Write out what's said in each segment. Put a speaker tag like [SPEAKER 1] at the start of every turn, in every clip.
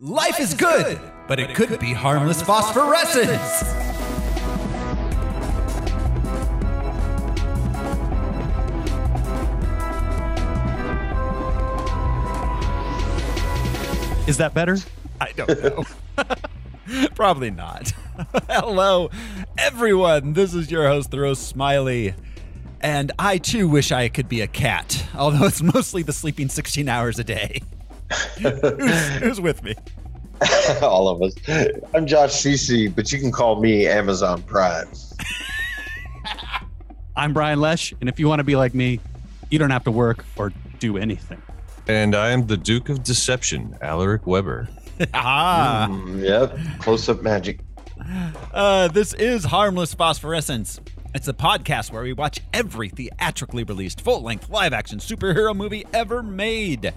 [SPEAKER 1] Life is good, but it could be harmless phosphorescence.
[SPEAKER 2] Is that better?
[SPEAKER 1] I don't know. Probably not. Hello, everyone. This is your host, The Rose Smiley. And I too wish I could be a cat, although it's mostly the sleeping 16 hours a day. who's, who's with me?
[SPEAKER 3] All of us. I'm Josh CC, but you can call me Amazon Prime.
[SPEAKER 2] I'm Brian Lesh, and if you want to be like me, you don't have to work or do anything.
[SPEAKER 4] And I am the Duke of Deception, Alaric Weber.
[SPEAKER 1] ah.
[SPEAKER 3] Mm, yep. Close up magic.
[SPEAKER 1] Uh, this is Harmless Phosphorescence. It's a podcast where we watch every theatrically released full length live action superhero movie ever made.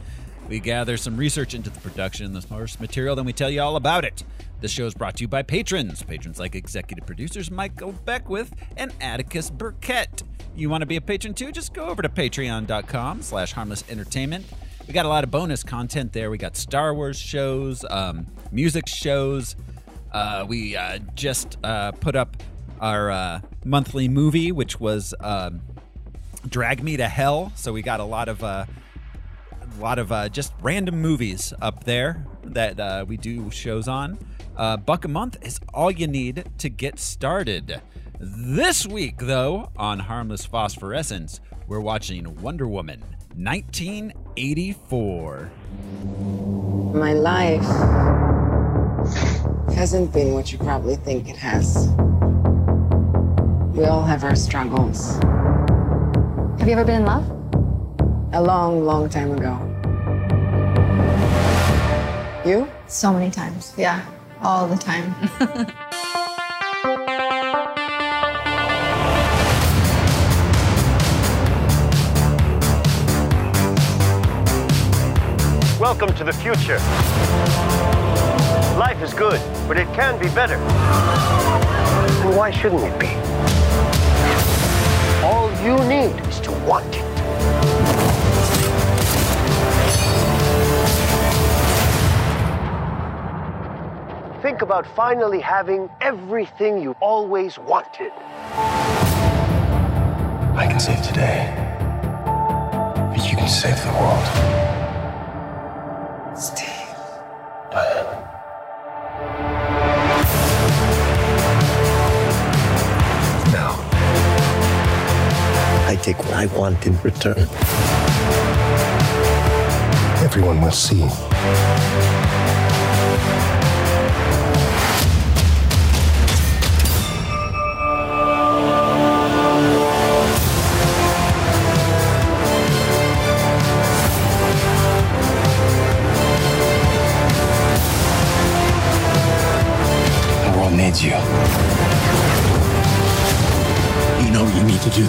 [SPEAKER 1] We gather some research into the production and the source material, then we tell you all about it. This show is brought to you by patrons, patrons like executive producers Michael Beckwith and Atticus Burkett. You want to be a patron too? Just go over to patreon.com slash harmless entertainment. We got a lot of bonus content there. We got Star Wars shows, um, music shows. Uh, we uh, just uh, put up our uh, monthly movie, which was um, Drag Me to Hell. So we got a lot of uh, a lot of uh, just random movies up there that uh, we do shows on. Uh, Buck a month is all you need to get started. This week, though, on Harmless Phosphorescence, we're watching Wonder Woman 1984.
[SPEAKER 5] My life hasn't been what you probably think it has. We all have our struggles.
[SPEAKER 6] Have you ever been in love?
[SPEAKER 5] A long, long time ago. You?
[SPEAKER 6] So many times. Yeah, all the time.
[SPEAKER 7] Welcome to the future. Life is good, but it can be better. And why shouldn't it be? All you need is to want it. Think about finally having everything you always wanted.
[SPEAKER 8] I can save today, but you can save the world.
[SPEAKER 5] Steve.
[SPEAKER 8] Diane. Now, I take what I want in return. Everyone will see. The world needs you. You know what you need to do.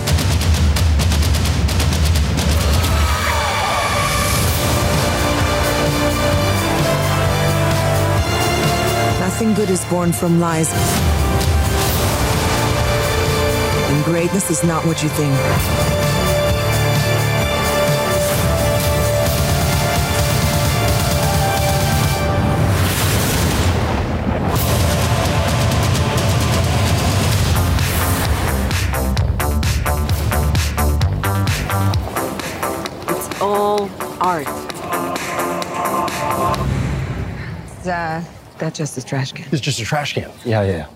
[SPEAKER 9] Nothing good is born from lies. And greatness is not what you think.
[SPEAKER 5] It's all art.
[SPEAKER 9] Uh, that's just a trash can.
[SPEAKER 8] It's just a trash can. Yeah, yeah.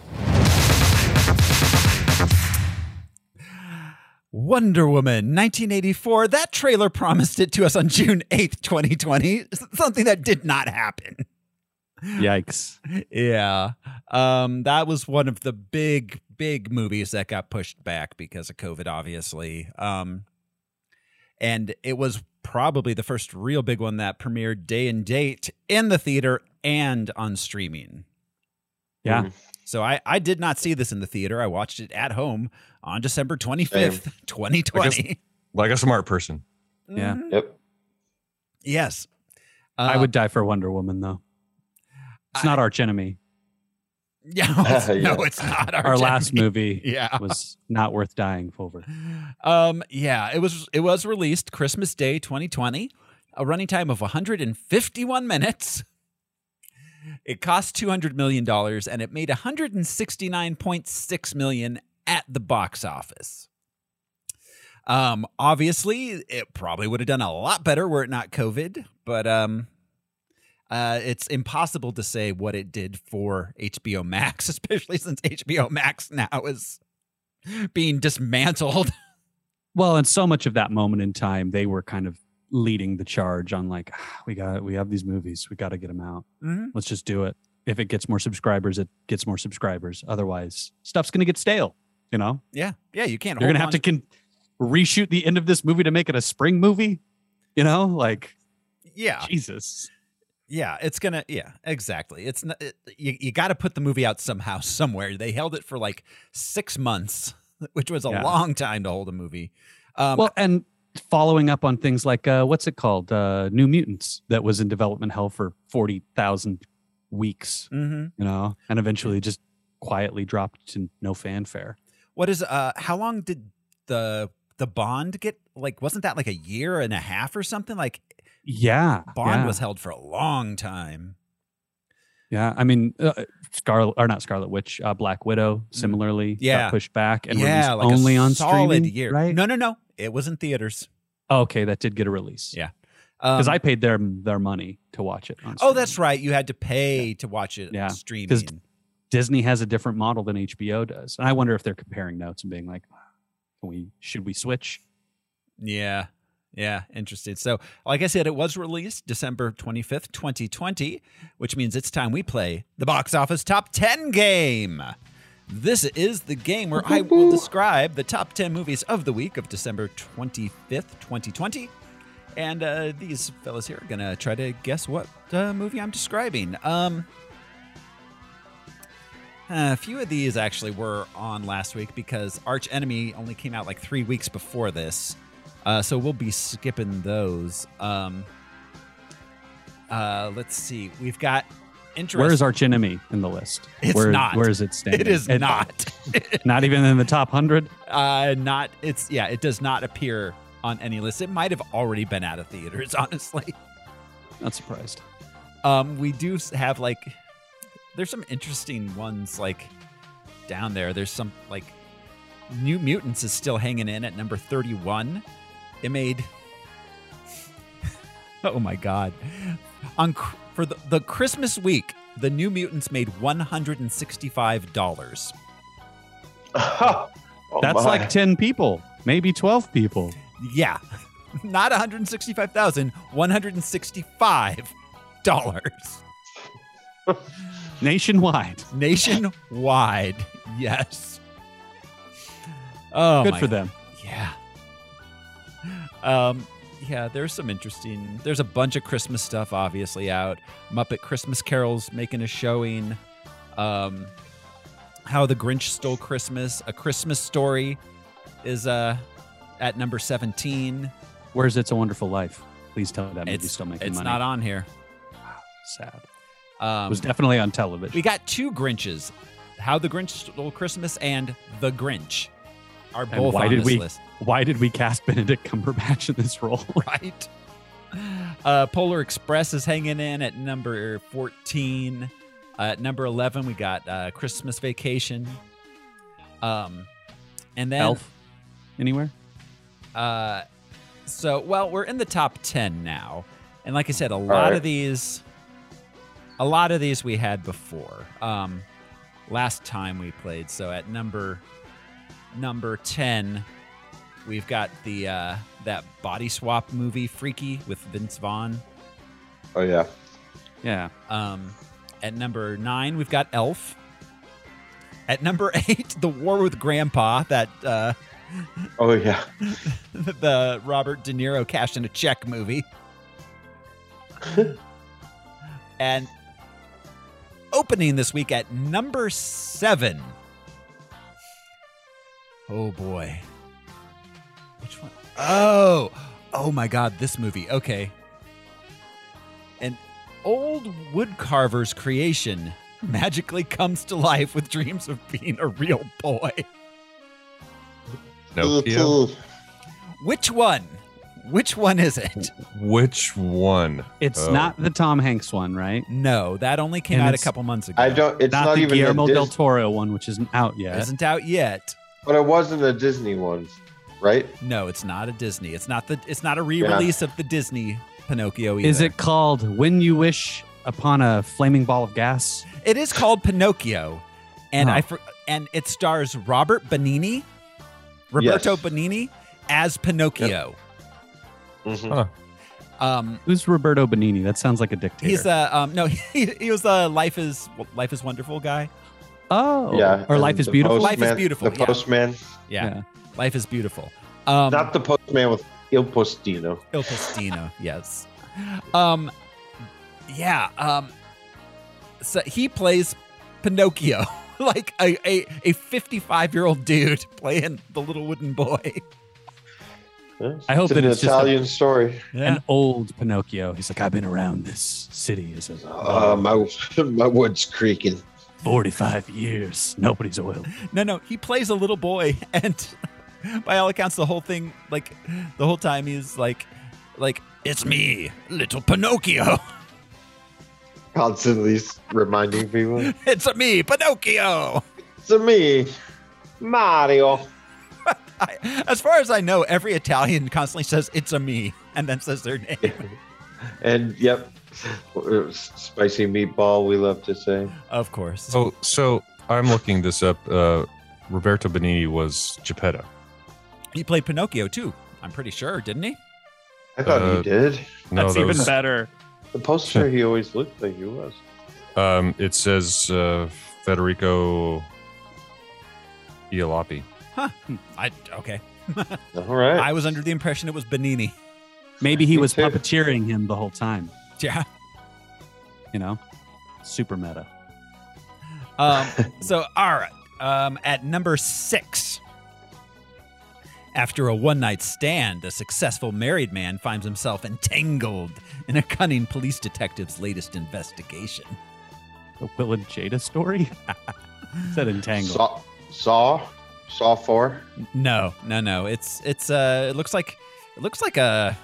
[SPEAKER 1] Wonder Woman 1984. That trailer promised it to us on June 8th, 2020. Something that did not happen.
[SPEAKER 2] Yikes.
[SPEAKER 1] Yeah. Um, that was one of the big, big movies that got pushed back because of COVID, obviously. Um, and it was probably the first real big one that premiered day and date in the theater and on streaming.
[SPEAKER 2] Yeah.
[SPEAKER 1] Mm-hmm. So I, I did not see this in the theater. I watched it at home on December 25th, 2020.
[SPEAKER 4] Like a smart person.
[SPEAKER 2] Yeah.
[SPEAKER 1] Mhm.
[SPEAKER 3] Yep.
[SPEAKER 1] Yes.
[SPEAKER 2] I
[SPEAKER 1] Uh,
[SPEAKER 2] would die for Wonder Woman, though. It's not Arch Enemy.
[SPEAKER 1] Yeah, it's-
[SPEAKER 3] Yeah.
[SPEAKER 1] No, it's not our,
[SPEAKER 2] Our last
[SPEAKER 1] Jenny.
[SPEAKER 2] movie
[SPEAKER 1] Yeah.
[SPEAKER 2] was not worth dying over.
[SPEAKER 1] Um. Yeah. It was. It was released Christmas Day, 2020. A running time of 151 minutes. It cost $200 million and it made $169.6 million at the box office. Um, obviously, it probably would have done a lot better were it not COVID, but um, uh, it's impossible to say what it did for HBO Max, especially since HBO Max now is being dismantled.
[SPEAKER 2] Well, and so much of that moment in time, they were kind of leading the charge on like, "Ah, we got we have these movies, we got to get them out.
[SPEAKER 1] Mhm.
[SPEAKER 2] Let's just do it. If it gets more subscribers, it gets more subscribers. Otherwise, stuff's gonna get stale. You know,
[SPEAKER 1] Yeah, yeah, you can't.
[SPEAKER 2] you're gonna
[SPEAKER 1] hold
[SPEAKER 2] have to
[SPEAKER 1] on-
[SPEAKER 2] con- reshoot the end of this movie to make it a spring movie. You know, like
[SPEAKER 1] yeah,
[SPEAKER 2] Jesus.
[SPEAKER 1] yeah. It's gonna. Yeah, exactly. It's not. It, you you got to put the movie out somehow, somewhere. They held it for like six months, which was a
[SPEAKER 2] Yeah.
[SPEAKER 1] long time to hold a movie. Um,
[SPEAKER 2] well, and following up on things like uh, what's it called, uh, New Mutants, that was in development hell for forty thousand weeks.
[SPEAKER 1] mhm.
[SPEAKER 2] You know, and eventually just quietly dropped to no fanfare.
[SPEAKER 1] What is uh? How long did the the Bond get? Like, wasn't that like a year and a half or something? Like,
[SPEAKER 2] Yeah,
[SPEAKER 1] Bond
[SPEAKER 2] yeah.
[SPEAKER 1] was held for a long time.
[SPEAKER 2] Yeah, I mean, uh, Scarlet or not Scarlet Witch, uh, Black Widow, similarly,
[SPEAKER 1] Mm. Yeah.
[SPEAKER 2] got pushed back and
[SPEAKER 1] yeah,
[SPEAKER 2] released
[SPEAKER 1] like a
[SPEAKER 2] only on
[SPEAKER 1] solid
[SPEAKER 2] streaming,
[SPEAKER 1] year.
[SPEAKER 2] right?
[SPEAKER 1] No, no, no. It was in theaters.
[SPEAKER 2] Oh, okay, that did get a release.
[SPEAKER 1] Yeah.
[SPEAKER 2] because
[SPEAKER 1] Um,
[SPEAKER 2] I paid their their money to watch it. On
[SPEAKER 1] Oh, that's
[SPEAKER 2] streaming.
[SPEAKER 1] right. You had to pay to watch it
[SPEAKER 2] Yeah, 'cause-
[SPEAKER 1] streaming.
[SPEAKER 2] Disney has a different model than HBO does, and I wonder if they're comparing notes and being like, Can "We should we switch?"
[SPEAKER 1] Yeah. Yeah, interesting. So, like I said, it was released December 25th, 2020, which means it's time we play the box office top 10 game. This is the game where I will describe the top 10 movies of the week of December 25th, 2020. And uh, these fellas here are going to try to guess what uh, movie I'm describing. Um, a few of these actually were on last week because Arch Enemy only came out like three weeks before this. Uh, so we'll be skipping those. Um, uh, let's see. We've got interest.
[SPEAKER 2] Where is Arch Enemy in the list?
[SPEAKER 1] It's
[SPEAKER 2] where,
[SPEAKER 1] not.
[SPEAKER 2] Where is it standing?
[SPEAKER 1] It is not.
[SPEAKER 2] Not even in the top hundred.
[SPEAKER 1] uh, not. It's yeah. It does not appear on any list. It might have already been out of theaters. Honestly,
[SPEAKER 2] Not surprised.
[SPEAKER 1] um, we do have like there's some interesting ones like down there. There's some like New Mutants is still hanging in at number 31. It made oh my god on cr- for the, the Christmas week. The New Mutants made one hundred and sixty-five dollars.
[SPEAKER 3] Oh,
[SPEAKER 2] That's
[SPEAKER 3] my.
[SPEAKER 2] like ten people, maybe twelve people.
[SPEAKER 1] Yeah. Not 165,000, 165 dollars
[SPEAKER 2] nationwide.
[SPEAKER 1] nationwide. Yes. Oh,
[SPEAKER 2] Good
[SPEAKER 1] my
[SPEAKER 2] for them.
[SPEAKER 1] Yeah. Um, yeah, there's some interesting. There's a bunch of Christmas stuff, obviously, out. Muppet Christmas Carols making a showing. Um, How the Grinch Stole Christmas, A Christmas Story, is uh at number 17.
[SPEAKER 2] Where's It's a Wonderful Life? Please tell me that movie's
[SPEAKER 1] It's
[SPEAKER 2] still making
[SPEAKER 1] it's
[SPEAKER 2] money.
[SPEAKER 1] not on here.
[SPEAKER 2] Sad. It
[SPEAKER 1] Um,
[SPEAKER 2] was definitely on television.
[SPEAKER 1] we got two Grinches: How the Grinch Stole Christmas and The Grinch are
[SPEAKER 2] And
[SPEAKER 1] both
[SPEAKER 2] why
[SPEAKER 1] on
[SPEAKER 2] did
[SPEAKER 1] this
[SPEAKER 2] we-
[SPEAKER 1] list,
[SPEAKER 2] Why did we cast Benedict Cumberbatch in this role?
[SPEAKER 1] right? Uh, Polar Express is hanging in at number fourteen. Uh, at number eleven, we got uh, Christmas Vacation. Um, and then
[SPEAKER 2] Elf? Anywhere?
[SPEAKER 1] Uh, so, well, we're in the top 10 now. And like I said, a lot
[SPEAKER 3] right.
[SPEAKER 1] of these, a lot of these we had before. Um, last time we played. So at number, number 10, we've got the, uh, that body swap movie Freaky with Vince Vaughn.
[SPEAKER 3] Oh yeah.
[SPEAKER 2] Yeah.
[SPEAKER 1] Um, at number nine, we've got Elf. At number eight, The War with Grandpa, that, uh,
[SPEAKER 3] Oh yeah.
[SPEAKER 1] the Robert De Niro cash in a check movie. and opening this week at number seven. Oh boy. Which one? Oh, oh my God, this movie. Okay. An old woodcarver's creation magically comes to life with dreams of being a real boy.
[SPEAKER 4] Pinocchio.
[SPEAKER 1] Which one Which one is it?
[SPEAKER 4] Which one?
[SPEAKER 2] It's
[SPEAKER 4] Oh.
[SPEAKER 2] not the Tom Hanks one, right?
[SPEAKER 1] No, that only came
[SPEAKER 2] And
[SPEAKER 1] out a
[SPEAKER 2] it's-
[SPEAKER 1] couple months ago.
[SPEAKER 3] I don't. It's
[SPEAKER 2] not,
[SPEAKER 3] not,
[SPEAKER 2] the
[SPEAKER 3] even
[SPEAKER 2] Guillermo
[SPEAKER 3] a Dis-
[SPEAKER 2] del Toro one, which isn't out yet.
[SPEAKER 1] Isn't out yet.
[SPEAKER 3] but it wasn't a Disney one, right?
[SPEAKER 1] No, it's not a Disney. It's not the. It's not a re-release of the Disney Pinocchio. Either.
[SPEAKER 2] Is it called When You Wish Upon a Flaming Ball of Gas?
[SPEAKER 1] It is called Pinocchio, and
[SPEAKER 2] Huh.
[SPEAKER 1] I for, and it stars Robert Benini, Roberto
[SPEAKER 3] Yes.
[SPEAKER 1] Benini as Pinocchio.
[SPEAKER 3] Mhm.
[SPEAKER 1] Um,
[SPEAKER 2] Who's Roberto Benini? That sounds like a dictator.
[SPEAKER 1] he's a um, no, he, he was a Life is Life is Wonderful guy.
[SPEAKER 2] oh,
[SPEAKER 3] Yeah.
[SPEAKER 2] Or
[SPEAKER 3] and
[SPEAKER 2] Life is
[SPEAKER 3] the
[SPEAKER 2] Beautiful.
[SPEAKER 1] Life is
[SPEAKER 3] Postman-
[SPEAKER 1] Beautiful,
[SPEAKER 3] The
[SPEAKER 1] yeah.
[SPEAKER 3] postman,
[SPEAKER 1] Yeah,
[SPEAKER 2] Yeah.
[SPEAKER 1] Life is beautiful. Um,
[SPEAKER 3] not the postman with Il Postino.
[SPEAKER 1] Il Postino, yes. Um, yeah. Um, so he plays Pinocchio, like a a a fifty five year old dude playing the little wooden boy.
[SPEAKER 2] I hope
[SPEAKER 3] it's
[SPEAKER 2] that
[SPEAKER 3] an
[SPEAKER 2] it's just a-
[SPEAKER 3] Italian story.
[SPEAKER 2] An old Pinocchio. He's like, I've been around this city as a
[SPEAKER 3] Uh, my my wood's creaking.
[SPEAKER 2] 45 years. Nobody's oiled.
[SPEAKER 1] No, no, he plays a little boy, and by all accounts, the whole thing, like the whole time, he's like, like it's me, little Pinocchio.
[SPEAKER 3] Constantly s- reminding people,
[SPEAKER 1] It's a me, Pinocchio.
[SPEAKER 3] it's a me, Mario.
[SPEAKER 1] I, as far as I know, every Italian constantly says it's a me, and then says their name.
[SPEAKER 3] And yep, uh, spicy meatball. We love to say.
[SPEAKER 1] Of course.
[SPEAKER 4] Oh, so I'm looking this up. Uh, Roberto Benini was Geppetto.
[SPEAKER 1] He played Pinocchio too. I'm pretty sure, didn't he?
[SPEAKER 3] I thought
[SPEAKER 4] Uh,
[SPEAKER 3] he did.
[SPEAKER 4] No, that was-
[SPEAKER 2] better.
[SPEAKER 3] The poster, he always looked like he was.
[SPEAKER 4] Um, it says uh, Federico Iolapi.
[SPEAKER 1] I okay.
[SPEAKER 3] All right.
[SPEAKER 1] I was under the impression it was Benini.
[SPEAKER 2] Maybe he
[SPEAKER 3] Me
[SPEAKER 2] was
[SPEAKER 3] too.
[SPEAKER 2] puppeteering him the whole time,
[SPEAKER 1] Yeah.
[SPEAKER 2] you know? Super meta.
[SPEAKER 1] Um, so all right. Um, at number six. After a one night stand, a successful married man finds himself entangled in a cunning police detective's latest investigation.
[SPEAKER 2] The Will and Jada story? Is that entangled?
[SPEAKER 3] Saw, Saw, Saw Four.
[SPEAKER 1] No, no, no. It's it's uh it looks like it looks like a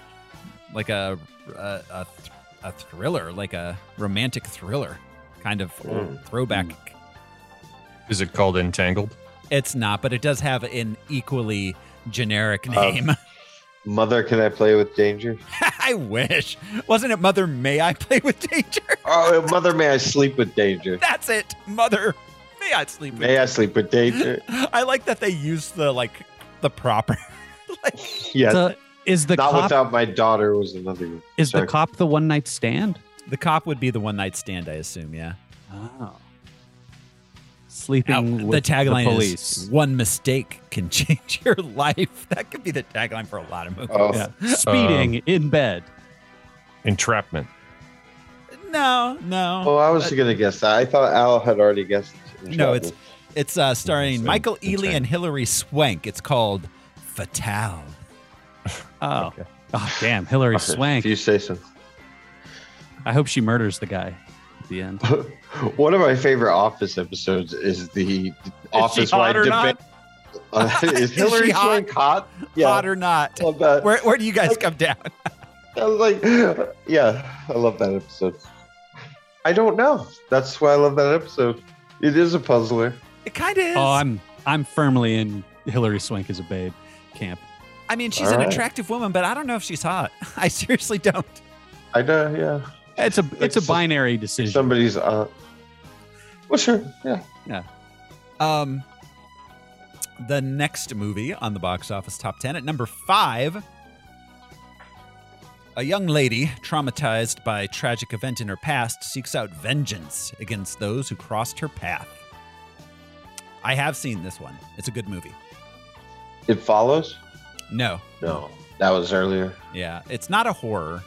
[SPEAKER 1] like a a, a, th- a thriller, like a romantic thriller kind of
[SPEAKER 3] Mm.
[SPEAKER 1] throwback.
[SPEAKER 4] Is it called Entangled?
[SPEAKER 1] It's not, but it does have an equally generic name.
[SPEAKER 3] Mother, can I play with danger?
[SPEAKER 1] I wish. Wasn't it Mother May I play with danger?
[SPEAKER 3] Oh, mother, may I sleep with danger?
[SPEAKER 1] That's it. Mother May I sleep with
[SPEAKER 3] May I sleep with danger?
[SPEAKER 1] I like that they used the like the proper like
[SPEAKER 3] Yes.
[SPEAKER 2] So is the
[SPEAKER 3] Not
[SPEAKER 2] cop
[SPEAKER 3] without my daughter was another one.
[SPEAKER 2] is
[SPEAKER 3] Sorry.
[SPEAKER 2] the cop the one night stand?
[SPEAKER 1] the cop would be the one night stand, I assume, yeah.
[SPEAKER 2] Oh. Sleeping
[SPEAKER 1] Now,
[SPEAKER 2] with
[SPEAKER 1] the tagline
[SPEAKER 2] police.
[SPEAKER 1] is one mistake can change your life. That could be the tagline for a lot of movies.
[SPEAKER 3] Oh,
[SPEAKER 2] yeah. Speeding in bed.
[SPEAKER 4] Entrapment.
[SPEAKER 1] No, no.
[SPEAKER 3] well, Oh, I was gonna guess that. I thought Al had already guessed.
[SPEAKER 1] no, it's it's uh, starring
[SPEAKER 4] Same.
[SPEAKER 1] Michael Ealy
[SPEAKER 4] Okay.
[SPEAKER 1] and Hilary Swank. It's called Fatale.
[SPEAKER 2] Oh. Oh damn, Hillary Swank.
[SPEAKER 3] If you say so.
[SPEAKER 2] I hope she murders the guy at the end.
[SPEAKER 3] One of my favorite Office episodes is the Office wide debate. Uh, is
[SPEAKER 1] Is
[SPEAKER 3] Hillary
[SPEAKER 1] she hot?
[SPEAKER 3] Swank hot?
[SPEAKER 1] Hot or not?
[SPEAKER 3] I love that.
[SPEAKER 1] Where, where do you guys come down?
[SPEAKER 3] I was like, yeah, I love that episode. I don't know. That's why I love that episode. It is a puzzler.
[SPEAKER 1] It kind of is.
[SPEAKER 2] Oh, I'm I'm firmly in Hillary Swank is a babe camp.
[SPEAKER 1] I mean, she's
[SPEAKER 3] all
[SPEAKER 1] an
[SPEAKER 3] right.
[SPEAKER 1] attractive woman, but I don't know if she's hot. I seriously don't.
[SPEAKER 3] I know, yeah.
[SPEAKER 2] It's a it's a
[SPEAKER 3] Like,
[SPEAKER 2] binary decision.
[SPEAKER 3] Somebody's uh Well sure, yeah.
[SPEAKER 1] Um, the next movie on the box office top 10 at number five a young lady traumatized by a tragic event in her past seeks out vengeance against those who crossed her path. I have seen this one. It's a good movie.
[SPEAKER 3] It follows?
[SPEAKER 1] No.
[SPEAKER 3] No. That was earlier.
[SPEAKER 1] Yeah. It's not a horror.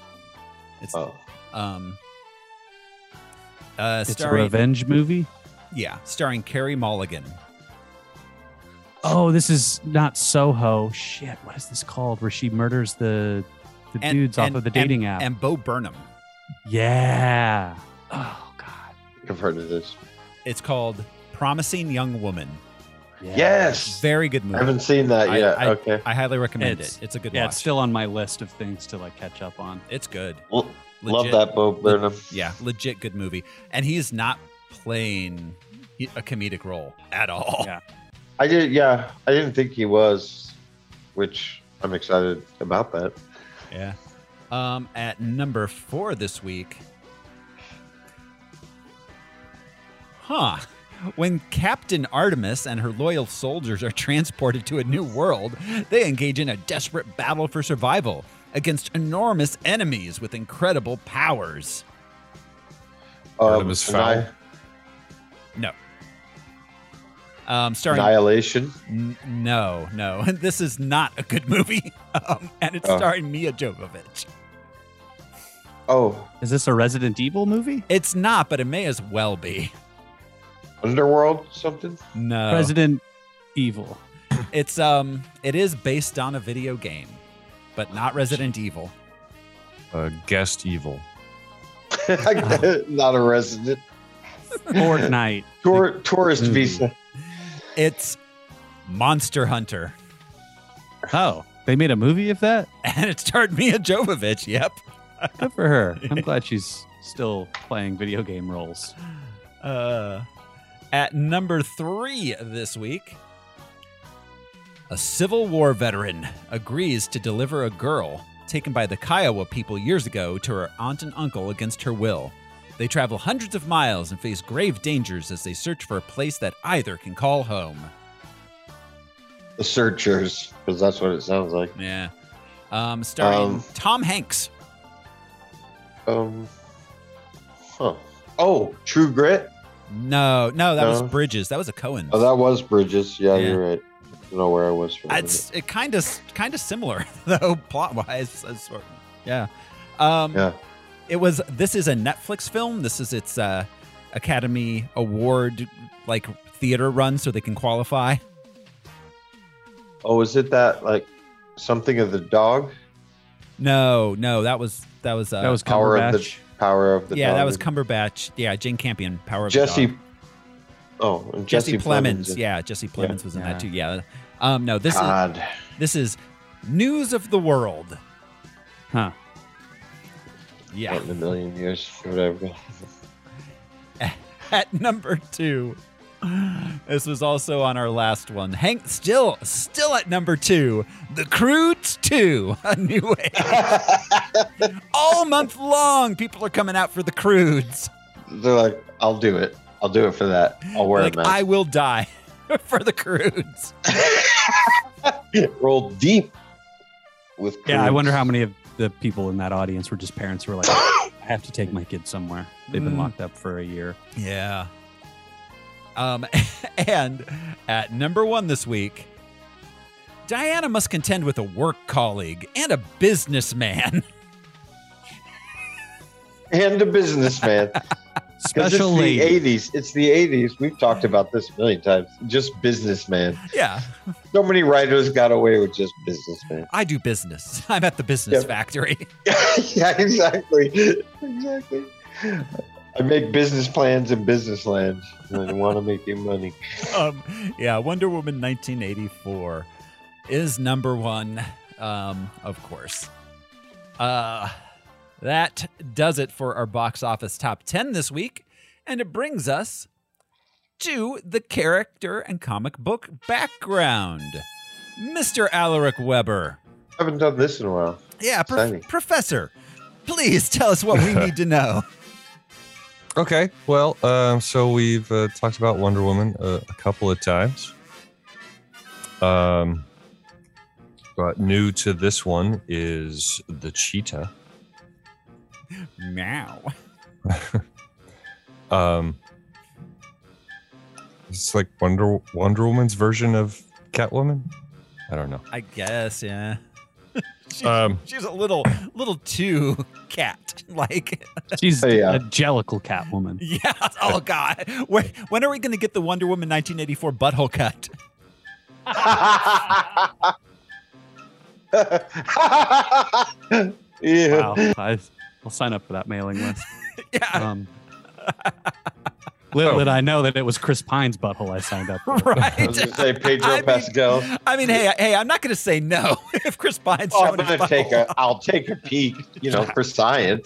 [SPEAKER 1] It's,
[SPEAKER 3] Oh.
[SPEAKER 1] um, uh,
[SPEAKER 2] it's a
[SPEAKER 1] starring,
[SPEAKER 2] revenge movie.
[SPEAKER 1] yeah, starring Carrie Mulligan.
[SPEAKER 2] Oh, this is not Soho. Shit, what is this called? Where she murders the the
[SPEAKER 1] And-
[SPEAKER 2] dudes
[SPEAKER 1] and-
[SPEAKER 2] off of the dating
[SPEAKER 1] and-
[SPEAKER 2] app.
[SPEAKER 1] And Bo Burnham.
[SPEAKER 2] yeah. Oh god.
[SPEAKER 3] I've heard of this.
[SPEAKER 1] It's called Promising Young Woman.
[SPEAKER 3] Yes.
[SPEAKER 1] Very good
[SPEAKER 3] I
[SPEAKER 1] movie.
[SPEAKER 3] haven't seen that
[SPEAKER 1] I-
[SPEAKER 3] yet.
[SPEAKER 1] I-
[SPEAKER 3] okay.
[SPEAKER 1] I highly recommend
[SPEAKER 2] It's-
[SPEAKER 1] it. It's a good
[SPEAKER 2] Yeah,
[SPEAKER 1] watch.
[SPEAKER 2] it's still on my list of things to like catch up on.
[SPEAKER 1] it's good.
[SPEAKER 3] L- love
[SPEAKER 1] Legit.
[SPEAKER 3] that Bo Burnham.
[SPEAKER 1] Yeah, legit good movie. And he's not playing he- a comedic role at all.
[SPEAKER 2] Yeah.
[SPEAKER 3] I did. Yeah, I didn't think he was, which I'm excited about that.
[SPEAKER 1] Yeah. Um, at number four this week, huh? When Captain Artemis and her loyal soldiers are transported to a new world, they engage in a desperate battle for survival against enormous enemies with incredible powers.
[SPEAKER 4] Artemis
[SPEAKER 3] Um, Anni-
[SPEAKER 4] Fowl?
[SPEAKER 1] No. Um, starring
[SPEAKER 3] Annihilation.
[SPEAKER 1] N- no, no, this is not a good movie, um, and it's
[SPEAKER 3] Oh.
[SPEAKER 1] starring Mia Jovovich.
[SPEAKER 3] Oh,
[SPEAKER 2] Is this a Resident Evil movie?
[SPEAKER 1] It's not, but it may as well be.
[SPEAKER 3] Underworld something.
[SPEAKER 1] No,
[SPEAKER 2] Resident Evil.
[SPEAKER 1] it's um, it is based on a video game, but not Resident Evil.
[SPEAKER 4] Uh, guest evil.
[SPEAKER 3] Not a resident.
[SPEAKER 2] Fortnite.
[SPEAKER 3] Tour, tourist
[SPEAKER 2] Ooh.
[SPEAKER 3] visa.
[SPEAKER 1] It's Monster Hunter,
[SPEAKER 2] Oh, they made a movie of that?
[SPEAKER 1] and it starred Mia Jovovich. Yep.
[SPEAKER 2] Good for her. I'm glad she's still playing video game roles.
[SPEAKER 1] Uh, at number three this week, a Civil War veteran agrees to deliver a girl taken by the Kiowa people years ago to her aunt and uncle against her will. They travel hundreds of miles and face grave dangers as they search for a place that either can call home.
[SPEAKER 3] The searchers, because that's what it sounds like.
[SPEAKER 1] Yeah. Um, starring
[SPEAKER 3] Um.
[SPEAKER 1] Tom Hanks.
[SPEAKER 3] Um. Huh. Oh, True Grit.
[SPEAKER 1] No, no, that was
[SPEAKER 3] No.
[SPEAKER 1] Bridges. That was a Cohen.
[SPEAKER 3] Oh, that was Bridges. Yeah,
[SPEAKER 1] Yeah.
[SPEAKER 3] you're right. I don't know where I was from.
[SPEAKER 1] It's it kind of kind of similar though plot wise. Yeah. Um,
[SPEAKER 3] Yeah.
[SPEAKER 1] It was. This is a Netflix film. This is its uh, Academy Award like theater run, so they can qualify.
[SPEAKER 3] Oh, is it that like something of the dog?
[SPEAKER 1] No, no, that was that was uh,
[SPEAKER 2] That was
[SPEAKER 3] Power of the
[SPEAKER 2] Cumberbatch.
[SPEAKER 3] power of the
[SPEAKER 1] yeah,
[SPEAKER 3] dog.
[SPEAKER 1] that was Cumberbatch. Yeah, Jane Campion, Power of the
[SPEAKER 3] Jesse.
[SPEAKER 1] Dog.
[SPEAKER 3] Oh, and
[SPEAKER 1] Jesse,
[SPEAKER 3] Jesse,
[SPEAKER 1] Plemons. Yeah, Jesse Plemons was in
[SPEAKER 2] Yeah.
[SPEAKER 1] that too. Yeah. Um, no, this is
[SPEAKER 3] God.
[SPEAKER 1] this is News of the World.
[SPEAKER 2] Huh.
[SPEAKER 1] Yeah.
[SPEAKER 3] Not in a million years, whatever.
[SPEAKER 1] at number two. This was also on our last one. Hank still still at number two. The Croods Two, a new wave. All month long, people are coming out for the Croods.
[SPEAKER 3] They're like, I'll do it. I'll do it for that. I'll wear
[SPEAKER 1] Like
[SPEAKER 3] a mask.
[SPEAKER 1] I will die for the Croods.
[SPEAKER 3] Roll deep with.
[SPEAKER 2] Yeah, I
[SPEAKER 3] prunes.
[SPEAKER 2] wonder how many of the people in that audience were just parents who were like, I have to take my kid somewhere. They've been
[SPEAKER 1] Mm.
[SPEAKER 2] locked up for a year.
[SPEAKER 1] Yeah. Um, and at number one this week, Diana must contend with a work colleague and a businessman.
[SPEAKER 3] And a businessman. 'Cause
[SPEAKER 2] Special
[SPEAKER 3] it's the
[SPEAKER 2] lady.
[SPEAKER 3] '80s. It's the '80s. We've talked about this a million times. Just businessman.
[SPEAKER 1] yeah.
[SPEAKER 3] So many writers got away with just businessman.
[SPEAKER 1] I do business. I'm at the business
[SPEAKER 3] Yeah.
[SPEAKER 1] factory.
[SPEAKER 3] yeah, exactly. Exactly. I make business plans in business land. and I want to make you money.
[SPEAKER 1] Um, yeah, Wonder Woman 1984 is number one, um, of course. Uh, that does it for our box office top 10 this week. And it brings us to the character and comic book background. Mr. Alaric Weber.
[SPEAKER 3] I haven't done this in a while.
[SPEAKER 1] Yeah, prof-
[SPEAKER 3] Exciting.
[SPEAKER 1] Professor, please tell us what we need to know.
[SPEAKER 4] Okay. Well, um, so we've uh, talked about Wonder Woman uh, a couple of times. Um, but new to this one is the cheetah.
[SPEAKER 1] Now.
[SPEAKER 4] Um, it's like Wonder Wonder Woman's version of Catwoman. I don't know.
[SPEAKER 1] I guess, yeah. She's-
[SPEAKER 4] Um,
[SPEAKER 1] She's a little little too cat like.
[SPEAKER 2] She's
[SPEAKER 3] Oh, yeah.
[SPEAKER 2] a jellical Catwoman.
[SPEAKER 1] Yeah. Oh god. Where, when are we going to get the Wonder Woman 1984 butthole cut?
[SPEAKER 3] yeah.
[SPEAKER 2] Wow. I, I'll sign up for that mailing list.
[SPEAKER 1] Yeah.
[SPEAKER 2] Um, Little did Um, I know that it was Chris Pine's butthole I signed up for.
[SPEAKER 1] right?
[SPEAKER 3] I was going to say Pedro
[SPEAKER 1] I mean-
[SPEAKER 3] Pascal.
[SPEAKER 1] I mean, hey, I- hey, I'm not going to say no if Chris Pine's
[SPEAKER 3] oh, I'm
[SPEAKER 1] showing his
[SPEAKER 3] gonna take
[SPEAKER 1] butthole.
[SPEAKER 3] a. I'll take a peek. You know, for science.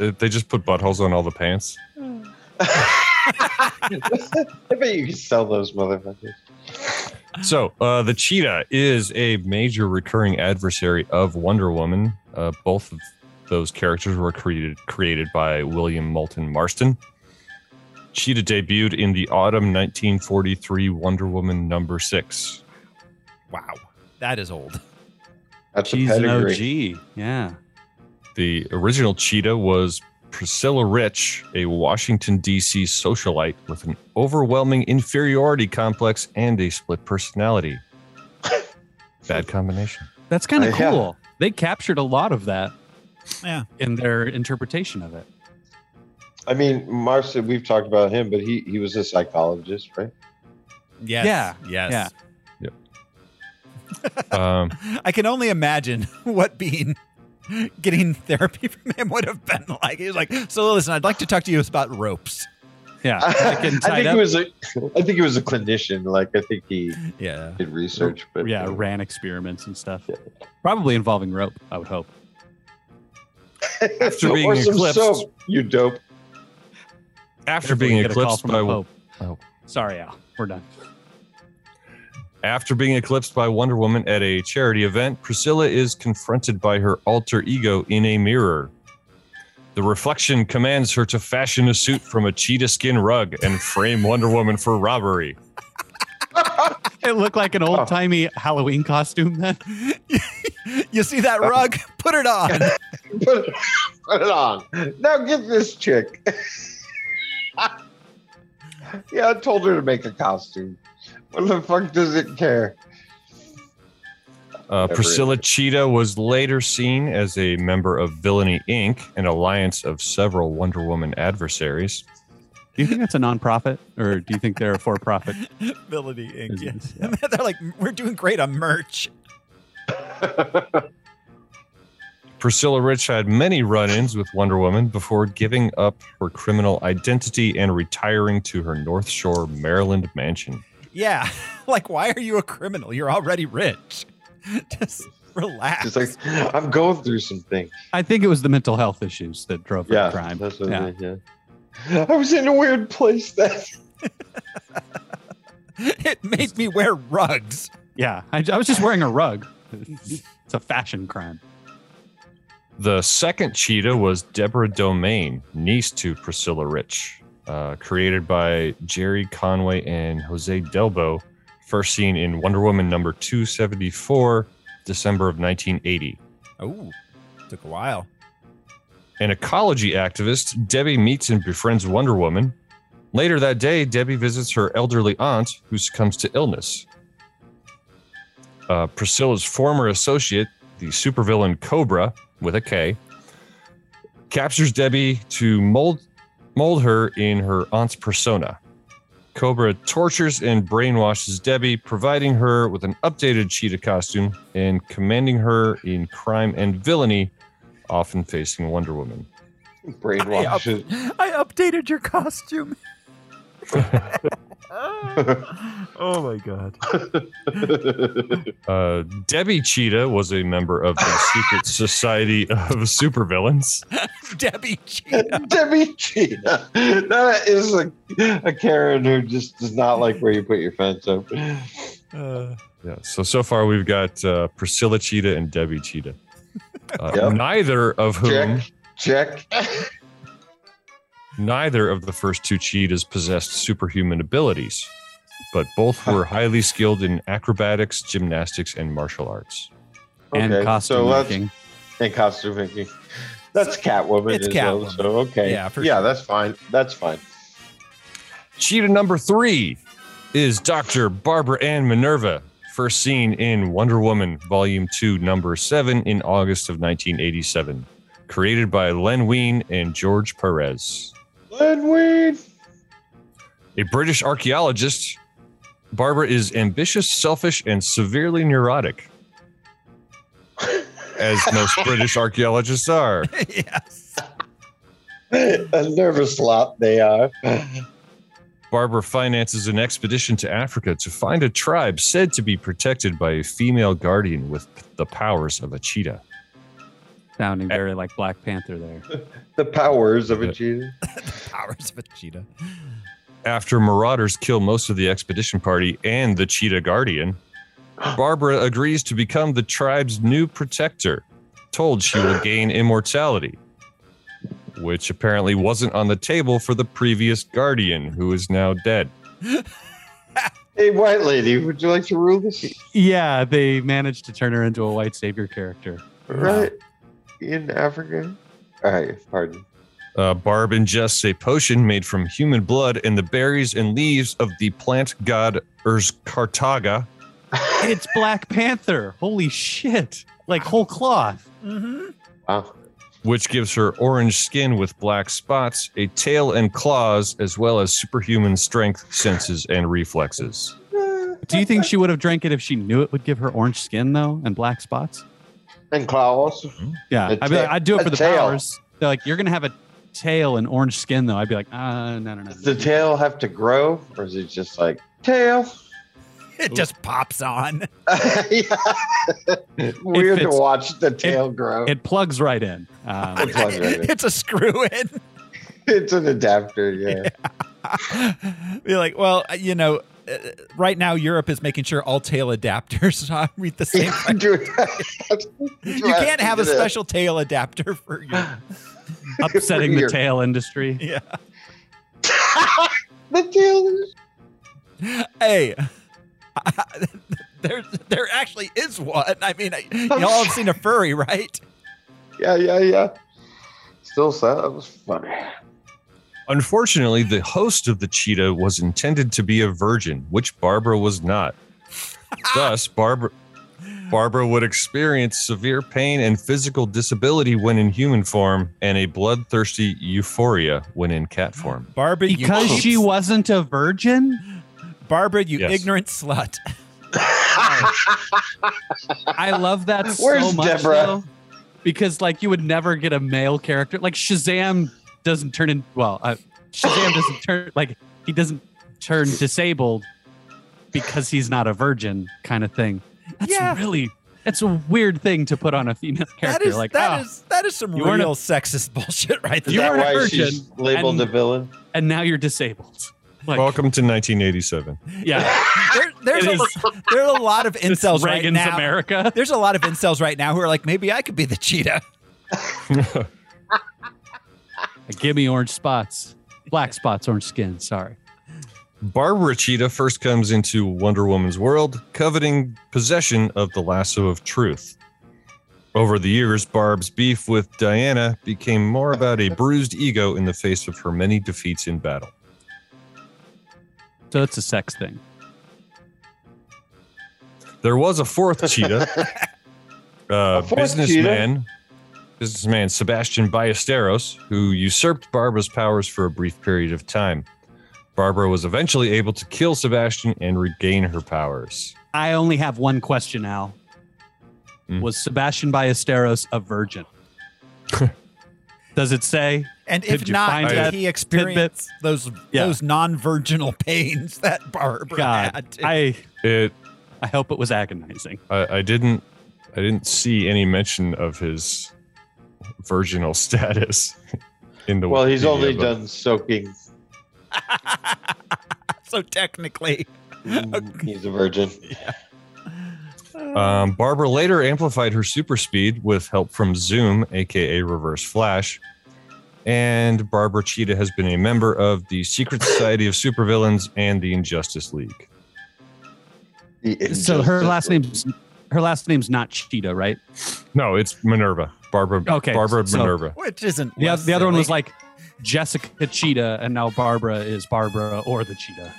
[SPEAKER 4] Uh, They just put buttholes on all the pants.
[SPEAKER 3] I bet you can sell those motherfuckers.
[SPEAKER 4] So uh, the cheetah is a major recurring adversary of Wonder Woman. Uh, both of those characters were created created by William Moulton Marston. Cheetah debuted in the autumn 1943 Wonder Woman number six.
[SPEAKER 1] Wow, that is old.
[SPEAKER 3] That's
[SPEAKER 2] She's
[SPEAKER 3] a
[SPEAKER 2] an
[SPEAKER 3] pedigree.
[SPEAKER 2] OG. Yeah.
[SPEAKER 4] The original cheetah was Priscilla Rich, a Washington, D.C. socialite with an overwhelming inferiority complex and a split personality. Bad combination.
[SPEAKER 2] That's kind
[SPEAKER 3] Uh,
[SPEAKER 2] of
[SPEAKER 3] yeah.
[SPEAKER 2] cool. They captured a lot of that
[SPEAKER 1] Yeah.
[SPEAKER 2] in their interpretation of it.
[SPEAKER 3] I mean, Marston. We've talked about him, but he he was a psychologist, right?
[SPEAKER 1] Yes.
[SPEAKER 2] Yeah,
[SPEAKER 1] Yes.
[SPEAKER 2] yeah.
[SPEAKER 4] Um,
[SPEAKER 1] I can only imagine what being getting therapy from him would have been like. He was like, "So listen, I'd like to talk to you about ropes."
[SPEAKER 2] Yeah.
[SPEAKER 3] I
[SPEAKER 2] Like getting tied
[SPEAKER 3] think
[SPEAKER 2] up.
[SPEAKER 3] he was a. I think he was a clinician. Like I think he
[SPEAKER 1] Yeah.
[SPEAKER 3] did research, but
[SPEAKER 2] yeah, ran experiments and stuff. Probably involving rope, I would hope.
[SPEAKER 4] After being
[SPEAKER 3] or some
[SPEAKER 4] eclipsed.
[SPEAKER 3] soap, you dope.
[SPEAKER 4] after being
[SPEAKER 2] Get a call
[SPEAKER 4] eclipsed
[SPEAKER 2] from
[SPEAKER 4] by
[SPEAKER 2] the Pope.
[SPEAKER 4] Oh.
[SPEAKER 2] Sorry, Al. We're done.
[SPEAKER 4] after being eclipsed by Wonder Woman at a charity event, Priscilla is confronted by her alter ego in a mirror. The reflection commands her to fashion a suit from a cheetah skin rug and frame Wonder Woman for robbery.
[SPEAKER 2] It looked like an
[SPEAKER 3] Oh.
[SPEAKER 2] old timey Halloween costume then.
[SPEAKER 1] You see that rug? Put it on.
[SPEAKER 3] Put it, put it on. Now get this chick. yeah, I told her to make a costume. What the fuck does it care?
[SPEAKER 4] Uh,
[SPEAKER 3] Never
[SPEAKER 4] Priscilla Cheetah was later seen as a member of Villainy Inc., an alliance of several Wonder Woman adversaries.
[SPEAKER 2] Do you think that's a nonprofit or do you think they're a for profit?
[SPEAKER 1] Ability Inc. Yeah.
[SPEAKER 2] Business,
[SPEAKER 1] They're like, "We're doing great on merch."
[SPEAKER 4] Priscilla Rich had many run ins with Wonder Woman before giving up her criminal identity and retiring to her North Shore, Maryland mansion.
[SPEAKER 1] Yeah. Like, why are you a criminal? You're already rich. Just relax.
[SPEAKER 3] She's like, I'm going through some things.
[SPEAKER 2] I think it was the mental health issues that drove her
[SPEAKER 3] Yeah,
[SPEAKER 2] crime.
[SPEAKER 3] that's what
[SPEAKER 2] Yeah.
[SPEAKER 3] it is, yeah. I was in a weird place that
[SPEAKER 1] it made me wear rugs.
[SPEAKER 2] Yeah. I, I was just wearing a rug. It's a fashion crime.
[SPEAKER 4] The second cheetah was Deborah Domain, niece to Priscilla Rich, uh, created by Jerry Conway and Jose Delbo, first seen in Wonder Woman number 274, December of 1980.
[SPEAKER 1] Oh, took a while.
[SPEAKER 4] An ecology activist, Debbie meets and befriends Wonder Woman. Later that day, Debbie visits her elderly aunt who succumbs to illness. Uh, Priscilla's former associate, the supervillain Cobra with a K, captures Debbie to mold, mold her in her aunt's persona. Cobra tortures and brainwashes Debbie, providing her with an updated cheetah costume and commanding her in crime and villainy often facing Wonder Woman.
[SPEAKER 3] brainwashes.
[SPEAKER 1] I updated your costume.
[SPEAKER 10] Oh my god.
[SPEAKER 4] Uh, Debbie Cheetah was a member of the Secret Society of Supervillains.
[SPEAKER 1] Debbie Cheetah.
[SPEAKER 3] Debbie Cheetah. That is a, a Karen who just does not like where you put your fence up.
[SPEAKER 4] Yeah. So so far we've got uh, Priscilla Cheetah and Debbie Cheetah. Uh,
[SPEAKER 3] Yep.
[SPEAKER 4] Neither of whom,
[SPEAKER 3] Check, check.
[SPEAKER 4] neither of the first two cheetahs possessed superhuman abilities, but both were highly skilled in acrobatics, gymnastics, and martial arts.
[SPEAKER 2] and
[SPEAKER 3] Okay,
[SPEAKER 2] costume
[SPEAKER 3] so let's-
[SPEAKER 2] making.
[SPEAKER 3] and costume making. That's
[SPEAKER 1] So-
[SPEAKER 3] Catwoman.
[SPEAKER 1] it's
[SPEAKER 3] as well,
[SPEAKER 1] Catwoman.
[SPEAKER 3] so okay.
[SPEAKER 1] Yeah, for
[SPEAKER 3] yeah,
[SPEAKER 1] sure.
[SPEAKER 3] that's fine. That's fine.
[SPEAKER 4] Cheetah number three is Dr. Barbara Ann Minerva, first seen in Wonder Woman Volume 2, Number 7 in August of 1987, created by Len Wein and George Perez.
[SPEAKER 3] Len Wein.
[SPEAKER 4] A British archaeologist, Barbara is ambitious, selfish, and severely neurotic, as most British archaeologists are.
[SPEAKER 1] yes.
[SPEAKER 3] A nervous lot they are.
[SPEAKER 4] Barber finances an expedition to Africa to find a tribe said to be protected by a female guardian with the powers of a cheetah.
[SPEAKER 2] Sounding very like Black Panther there.
[SPEAKER 3] The powers of a cheetah.
[SPEAKER 1] Powers of a cheetah.
[SPEAKER 4] After marauders kill most of the expedition party and the cheetah guardian, Barbara agrees to become the tribe's new protector, told she will gain immortality, which apparently wasn't on the table for the previous guardian, who is now dead.
[SPEAKER 3] Hey, white lady, would you like to rule this?
[SPEAKER 2] Yeah, they managed to turn her into a white savior character.
[SPEAKER 3] Right in Africa? All right, pardon.
[SPEAKER 4] Uh, Barb ingests a potion made from human blood and the berries and leaves of the plant god Urzkartaga.
[SPEAKER 2] It's Black Panther. Holy shit. Like whole cloth.
[SPEAKER 3] Wow.
[SPEAKER 4] which gives her orange skin with black spots, a tail and claws, as well as superhuman strength, senses, and reflexes.
[SPEAKER 2] Do you think she would have drank it if she knew it would give her orange skin though and black spots?
[SPEAKER 3] And claws. A
[SPEAKER 2] Yeah. I'd, be like,
[SPEAKER 3] ta-
[SPEAKER 2] I'd do it
[SPEAKER 3] a
[SPEAKER 2] for the
[SPEAKER 3] tail.
[SPEAKER 2] powers. They're like, you're gonna have a tail and orange skin though. I'd be like, uh no no no.
[SPEAKER 3] Does the tail have to grow, or is it just like tail?
[SPEAKER 1] It just pops on.
[SPEAKER 3] Yeah. Weird to
[SPEAKER 2] fits.
[SPEAKER 3] watch the tail grow.
[SPEAKER 2] It plugs right in. Um,
[SPEAKER 3] It's plugged right in.
[SPEAKER 1] it's a screw in.
[SPEAKER 3] it's an adapter, yeah.
[SPEAKER 1] Be like, well, uh, you know, uh, right now Europe is making sure all tail adapters read the same.
[SPEAKER 3] Dude,
[SPEAKER 1] You can't have a special tail adapter for your.
[SPEAKER 2] upsetting the
[SPEAKER 3] Weird.
[SPEAKER 2] tail industry.
[SPEAKER 1] Yeah.
[SPEAKER 3] The tail is-
[SPEAKER 1] Hey. There, there actually is one. I mean, I- y'all have seen a furry, right?
[SPEAKER 3] Yeah, yeah, yeah. Still sounds funny.
[SPEAKER 4] Unfortunately, the host of the cheetah was intended to be a virgin, which Barbara was not. Thus, Barbara Barbara would experience severe pain and physical disability when in human form and a bloodthirsty euphoria when in cat form.
[SPEAKER 1] Barbara, you
[SPEAKER 2] Because
[SPEAKER 1] cheap-
[SPEAKER 2] she wasn't a virgin?
[SPEAKER 1] Barbara, you
[SPEAKER 4] Yes.
[SPEAKER 1] ignorant slut.
[SPEAKER 2] I love that so
[SPEAKER 3] Where's
[SPEAKER 2] much
[SPEAKER 3] Deborah?
[SPEAKER 2] though, because like you would never get a male character. Like Shazam doesn't turn in well, uh, Shazam doesn't turn like he doesn't turn disabled because he's not a virgin kind of thing. That's
[SPEAKER 1] Yeah.
[SPEAKER 2] really that's a weird thing to put on a female
[SPEAKER 1] That
[SPEAKER 2] character
[SPEAKER 1] is
[SPEAKER 2] like
[SPEAKER 1] that
[SPEAKER 2] ah.
[SPEAKER 1] is that is some
[SPEAKER 2] You weren't a-
[SPEAKER 1] real sexist bullshit right
[SPEAKER 3] Is
[SPEAKER 1] there.
[SPEAKER 3] that
[SPEAKER 2] were a
[SPEAKER 3] why
[SPEAKER 2] virgin,
[SPEAKER 3] she's labeled
[SPEAKER 2] and-
[SPEAKER 3] a villain?
[SPEAKER 2] and now you're disabled. Like
[SPEAKER 4] Welcome to 1987.
[SPEAKER 2] yeah,
[SPEAKER 1] There- there's
[SPEAKER 2] It
[SPEAKER 1] a,
[SPEAKER 2] is.
[SPEAKER 1] lo- there are a lot of
[SPEAKER 2] it's
[SPEAKER 1] incels right
[SPEAKER 2] Reagan's
[SPEAKER 1] now.
[SPEAKER 2] America.
[SPEAKER 1] There's a lot of incels right now who are like, maybe I could be the cheetah.
[SPEAKER 2] Give me orange spots, black spots, orange skin. Sorry.
[SPEAKER 4] Barbara Cheetah first comes into Wonder Woman's world, coveting possession of the lasso of truth. Over the years, Barb's beef with Diana became more about a bruised ego in the face of her many defeats in battle.
[SPEAKER 2] So it's a sex thing.
[SPEAKER 4] There was a fourth cheetah, uh,
[SPEAKER 3] fourth
[SPEAKER 4] businessman, businessman Sebastian Ballesteros, who usurped Barbara's powers for a brief period of time. Barbara was eventually able to kill Sebastian and regain her powers.
[SPEAKER 2] I only have one question, Al.
[SPEAKER 4] Mm.
[SPEAKER 2] Was Sebastian Ballesteros a virgin? Does it say?
[SPEAKER 1] And
[SPEAKER 2] Did
[SPEAKER 1] if
[SPEAKER 2] you
[SPEAKER 1] not,
[SPEAKER 2] find
[SPEAKER 1] did
[SPEAKER 2] that
[SPEAKER 1] he experience those
[SPEAKER 2] Yeah.
[SPEAKER 1] those non-virginal pains that Barbara
[SPEAKER 2] God,
[SPEAKER 1] had?
[SPEAKER 2] I
[SPEAKER 4] It
[SPEAKER 2] I hope it was agonizing.
[SPEAKER 4] I, I didn't I didn't see any mention of his virginal status in the
[SPEAKER 3] Well, he's
[SPEAKER 4] Wikipedia,
[SPEAKER 3] only
[SPEAKER 4] but
[SPEAKER 3] done soaking.
[SPEAKER 1] so technically,
[SPEAKER 3] He's a virgin.
[SPEAKER 4] Um, Barbara later amplified her super speed with help from Zoom, aka Reverse Flash. And Barbara Cheetah has been a member of the Secret Society of Supervillains and the Injustice League.
[SPEAKER 3] The
[SPEAKER 2] So her
[SPEAKER 3] injustice.
[SPEAKER 2] last name's her last name's not Cheetah, right?
[SPEAKER 4] No, it's Minerva. Barbara
[SPEAKER 2] Okay,
[SPEAKER 4] Barbara
[SPEAKER 2] so-
[SPEAKER 4] Minerva.
[SPEAKER 1] which isn't
[SPEAKER 2] The,
[SPEAKER 1] less
[SPEAKER 2] oth- the other one was
[SPEAKER 1] silly.
[SPEAKER 2] like Jessica Cheetah, and now Barbara is Barbara or the Cheetah.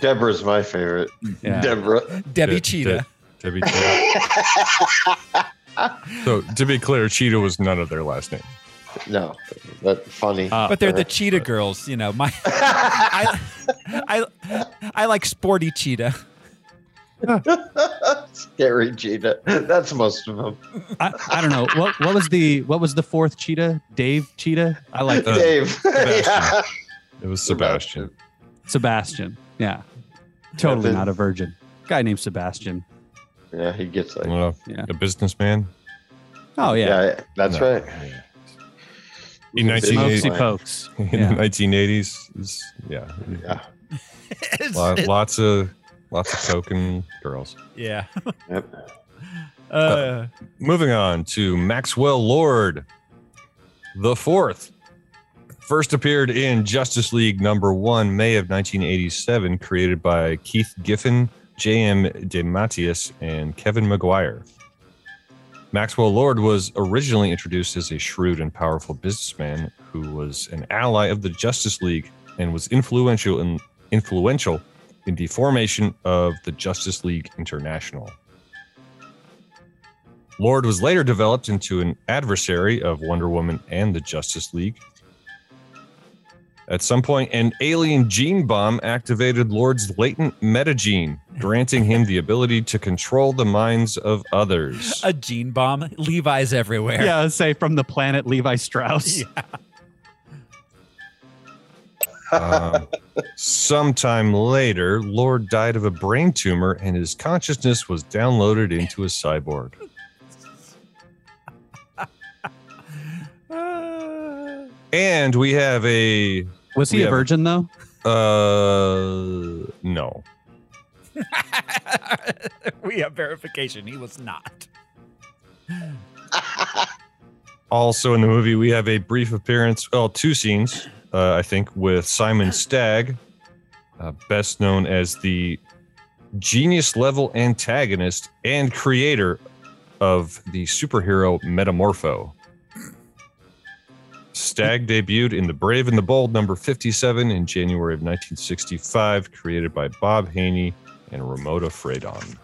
[SPEAKER 3] Deborah's my favorite.
[SPEAKER 2] Yeah.
[SPEAKER 3] Deborah.
[SPEAKER 1] Debbie
[SPEAKER 4] De-
[SPEAKER 1] Cheetah.
[SPEAKER 4] De- Debbie Cheetah. so to be clear, Cheetah was none of their last name.
[SPEAKER 3] No, that's funny.
[SPEAKER 2] Uh,
[SPEAKER 1] but they're the cheetah girls, you know. My, I, I, I like sporty cheetah.
[SPEAKER 3] Scary Gina. That's most of them.
[SPEAKER 2] I, I don't know what what was the what was the fourth Cheetah? Dave Cheetah. I like
[SPEAKER 4] Uh,
[SPEAKER 3] Dave.
[SPEAKER 4] Sebastian.
[SPEAKER 3] yeah.
[SPEAKER 4] It was Sebastian.
[SPEAKER 2] Sebastian. Yeah. Totally
[SPEAKER 3] That's it.
[SPEAKER 2] not a virgin. Guy named Sebastian.
[SPEAKER 3] Yeah, he gets like.
[SPEAKER 4] Well,
[SPEAKER 2] Yeah.
[SPEAKER 4] A businessman.
[SPEAKER 2] Oh, yeah.
[SPEAKER 3] Yeah, that's
[SPEAKER 4] No.
[SPEAKER 3] right.
[SPEAKER 4] In
[SPEAKER 3] It's
[SPEAKER 4] 1980s.
[SPEAKER 2] Mopsy
[SPEAKER 3] fine.
[SPEAKER 2] Pokes.
[SPEAKER 4] In
[SPEAKER 2] Yeah.
[SPEAKER 4] the 1980s. It's, yeah.
[SPEAKER 3] Yeah.
[SPEAKER 1] It's-
[SPEAKER 4] Lot,
[SPEAKER 1] it-
[SPEAKER 4] lots of lots of coke and girls.
[SPEAKER 1] yeah.
[SPEAKER 3] Yep.
[SPEAKER 1] Uh,
[SPEAKER 4] Moving on to Maxwell Lord, the fourth. First appeared in Justice League number one, May of 1987, created by Keith Giffen, J.M. DeMatteis, and Kevin McGuire. Maxwell Lord was originally introduced as a shrewd and powerful businessman who was an ally of the Justice League and was influential in influential in the formation of the Justice League International. Lord was later developed into an adversary of Wonder Woman and the Justice League. At some point, an alien gene bomb activated Lord's latent metagene, granting him the ability to control the minds of others.
[SPEAKER 1] a gene bomb. Levi's everywhere.
[SPEAKER 2] Yeah, let's say from the planet Levi Strauss.
[SPEAKER 1] Yeah.
[SPEAKER 4] Um, sometime later, Lord died of a brain tumor and his consciousness was downloaded into a cyborg.
[SPEAKER 1] Uh,
[SPEAKER 4] And we have a
[SPEAKER 2] Was he
[SPEAKER 4] We
[SPEAKER 2] a
[SPEAKER 4] have-
[SPEAKER 2] virgin though?
[SPEAKER 4] uh no.
[SPEAKER 1] we have verification. He was not.
[SPEAKER 4] Also in the movie, we have a brief appearance, well, two scenes, uh, I think, with Simon Stagg, uh, best known as the genius level antagonist and creator of the superhero Metamorpho. Stagg debuted in The Brave and the Bold, number 57, in January of 1965, created by Bob Haney and Ramona Fradon.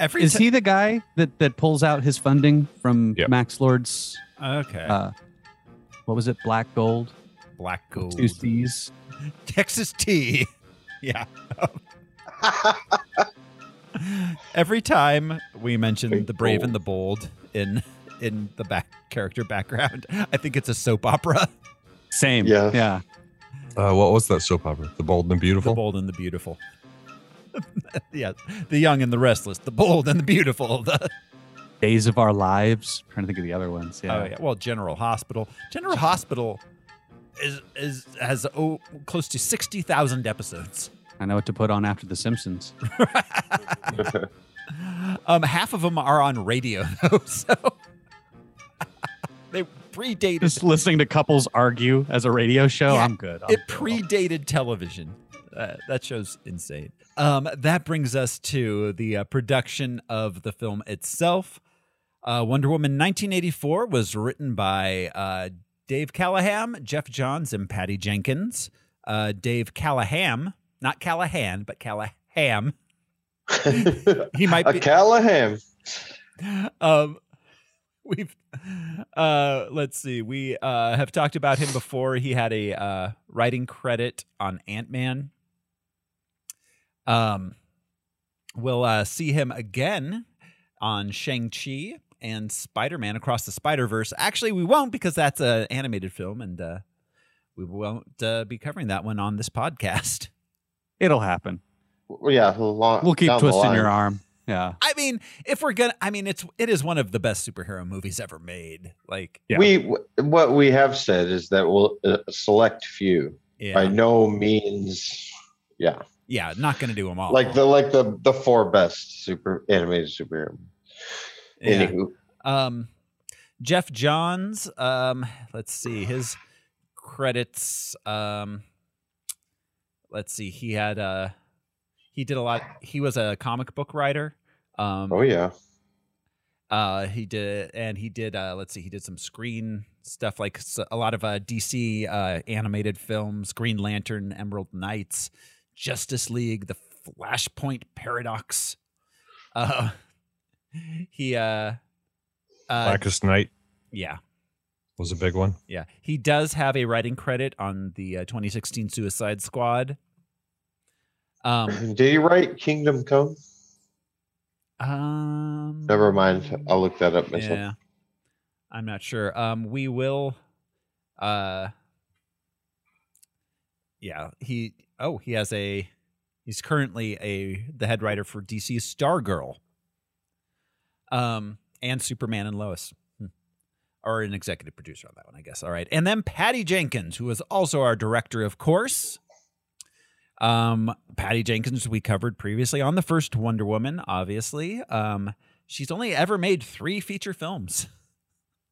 [SPEAKER 1] Every
[SPEAKER 2] Is
[SPEAKER 1] ti-
[SPEAKER 2] he the guy that that pulls out his funding from
[SPEAKER 4] Yep.
[SPEAKER 2] Max Lord's
[SPEAKER 1] okay?
[SPEAKER 2] uh what was it? Black Gold?
[SPEAKER 1] Black gold.
[SPEAKER 2] Two C's.
[SPEAKER 1] Texas tea. Yeah. Every time we mention
[SPEAKER 3] Big
[SPEAKER 1] the brave and
[SPEAKER 3] bold.
[SPEAKER 1] the bold in in the back character background, I think it's a soap opera.
[SPEAKER 2] Same.
[SPEAKER 3] Yeah.
[SPEAKER 2] Yeah.
[SPEAKER 4] Uh, what was that soap opera? The Bold and the Beautiful?
[SPEAKER 1] The bold and the beautiful. yeah, the young and the restless, the bold and the beautiful. The,
[SPEAKER 2] Days of Our Lives. trying to think of the other ones. Yeah.
[SPEAKER 1] Oh yeah. Well, General Hospital. General Hospital is is has oh, close to sixty thousand episodes.
[SPEAKER 2] I know what to put on after The Simpsons.
[SPEAKER 1] um, half of them are on radio, though, so they predated.
[SPEAKER 2] Just listening to couples argue as a radio show.
[SPEAKER 1] Yeah,
[SPEAKER 2] I'm good. I'm
[SPEAKER 1] it
[SPEAKER 2] good.
[SPEAKER 1] predated television. Uh, that show's insane. Um, that brings us to the uh, production of the film itself. Uh, Wonder Woman 1984 was written by uh, Dave Callahan, Jeff Johns, and Patty Jenkins. Uh, Dave Callahan, not Callahan, but Callahan. He might
[SPEAKER 3] a
[SPEAKER 1] be.
[SPEAKER 3] Callahan.
[SPEAKER 1] um we've uh let's see we uh have talked about him before he had a uh writing credit on ant-man um we'll uh see him again on shang-chi and spider-man across the spider-verse actually we won't because that's an animated film and uh we won't uh, be covering that one on this podcast
[SPEAKER 2] It'll happen.
[SPEAKER 3] Well, Yeah, long,
[SPEAKER 2] We'll keep
[SPEAKER 3] down the
[SPEAKER 2] twisting
[SPEAKER 3] line.
[SPEAKER 2] your arm. Yeah.
[SPEAKER 1] i mean if we're gonna i mean it's it is one of the best superhero movies ever made like
[SPEAKER 2] Yeah.
[SPEAKER 3] We what we have said is that we'll uh, select few.
[SPEAKER 1] yeah
[SPEAKER 3] By no means, yeah,
[SPEAKER 1] Yeah, not going to do them
[SPEAKER 2] Oh.
[SPEAKER 1] all.
[SPEAKER 3] like the like the the four best super animated superhero.
[SPEAKER 1] yeah.
[SPEAKER 3] Anywho,
[SPEAKER 1] um, Jeff Johns. Um, let's see his credits. Um, let's see. He had uh, he did a lot. He was a comic book writer. Um,
[SPEAKER 3] oh yeah,
[SPEAKER 1] uh, he did, and he did. Uh, let's see. He did some screen stuff, like s- a lot of uh, DC uh, animated films: Green Lantern, Emerald Knights, Justice League, The Flashpoint Paradox. Uh, he, uh, uh,
[SPEAKER 4] Blackest Night
[SPEAKER 1] yeah,
[SPEAKER 4] was a big one.
[SPEAKER 1] yeah. He does have a writing credit on the uh, 2016 Suicide Squad. Um,
[SPEAKER 3] did he write Kingdom Come?
[SPEAKER 1] um,
[SPEAKER 3] Never mind, I'll look that up myself.
[SPEAKER 1] Yeah. I'm not sure. Um, we will uh yeah, he oh, he has a he's currently a the head writer for DC's Stargirl. Um and Superman and Lois. Hmm. Or an executive producer on that one, I guess. All right. And then Patty Jenkins, who is also our director, of course. Um, Patty Jenkins, we covered previously on the first Wonder Woman, obviously. Um, she's only ever made three feature films.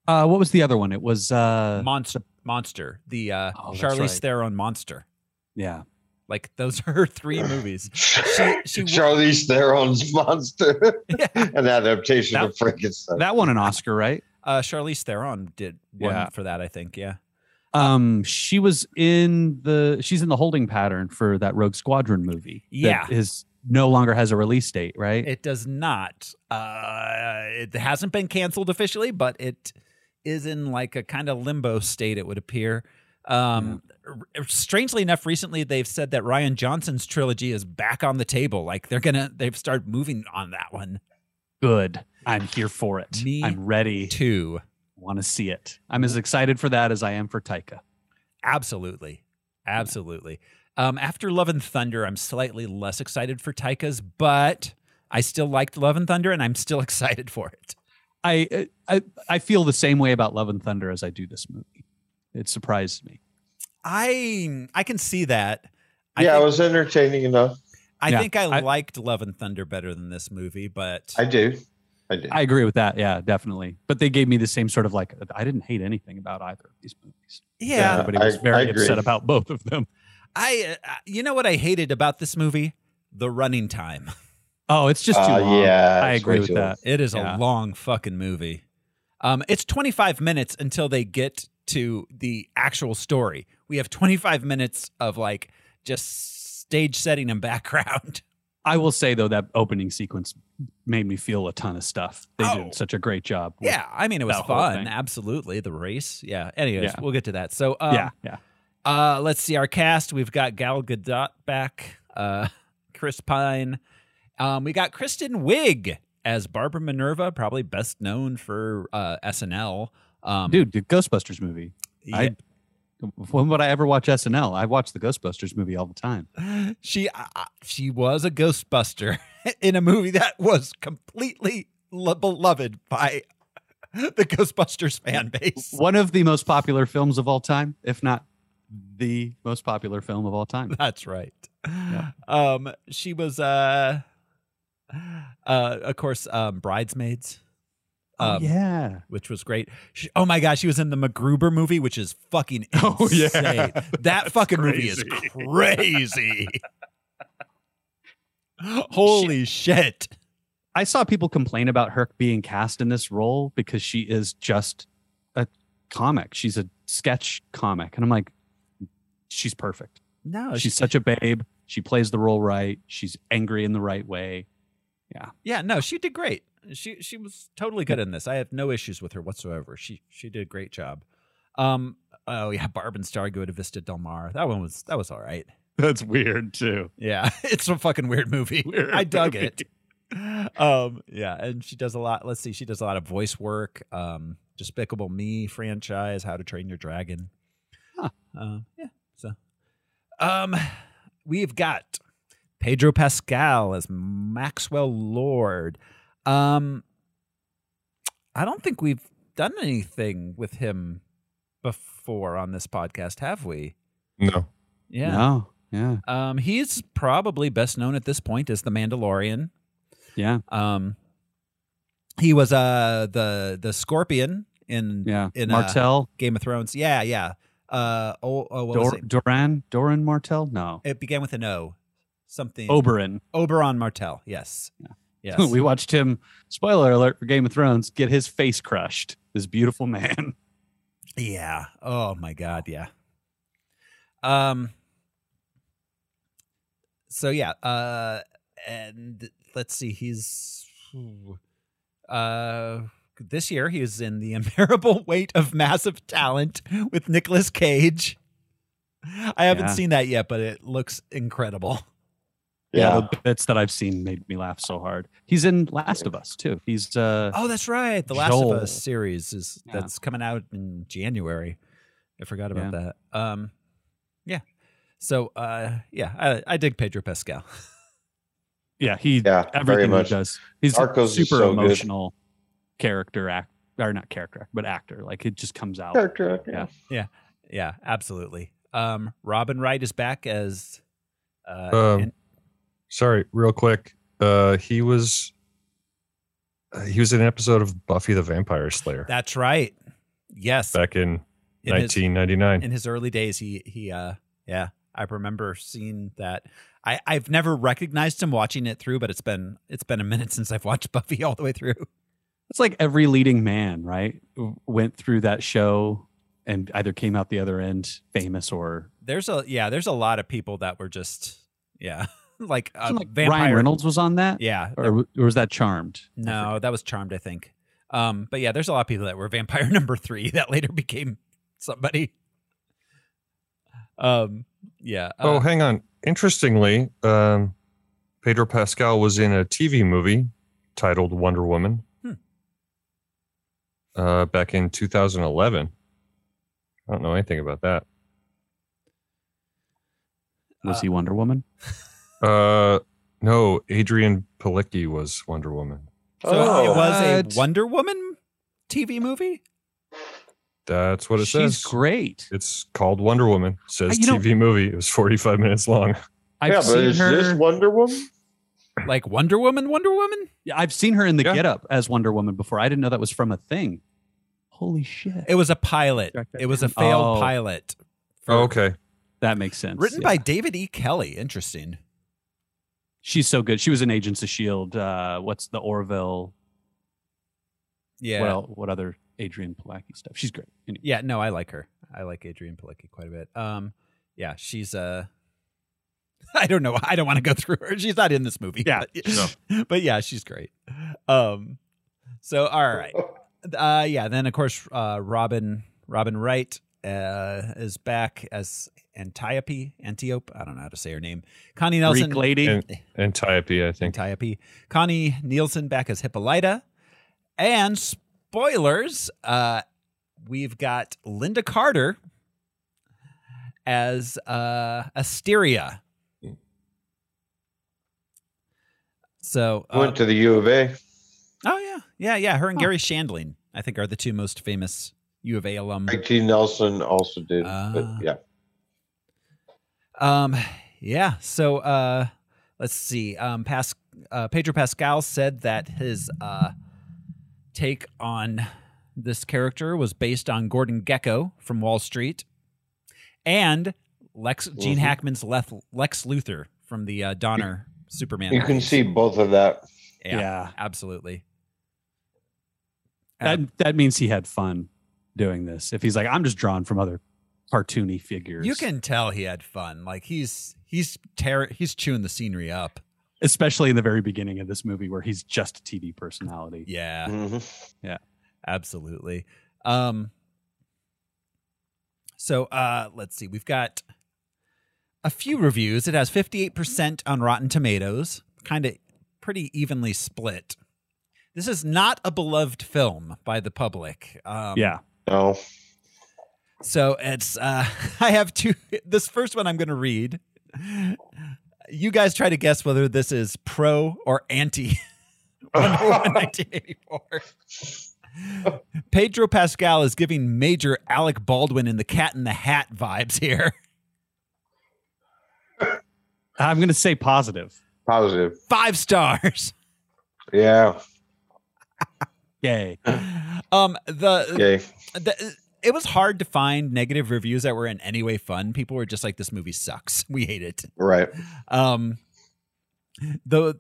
[SPEAKER 2] Uh, what was the other one? It was uh,
[SPEAKER 1] Monster, Monster, the uh,
[SPEAKER 2] Oh, that's
[SPEAKER 1] Charlize
[SPEAKER 2] right.
[SPEAKER 1] Theron Monster.
[SPEAKER 2] yeah.
[SPEAKER 1] Like those are her three movies. She, she
[SPEAKER 3] Charlize Theron's monster, an adaptation of Frankenstein.
[SPEAKER 2] That won an Oscar, right?
[SPEAKER 1] uh, Charlize Theron did one
[SPEAKER 2] Yeah.
[SPEAKER 1] for that, I think. Yeah.
[SPEAKER 2] Um, she was in the she's in the holding pattern for that Rogue Squadron movie. that
[SPEAKER 1] Yeah.
[SPEAKER 2] is no longer has a release date, right?
[SPEAKER 1] It does not. Uh, it hasn't been canceled officially, but it is in like a kind of limbo state. It would appear. Um, r- Strangely enough, recently they've said that Ryan Johnson's trilogy is back on the table. Like they're gonna, they've started moving on that one
[SPEAKER 2] Good. I'm here for it.
[SPEAKER 1] Me
[SPEAKER 2] I'm ready.
[SPEAKER 1] too.
[SPEAKER 2] Want to see it. I'm as excited for that as I am for Taika.
[SPEAKER 1] Absolutely, absolutely. Um, after Love and Thunder, I'm slightly less excited for Taika's, but I still liked Love and Thunder, and I'm still excited for it.
[SPEAKER 2] I I I feel the same way about Love and Thunder as I do this movie. It surprised me.
[SPEAKER 1] I I can see that. I
[SPEAKER 3] yeah,
[SPEAKER 1] think-
[SPEAKER 3] it was entertaining enough.
[SPEAKER 1] I
[SPEAKER 2] Yeah,
[SPEAKER 1] think I,
[SPEAKER 2] I-
[SPEAKER 1] liked Love and Thunder better than this movie, but
[SPEAKER 3] I do. I do.
[SPEAKER 2] I agree with that. Yeah, definitely. But they gave me the same sort of like I didn't hate anything about either of these movies.
[SPEAKER 1] yeah,
[SPEAKER 2] Everybody
[SPEAKER 3] I-
[SPEAKER 2] was
[SPEAKER 3] I
[SPEAKER 2] very
[SPEAKER 3] agree.
[SPEAKER 2] upset about both of them.
[SPEAKER 1] I uh, you know what I hated about this movie? The running time.
[SPEAKER 2] Oh, it's just too
[SPEAKER 3] Uh,
[SPEAKER 2] long.
[SPEAKER 3] yeah,
[SPEAKER 2] I
[SPEAKER 3] it's
[SPEAKER 2] agree
[SPEAKER 3] way
[SPEAKER 2] with
[SPEAKER 3] too long.
[SPEAKER 2] that.
[SPEAKER 1] It is
[SPEAKER 2] Yeah.
[SPEAKER 1] a long fucking movie. Um, it's 25 minutes until they get to the actual story. We have 25 minutes of like just stage setting and background.
[SPEAKER 2] I will say though that opening sequence made me feel a ton of stuff. They
[SPEAKER 1] Oh.
[SPEAKER 2] did such a great job. with-
[SPEAKER 1] Yeah, I mean it was
[SPEAKER 2] That whole
[SPEAKER 1] fun.
[SPEAKER 2] thing.
[SPEAKER 1] Absolutely, the race. Yeah. Anyways,
[SPEAKER 2] Yeah.
[SPEAKER 1] we'll get to that. So um,
[SPEAKER 2] yeah, yeah.
[SPEAKER 1] Uh, let's see our cast. We've got Gal Gadot back, uh, Chris Pine. Um, we got Kristen Wiig as Barbara Minerva, probably best known for uh, SNL. Um,
[SPEAKER 2] Dude, the Ghostbusters movie.
[SPEAKER 1] yeah,
[SPEAKER 2] I when would I ever watch SNL? I watch the Ghostbusters movie all the time.
[SPEAKER 1] she uh, uh, she was a Ghostbuster in a movie that was completely lo- beloved by the Ghostbusters fan base.
[SPEAKER 2] One of the most popular films of all time, if not the most popular film of all time.
[SPEAKER 1] That's right. Um, she was, uh, uh, of course, um, Bridesmaids. um,
[SPEAKER 2] oh, yeah.
[SPEAKER 1] which was great. She, oh my gosh, she was in the MacGruber movie, which is fucking insane.
[SPEAKER 2] Oh, yeah.
[SPEAKER 1] That fucking movie is crazy. Holy shit.
[SPEAKER 2] I saw people complain about her being cast in this role because she is just a comic. She's a sketch comic. And I'm like, she's perfect.
[SPEAKER 1] No,
[SPEAKER 2] she's such a babe. She plays the role right. She's angry in the right way.
[SPEAKER 1] yeah, no, she did great. She she was totally good in this. I have no issues with her whatsoever. She she did a great job. Um oh yeah, Barb and Star go to Vista Del Mar. That one was that was all right.
[SPEAKER 2] That's weird too.
[SPEAKER 1] Yeah, it's a fucking weird movie.
[SPEAKER 2] Weird
[SPEAKER 1] I dug
[SPEAKER 2] movie.
[SPEAKER 1] it. Um, yeah, and she does a lot. Let's see, she does a lot of voice work. Um, Despicable Me franchise, How to Train Your Dragon.
[SPEAKER 2] Huh.
[SPEAKER 1] Uh, yeah. So, um, we've got Pedro Pascal as Maxwell Lord. Um, I don't think we've done anything with him before on this podcast, have we?
[SPEAKER 4] No.
[SPEAKER 1] Yeah.
[SPEAKER 2] No. Yeah.
[SPEAKER 1] Um, he's probably best known at this point as the Mandalorian.
[SPEAKER 2] Yeah.
[SPEAKER 1] Um, he was uh the the Scorpion in
[SPEAKER 2] Yeah.
[SPEAKER 1] in uh,
[SPEAKER 2] Martel,
[SPEAKER 1] Game of Thrones. Yeah, yeah. Uh oh, oh what was
[SPEAKER 2] Dor-
[SPEAKER 1] it?
[SPEAKER 2] Doran, Doran Martel? No.
[SPEAKER 1] It began with an O, something.
[SPEAKER 2] Oberon.
[SPEAKER 1] Oberon Martell. Yes. Yes.
[SPEAKER 2] we watched him, spoiler alert for Game of Thrones, get his face crushed. This beautiful man.
[SPEAKER 1] yeah. Oh my God. Yeah. Um. So yeah. Uh. And let's see. He's. Uh. This year he is in the unbearable weight of massive talent with Nicolas Cage. I haven't
[SPEAKER 2] Yeah.
[SPEAKER 1] seen that yet, but it looks incredible.
[SPEAKER 3] yeah.
[SPEAKER 2] the bits that I've seen made me laugh so hard. He's in Last of Us too. He's uh
[SPEAKER 1] Oh, that's right. The Last
[SPEAKER 2] Joel.
[SPEAKER 1] of Us series is
[SPEAKER 2] Yeah.
[SPEAKER 1] that's coming out in January. I forgot about that. Um, yeah. So uh, yeah, I, I dig Pedro Pascal.
[SPEAKER 2] Yeah, he
[SPEAKER 3] Yeah, very
[SPEAKER 2] everything
[SPEAKER 3] much.
[SPEAKER 2] he does. He's
[SPEAKER 3] Arcos is
[SPEAKER 2] a super
[SPEAKER 3] so good.
[SPEAKER 2] emotional character act or not character act, but actor. Like it just comes out.
[SPEAKER 3] Character.
[SPEAKER 2] Yeah.
[SPEAKER 1] Yeah, absolutely. Um, Robin Wright is back as. Uh,
[SPEAKER 4] Um,
[SPEAKER 1] and-
[SPEAKER 4] Sorry, real quick. Uh, he was uh, he was in an episode of Buffy the Vampire Slayer
[SPEAKER 1] that's right. Yes,
[SPEAKER 4] back in
[SPEAKER 1] in his-
[SPEAKER 4] 1999.
[SPEAKER 1] in his early days he he uh yeah i remember seeing that i i've never recognized him watching it through but it's been it's been a minute since i've watched buffy all the way through
[SPEAKER 2] It's like every leading man, right? Went through that show and either came out the other end famous or
[SPEAKER 1] there's a yeah there's a lot of people that were just yeah like, uh,
[SPEAKER 2] Wasn't, like,
[SPEAKER 1] vampire
[SPEAKER 2] Ryan Reynolds was on that,
[SPEAKER 1] yeah
[SPEAKER 2] or, w- or was that Charmed? I
[SPEAKER 1] no that was charmed i think um but yeah there's a lot of people that were vampire number three that later became somebody um yeah
[SPEAKER 4] oh,
[SPEAKER 1] uh,
[SPEAKER 4] hang on. Interestingly, um, Pedro Pascal was in a TV movie titled Wonder Woman
[SPEAKER 1] Hmm.
[SPEAKER 4] uh, back in 2011. I don't know anything about that.
[SPEAKER 2] forget. Was
[SPEAKER 1] Uh,
[SPEAKER 2] he Wonder Woman?
[SPEAKER 4] Uh, no, Adrian Palicki was Wonder Woman.
[SPEAKER 1] so
[SPEAKER 3] Oh.
[SPEAKER 1] it was
[SPEAKER 4] What?
[SPEAKER 1] a wonder woman tv movie
[SPEAKER 4] That's what it
[SPEAKER 2] She's
[SPEAKER 4] says.
[SPEAKER 2] great.
[SPEAKER 4] It's called Wonder Woman. Says
[SPEAKER 2] You know-
[SPEAKER 4] TV movie. It was 45 minutes long.
[SPEAKER 2] I've
[SPEAKER 3] yeah, but
[SPEAKER 2] seen
[SPEAKER 3] is
[SPEAKER 2] her.
[SPEAKER 3] this Wonder Woman?
[SPEAKER 1] like wonder woman wonder woman
[SPEAKER 2] Yeah, I've seen her in the
[SPEAKER 4] Yeah.
[SPEAKER 2] getup Get Up as Wonder Woman before. I didn't know that was from a thing. Holy shit!
[SPEAKER 1] It was a pilot.
[SPEAKER 2] Track that
[SPEAKER 1] It was a
[SPEAKER 2] down.
[SPEAKER 1] failed
[SPEAKER 2] Oh.
[SPEAKER 1] pilot. for-
[SPEAKER 4] Oh, okay.
[SPEAKER 2] that makes sense.
[SPEAKER 1] Written
[SPEAKER 2] yeah.
[SPEAKER 1] by David E. Kelly. Interesting.
[SPEAKER 2] She's so good. She was in Agents of Shield. Uh, what's the Orville?
[SPEAKER 1] Yeah.
[SPEAKER 2] What, el- what other Adrian Palacki stuff? She's great. Anyway,
[SPEAKER 1] yeah. No, I like her. I like Adrian Palicki quite a bit. Um, yeah, she's Uh, I don't know. I don't want to go through her. She's not in this movie.
[SPEAKER 2] Yeah,
[SPEAKER 1] But, but yeah, she's great. Um, so all right. Uh, yeah. Then of course, uh, Robin Robin Wright uh is back as Antiope. Antiope. I don't know how to say her name. Connie Nelson.
[SPEAKER 2] Greek lady.
[SPEAKER 4] And, Antiope, I think.
[SPEAKER 1] Antiope. Connie Nielsen back as Hippolyta. And spoilers, uh, we've got Linda Carter as uh, Asteria. So, uh,
[SPEAKER 3] Went to the U of
[SPEAKER 2] Hmm.
[SPEAKER 3] A.
[SPEAKER 1] oh yeah, yeah, yeah. Her and Gary Shandling, I think, are the two most famous U of A alum.
[SPEAKER 3] Greg T. Nelson also did.
[SPEAKER 1] Ah.
[SPEAKER 3] but yeah.
[SPEAKER 1] Um, yeah. So uh, let's see. Um, Pas- uh, Pedro Pascal said that his uh, take on this character was based on Gordon Gecko from Wall Street and Lex Gene
[SPEAKER 3] Mhm.
[SPEAKER 1] Hackman's Lef- Lex Luthor from the uh, Donner Superman.
[SPEAKER 3] You can
[SPEAKER 1] movies.
[SPEAKER 3] see both of that.
[SPEAKER 1] Yeah, absolutely.
[SPEAKER 2] That that means he had fun doing this. If he's like, I'm just drawn from other cartoony figures.
[SPEAKER 1] You can tell he had fun. Like he's he's tear he's chewing the scenery up.
[SPEAKER 2] especially in the very beginning of this movie where he's just a TV personality.
[SPEAKER 1] Yeah.
[SPEAKER 3] Mhm.
[SPEAKER 1] Absolutely. Um So uh let's see. We've got a few reviews. It has 58% on Rotten Tomatoes, kind of pretty evenly split. This is not a beloved film by the public. Um
[SPEAKER 2] yeah.
[SPEAKER 3] No.
[SPEAKER 1] so it's uh I have two this first one I'm going to read. You guys try to guess whether this is pro or anti 1984. Pedro Pascal is giving major Alec Baldwin in the Cat in the Hat vibes here.
[SPEAKER 2] I'm gonna say positive.
[SPEAKER 3] Positive.
[SPEAKER 1] Five stars.
[SPEAKER 3] Yeah.
[SPEAKER 2] Yay.
[SPEAKER 1] Um, the,
[SPEAKER 3] Yay.
[SPEAKER 1] the it was hard to find negative reviews that were in any way fun. People were just like, "This movie sucks. We hate it."
[SPEAKER 3] Right.
[SPEAKER 1] Um, the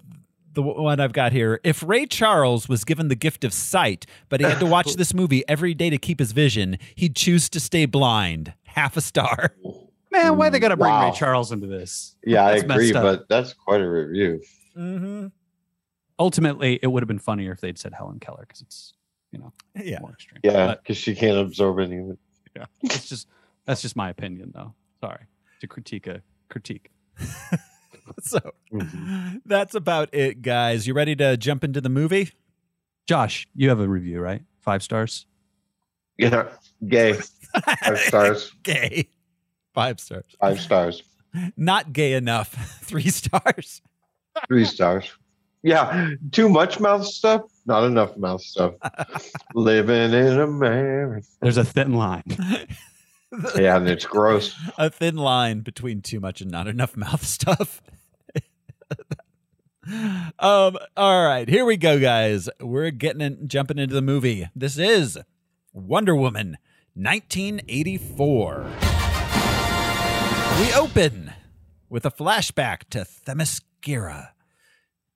[SPEAKER 1] the one I've got here: If Ray Charles was given the gift of sight, but he had to watch this movie every day to keep his vision, he'd choose to stay blind. Half a star.
[SPEAKER 2] Man, why they gotta bring
[SPEAKER 3] Wow.
[SPEAKER 2] Ray Charles into this?
[SPEAKER 3] Yeah, I
[SPEAKER 2] That's
[SPEAKER 3] agree,
[SPEAKER 2] messed up.
[SPEAKER 3] but that's quite a review.
[SPEAKER 1] Mm-hmm.
[SPEAKER 2] ultimately it would have been funnier if they'd said Helen Keller because it's you know
[SPEAKER 1] Yeah.
[SPEAKER 2] more extreme.
[SPEAKER 3] Yeah,
[SPEAKER 2] But
[SPEAKER 3] because she can't absorb any of it.
[SPEAKER 2] it's just that's just my opinion though. Sorry to critique a critique.
[SPEAKER 1] So that's about it, guys. You ready to jump into the movie?
[SPEAKER 2] Josh, you have a review, right? Five stars.
[SPEAKER 3] Yeah, gay. Five stars.
[SPEAKER 1] Gay. Five stars.
[SPEAKER 3] Five stars.
[SPEAKER 1] Not gay enough. Three stars.
[SPEAKER 3] Three stars. Yeah, too much mouth stuff, not enough mouth stuff. Living in America.
[SPEAKER 2] There's a thin line.
[SPEAKER 3] Yeah, and it's gross.
[SPEAKER 1] a thin line between too much and not enough mouth stuff. um, all right, here we go, guys. We're getting in, jumping into the movie. This is Wonder Woman, 1984. We open with a flashback to Themyscira.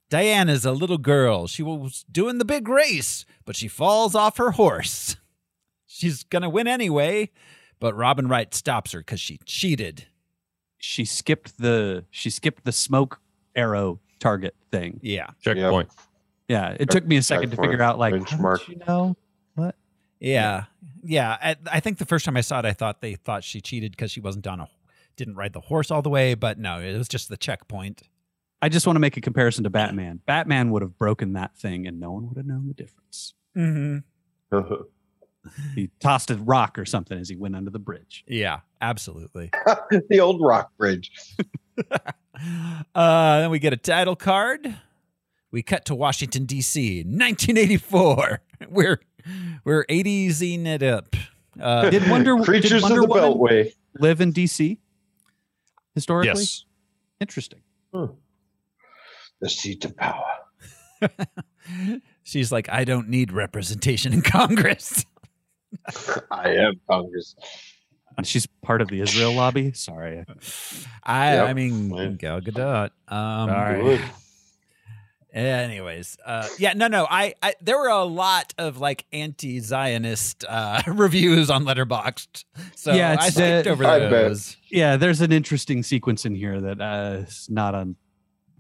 [SPEAKER 1] Diane is a little girl. She was doing the big race, but she falls off her horse. She's going to win anyway, but Robin Wright stops her because she cheated.
[SPEAKER 2] She skipped the she skipped the smoke arrow target thing.
[SPEAKER 1] Yeah.
[SPEAKER 4] Checkpoint.
[SPEAKER 2] Yeah, it took me a second to
[SPEAKER 3] Checkpoint,
[SPEAKER 2] figure out like how did
[SPEAKER 3] benchmark.
[SPEAKER 2] you know what?
[SPEAKER 1] Yeah. Yeah. I, I think the first time I saw it, I thought they thought she cheated because she wasn't on a, didn't ride the horse all the way, but no, it was just the checkpoint.
[SPEAKER 2] I just want to make a comparison to Batman. Batman would have broken that thing and no one would have known the difference.
[SPEAKER 1] Mm-hmm.
[SPEAKER 2] He tossed a rock or something as he went under the bridge.
[SPEAKER 1] Yeah, absolutely.
[SPEAKER 3] the old rock bridge.
[SPEAKER 1] uh, then we get a title card. We cut to Washington D.C. 1984. We're we're 80s-ing it up. Uh,
[SPEAKER 2] Did Wonder- did
[SPEAKER 3] Creatures
[SPEAKER 2] Wonder
[SPEAKER 3] of the
[SPEAKER 2] Woman-
[SPEAKER 3] Beltway.
[SPEAKER 2] Live in DC historically?
[SPEAKER 4] Yes.
[SPEAKER 2] Interesting.
[SPEAKER 3] The seat of power.
[SPEAKER 1] she's like, I don't need representation in Congress.
[SPEAKER 3] I am Congress.
[SPEAKER 2] And she's part of the Israel lobby. Sorry.
[SPEAKER 1] I
[SPEAKER 3] Yep.
[SPEAKER 1] I mean
[SPEAKER 3] Fine.
[SPEAKER 1] Gal Gadot. Um,
[SPEAKER 3] Good.
[SPEAKER 1] Anyways, uh, yeah, no, no. I, I there were a lot of like anti-Zionist uh, reviews on Letterboxd, so
[SPEAKER 2] Yeah,
[SPEAKER 1] I
[SPEAKER 2] it's,
[SPEAKER 1] skipped
[SPEAKER 2] uh,
[SPEAKER 1] over
[SPEAKER 3] I bet.
[SPEAKER 1] those.
[SPEAKER 2] Yeah, there's an interesting sequence in here that uh, is not on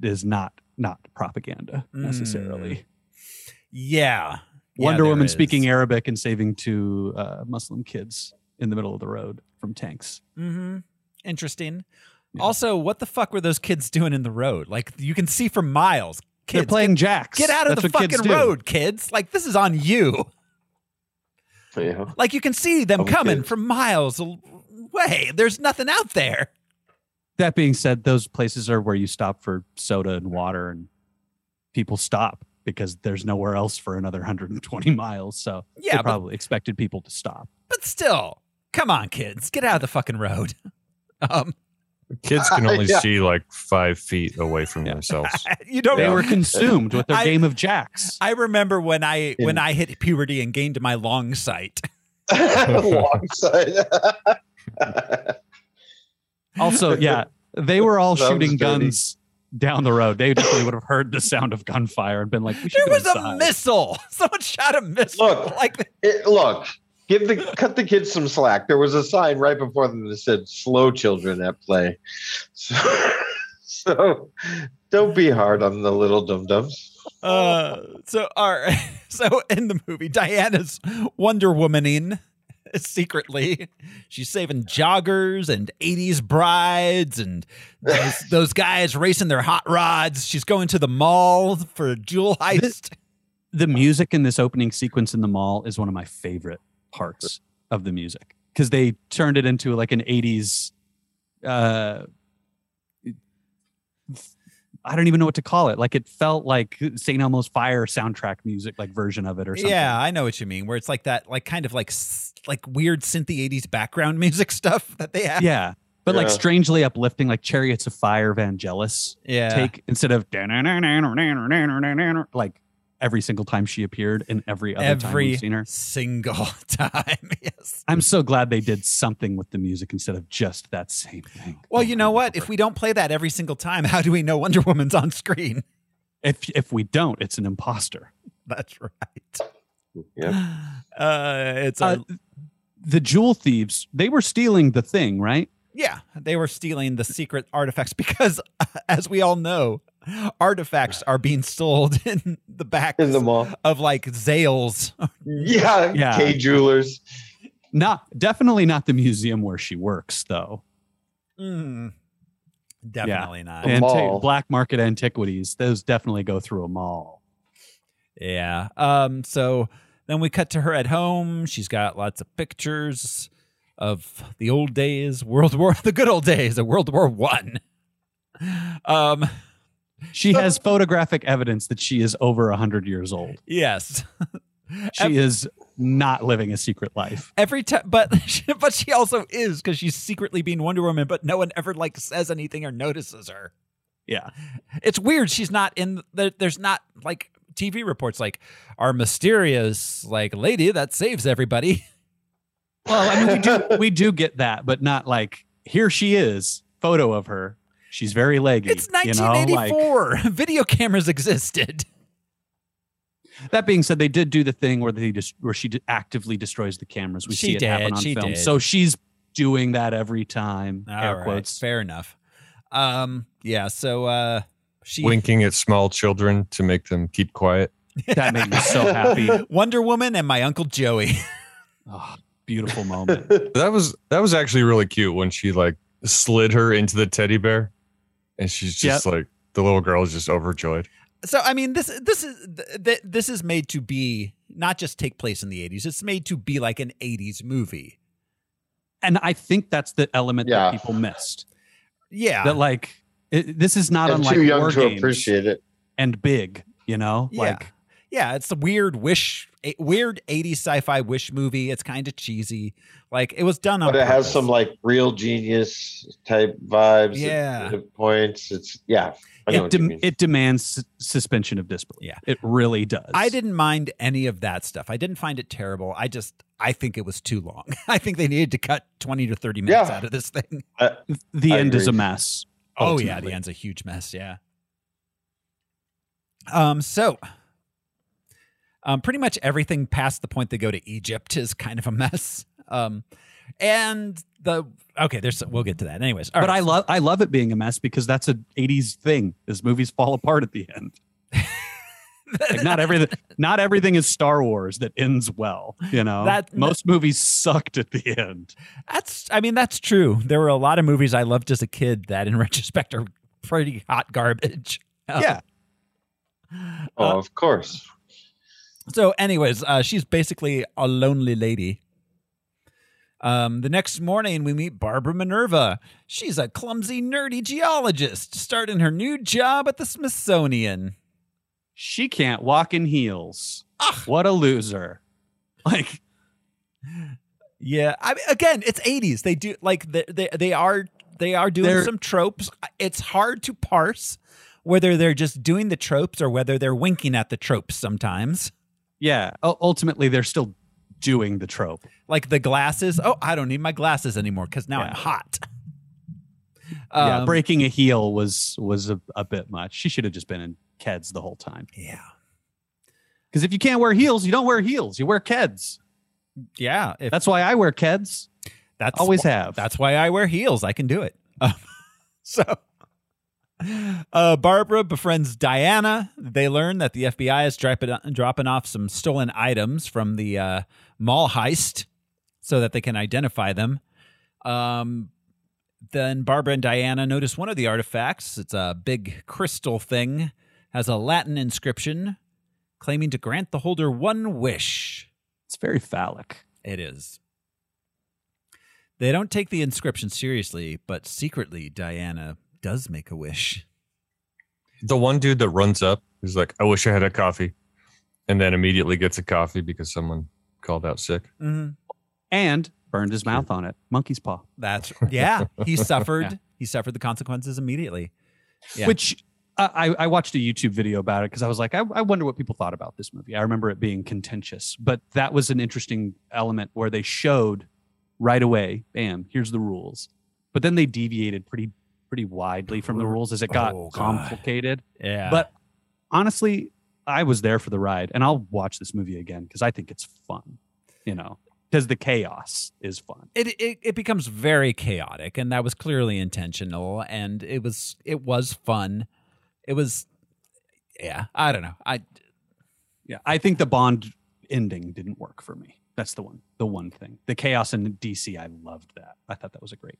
[SPEAKER 2] is not not propaganda necessarily.
[SPEAKER 1] Yeah, Mm. Yeah,
[SPEAKER 2] Wonder
[SPEAKER 1] there
[SPEAKER 2] Woman
[SPEAKER 1] is.
[SPEAKER 2] speaking Arabic and saving two uh, Muslim kids in the middle of the road from tanks.
[SPEAKER 1] Mm-hmm. Interesting.
[SPEAKER 2] Yeah.
[SPEAKER 1] Also, what the fuck were those kids doing in the road? Like you can see for miles.
[SPEAKER 2] They're
[SPEAKER 1] Kids,
[SPEAKER 2] playing jacks.
[SPEAKER 1] get out of
[SPEAKER 2] That's
[SPEAKER 1] the
[SPEAKER 2] what kids
[SPEAKER 1] fucking
[SPEAKER 2] do.
[SPEAKER 1] road, kids! Like this is on you.
[SPEAKER 3] Yeah.
[SPEAKER 1] Like you can see them
[SPEAKER 3] Okay.
[SPEAKER 1] coming from miles away. There's nothing out there.
[SPEAKER 2] That being said, those places are where you stop for soda and water, and people stop because there's nowhere else for another 120 miles. So
[SPEAKER 1] Yeah,
[SPEAKER 2] they
[SPEAKER 1] but-
[SPEAKER 2] probably expected people to stop.
[SPEAKER 1] But still, come on, kids, get out of the fucking road. Um,
[SPEAKER 4] Kids can only
[SPEAKER 3] Yeah.
[SPEAKER 4] see like five feet away from themselves.
[SPEAKER 1] you don't.
[SPEAKER 2] They
[SPEAKER 3] Yeah.
[SPEAKER 2] were consumed with their
[SPEAKER 1] Oh, I-
[SPEAKER 2] game of jacks.
[SPEAKER 1] I remember when I when
[SPEAKER 3] In-
[SPEAKER 1] I hit puberty and gained my long sight.
[SPEAKER 3] Alongside.
[SPEAKER 2] Also, yeah, they were all
[SPEAKER 3] That was
[SPEAKER 2] shooting
[SPEAKER 3] dirty.
[SPEAKER 2] guns down the road. They definitely would have heard the sound of gunfire and been like, "We should
[SPEAKER 1] There
[SPEAKER 2] go
[SPEAKER 1] was a
[SPEAKER 2] inside."
[SPEAKER 1] missile. Someone shot a missile.
[SPEAKER 3] Look.
[SPEAKER 1] like
[SPEAKER 3] It- look, give the cut the kids some slack. There was a sign right before them that said "slow children at play," so, so don't be hard on the little dum dums.
[SPEAKER 1] Uh, so all right. So in the movie, Diana's Wonder Womaning secretly. She's saving joggers and 80s brides and those, those guys racing their hot rods. She's going to the mall for a jewel heist.
[SPEAKER 2] The music in this opening sequence in the mall is one of my favorite parts of the music because they turned it into like an '80s. Uh, I don't even know what to call it. Like it felt like St. Elmo's Fire soundtrack music, like version of it or something.
[SPEAKER 1] Yeah, I know what you mean. Where it's like that, like kind of like s- like weird synthy 80s background music stuff that they have.
[SPEAKER 2] yeah, but like
[SPEAKER 3] Yeah.
[SPEAKER 2] strangely uplifting, like Chariots of Fire, Vangelis.
[SPEAKER 1] Yeah.
[SPEAKER 2] take instead of like every single time she appeared and every other time
[SPEAKER 1] every
[SPEAKER 2] we've seen her.
[SPEAKER 1] single time. Yes.
[SPEAKER 2] I'm so glad they did something with the music instead of just that same thing.
[SPEAKER 1] Well, you know
[SPEAKER 2] over
[SPEAKER 1] what?
[SPEAKER 2] and
[SPEAKER 1] If
[SPEAKER 2] over.
[SPEAKER 1] we don't play that every single time, how do we know Wonder Woman's on screen?
[SPEAKER 2] if if we don't, it's an imposter.
[SPEAKER 1] That's right.
[SPEAKER 3] Yeah,
[SPEAKER 1] Uh, it's our,
[SPEAKER 2] Uh, the jewel thieves, they were stealing the thing, right?
[SPEAKER 1] yeah, they were stealing the secret artifacts because, as we all know, artifacts are being sold in the back
[SPEAKER 3] in the mall.
[SPEAKER 1] of like Zales.
[SPEAKER 3] Yeah,
[SPEAKER 2] Yeah.
[SPEAKER 3] K jewelers.
[SPEAKER 2] Not definitely not the museum where she works though.
[SPEAKER 1] Mm, definitely not.
[SPEAKER 3] A
[SPEAKER 2] Anti-
[SPEAKER 3] mall.
[SPEAKER 2] black market antiquities, those definitely go through a mall.
[SPEAKER 1] Yeah. Um. So then we cut to her at home. She's got lots of pictures. of the old days, World War, the good old days of World War One. Um,
[SPEAKER 2] She has photographic evidence that she is over 100 years old.
[SPEAKER 1] yes,
[SPEAKER 2] She is not living a secret life.
[SPEAKER 1] every time, but but she also is because she's secretly being Wonder Woman, but no one ever like says anything or notices her.
[SPEAKER 2] Yeah.
[SPEAKER 1] It's weird. She's not in. There, there's not like TV reports like our mysterious like lady that saves everybody.
[SPEAKER 2] Well, I mean, we do we do get that, but not like here she is, photo of her. She's very leggy.
[SPEAKER 1] It's
[SPEAKER 2] you know, like-
[SPEAKER 1] 1984. Video cameras existed.
[SPEAKER 2] That being said, they did do the thing where they just where she d- actively destroys the cameras. We
[SPEAKER 1] She
[SPEAKER 2] see it happen
[SPEAKER 1] did,
[SPEAKER 2] on
[SPEAKER 1] she
[SPEAKER 2] film.
[SPEAKER 1] did.
[SPEAKER 2] So she's doing that every time. air
[SPEAKER 1] All right,
[SPEAKER 2] quotes.
[SPEAKER 1] Fair enough. Um. Yeah. So uh, she
[SPEAKER 4] Winking at small children to make them keep quiet.
[SPEAKER 2] That made me so happy.
[SPEAKER 1] Wonder Woman and my uncle Joey.
[SPEAKER 2] Oh, beautiful moment.
[SPEAKER 4] That was that was actually really cute when she like slid her into the teddy bear, and she's just like the little girl is just overjoyed.
[SPEAKER 1] so I mean, this this is th- th- this is made to be not just take place in the 80s. It's made to be like an 80s movie.
[SPEAKER 2] And I think that's the element
[SPEAKER 3] Yeah.
[SPEAKER 2] that people missed.
[SPEAKER 1] Yeah.
[SPEAKER 2] That like it, this is not
[SPEAKER 3] I'm
[SPEAKER 2] unlike
[SPEAKER 3] too young
[SPEAKER 2] war
[SPEAKER 3] to
[SPEAKER 2] games
[SPEAKER 3] appreciate it.
[SPEAKER 2] and big. You know,
[SPEAKER 1] Yeah.
[SPEAKER 2] like
[SPEAKER 1] Yeah, it's the weird wish, a- weird 80s sci fi wish movie. It's kind of cheesy. Like it was done on.
[SPEAKER 3] But it has
[SPEAKER 1] purpose.
[SPEAKER 3] some like real genius type vibes. at
[SPEAKER 1] Yeah.
[SPEAKER 3] certain points. It's yeah. I know
[SPEAKER 2] it
[SPEAKER 3] what you
[SPEAKER 2] dem-
[SPEAKER 3] mean.
[SPEAKER 2] it demands sus- suspension of disbelief.
[SPEAKER 1] Yeah.
[SPEAKER 2] it really does.
[SPEAKER 1] I didn't mind any of that stuff. I didn't find it terrible. I just, I think it was too long. I think they needed to cut 20 to 30 minutes
[SPEAKER 3] Yeah.
[SPEAKER 1] out of this thing.
[SPEAKER 2] The
[SPEAKER 3] I
[SPEAKER 2] end is a
[SPEAKER 3] agree.
[SPEAKER 2] mess.
[SPEAKER 1] Oh, yeah.
[SPEAKER 2] ultimately.
[SPEAKER 1] The end's a huge mess. Yeah. Um, so. Um, pretty much everything past the point they go to Egypt is kind of a mess. Um, and the okay, there's we'll get to that. Anyways, all
[SPEAKER 2] but
[SPEAKER 1] right.
[SPEAKER 2] I love I love it being a mess because that's a '80s thing. Is movies fall apart at the end. Like not everything not everything is Star Wars that ends well. You know,
[SPEAKER 1] That-
[SPEAKER 2] most movies sucked at the end.
[SPEAKER 1] That's I mean that's true. There were a lot of movies I loved as a kid that in retrospect are pretty hot garbage.
[SPEAKER 2] Yeah.
[SPEAKER 3] oh, of course.
[SPEAKER 1] So anyways, uh, she's basically a lonely lady. Um, the next morning we meet Barbara Minerva. She's a clumsy nerdy geologist starting her new job at the Smithsonian.
[SPEAKER 2] She can't walk in heels.
[SPEAKER 1] Ah.
[SPEAKER 2] What a loser! Like
[SPEAKER 1] Yeah, I mean, again, it's 80s. They do like they they, they are they are doing
[SPEAKER 2] They're-
[SPEAKER 1] some tropes. It's hard to parse whether they're just doing the tropes or whether they're winking at the tropes sometimes.
[SPEAKER 2] yeah, u- ultimately they're still doing the trope.
[SPEAKER 1] like the glasses. Oh, I don't need my glasses anymore because now I'm
[SPEAKER 2] Yeah.
[SPEAKER 1] hot.
[SPEAKER 2] yeah,
[SPEAKER 1] Um,
[SPEAKER 2] breaking a heel was was a, a bit much. She should have just been in Keds the whole time.
[SPEAKER 1] Yeah,
[SPEAKER 2] Because if you can't wear heels, you don't wear heels. You wear Keds.
[SPEAKER 1] yeah. If
[SPEAKER 2] That's why I wear Keds.
[SPEAKER 1] that's
[SPEAKER 2] always
[SPEAKER 1] wh-
[SPEAKER 2] have.
[SPEAKER 1] That's why I wear heels. I can do it. Um, so, uh, Barbara befriends Diana. They learn that the FBI is dropping dropping off some stolen items from the uh, mall heist, so that they can identify them. Um, then Barbara and Diana notice one of the artifacts. It's a big crystal thing, has a Latin inscription claiming to grant the holder one wish.
[SPEAKER 2] It's very phallic.
[SPEAKER 1] It is. They don't take the inscription seriously, but secretly, Diana does make a wish.
[SPEAKER 4] The one dude that runs up is like, "I wish I had a coffee," and then immediately gets a coffee because someone called out sick.
[SPEAKER 1] Mm-hmm.
[SPEAKER 2] And burned his mouth on it. Monkey's paw.
[SPEAKER 1] That's yeah. He suffered.
[SPEAKER 2] Yeah.
[SPEAKER 1] He suffered the consequences immediately. Yeah.
[SPEAKER 2] Which uh, I, I watched a YouTube video about it because I was like, I, I wonder what people thought about this movie. I remember it being contentious, but that was an interesting element where they showed right away, bam, here's the rules. But then they deviated pretty pretty widely from the rules as it got
[SPEAKER 1] Oh, God.
[SPEAKER 2] complicated.
[SPEAKER 1] Yeah.
[SPEAKER 2] But honestly, I was there for the ride and I'll watch this movie again because I think it's fun, you know, because the chaos is fun.
[SPEAKER 1] it, it it becomes very chaotic, and that was clearly intentional. And it was it was fun. It was. Yeah, I don't know. I
[SPEAKER 2] Yeah, I think the Bond ending didn't work for me. That's the one, the one thing. The chaos in DC, I loved that. I thought that was a great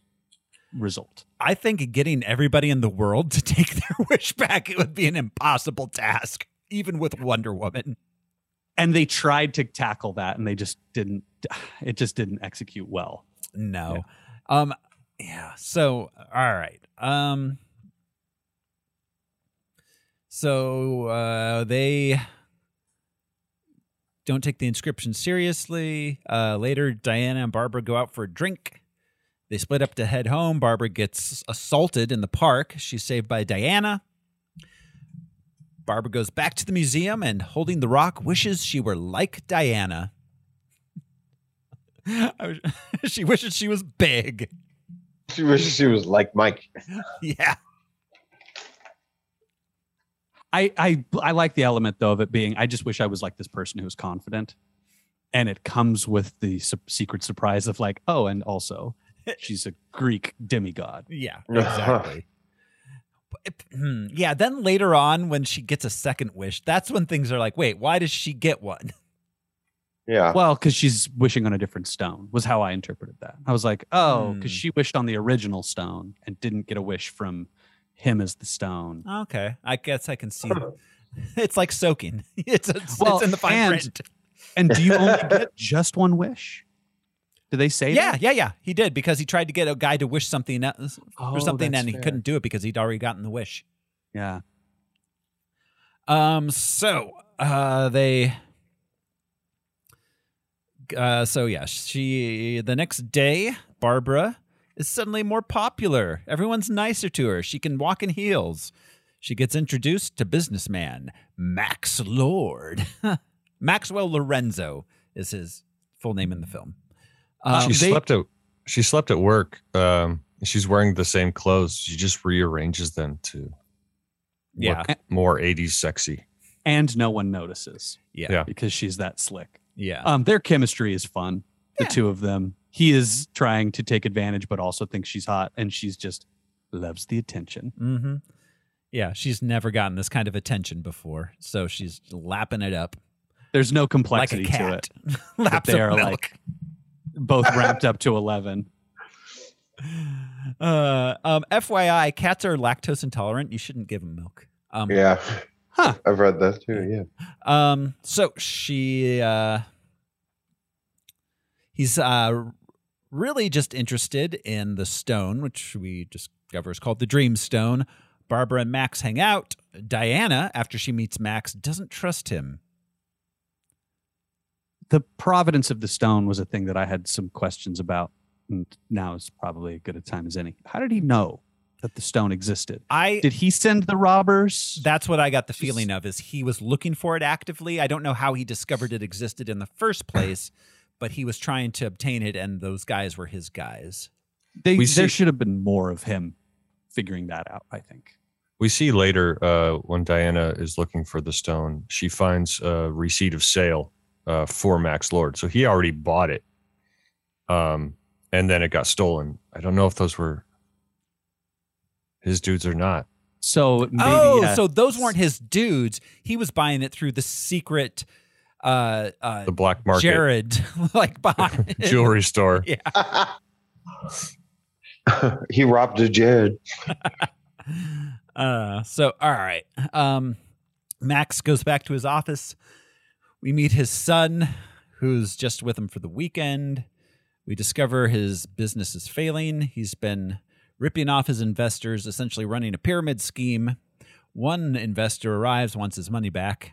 [SPEAKER 2] result.
[SPEAKER 1] I think getting everybody in the world to take their wish back it would be an impossible task, even with Wonder Woman.
[SPEAKER 2] And they tried to tackle that, and they just didn't. It just didn't execute well.
[SPEAKER 1] No. Um yeah, so all right. Um so uh they don't take the inscription seriously. Uh later Diana and Barbara go out for a drink. They split up to head home. Barbara gets assaulted in the park. She's saved by Diana. Barbara goes back to the museum and holding the rock wishes she were like Diana. I wish- she wishes she was big.
[SPEAKER 3] She wishes she was like Mike.
[SPEAKER 1] Yeah.
[SPEAKER 2] I, I I like the element though of it being. I just wish I was like this person who's confident, and it comes with the su- secret surprise of like, oh, and also she's a Greek demigod.
[SPEAKER 1] Yeah, exactly. But it- hmm, yeah, then later on when she gets a second wish, that's when things are like, wait, why does she get one?
[SPEAKER 3] Yeah.
[SPEAKER 2] Well, because she's wishing on a different stone was how I interpreted that. I was like, oh, because
[SPEAKER 1] Hmm.
[SPEAKER 2] she wished on the original stone and didn't get a wish from him as the stone.
[SPEAKER 1] Okay, I guess I can see. It's like soaking. It's, it's,
[SPEAKER 2] Well,
[SPEAKER 1] it's in the fine
[SPEAKER 2] and-
[SPEAKER 1] print.
[SPEAKER 2] And do you only get just one wish? Do they say
[SPEAKER 1] Yeah,
[SPEAKER 2] that?
[SPEAKER 1] yeah, yeah. He did because he tried to get a guy to wish something else
[SPEAKER 2] Oh,
[SPEAKER 1] or something,
[SPEAKER 2] that's
[SPEAKER 1] and he
[SPEAKER 2] fair.
[SPEAKER 1] couldn't do it because he'd already gotten the wish.
[SPEAKER 2] Yeah.
[SPEAKER 1] Um. So, uh, they. Uh, so yeah, she the next day, Barbara is suddenly more popular. Everyone's nicer to her. She can walk in heels. She gets introduced to businessman Max Lord. Maxwell Lorenzo is his full name in the film. Um,
[SPEAKER 4] she
[SPEAKER 1] they-
[SPEAKER 4] slept at she slept at work. Um, she's wearing the same clothes. She just rearranges them to
[SPEAKER 1] yeah,
[SPEAKER 4] look more 80s sexy.
[SPEAKER 2] and no one notices.
[SPEAKER 1] Yeah.
[SPEAKER 4] Yeah.
[SPEAKER 2] Because she's that slick.
[SPEAKER 1] yeah.
[SPEAKER 2] Um, their chemistry is fun, the
[SPEAKER 1] Yeah.
[SPEAKER 2] two of them. He is trying to take advantage, but also thinks she's hot, and she's just loves the attention.
[SPEAKER 1] Mm-hmm. Yeah, she's never gotten this kind of attention before, so she's lapping it up
[SPEAKER 2] There's no
[SPEAKER 1] like
[SPEAKER 2] complexity
[SPEAKER 1] a
[SPEAKER 2] to
[SPEAKER 1] cat.
[SPEAKER 2] it.
[SPEAKER 1] Laps
[SPEAKER 2] they
[SPEAKER 1] of
[SPEAKER 2] are
[SPEAKER 1] milk.
[SPEAKER 2] like both ramped up to eleven.
[SPEAKER 1] Uh, um, FYI, cats are lactose intolerant. You shouldn't give them milk. Um,
[SPEAKER 3] Yeah.
[SPEAKER 2] Huh.
[SPEAKER 3] I've read that too. Yeah.
[SPEAKER 1] um, so she, uh, he's uh, really just interested in the stone, which we discover is called the Dream Stone. Barbara and Max hang out. Diana, after she meets Max, doesn't trust him.
[SPEAKER 2] The providence of the stone was a thing that I had some questions about, and now is probably as good a time as any. How did he know that the stone existed?
[SPEAKER 1] I
[SPEAKER 2] Did he send the robbers?
[SPEAKER 1] That's what I got the feeling of is he was looking for it actively. I don't know how he discovered it existed in the first place, but he was trying to obtain it and those guys were his guys.
[SPEAKER 2] They,
[SPEAKER 4] We
[SPEAKER 2] there
[SPEAKER 4] see-
[SPEAKER 2] should have been more of him figuring that out. I think.
[SPEAKER 4] We see later uh, when Diana is looking for the stone, she finds a receipt of sale uh, for Max Lord. So he already bought it. Um, and then it got stolen. I don't know if those were his dudes or not.
[SPEAKER 2] So maybe
[SPEAKER 1] oh,
[SPEAKER 2] yeah.
[SPEAKER 1] so those weren't his dudes. He was buying it through the secret uh uh
[SPEAKER 4] The black market
[SPEAKER 1] Jared like behind
[SPEAKER 4] jewelry store.
[SPEAKER 3] he robbed a Jared.
[SPEAKER 1] Uh, so all right. Um, Max goes back to his office. We meet his son, who's just with him for the weekend. We discover his business is failing. He's been ripping off his investors, essentially running a pyramid scheme. One investor arrives, wants his money back.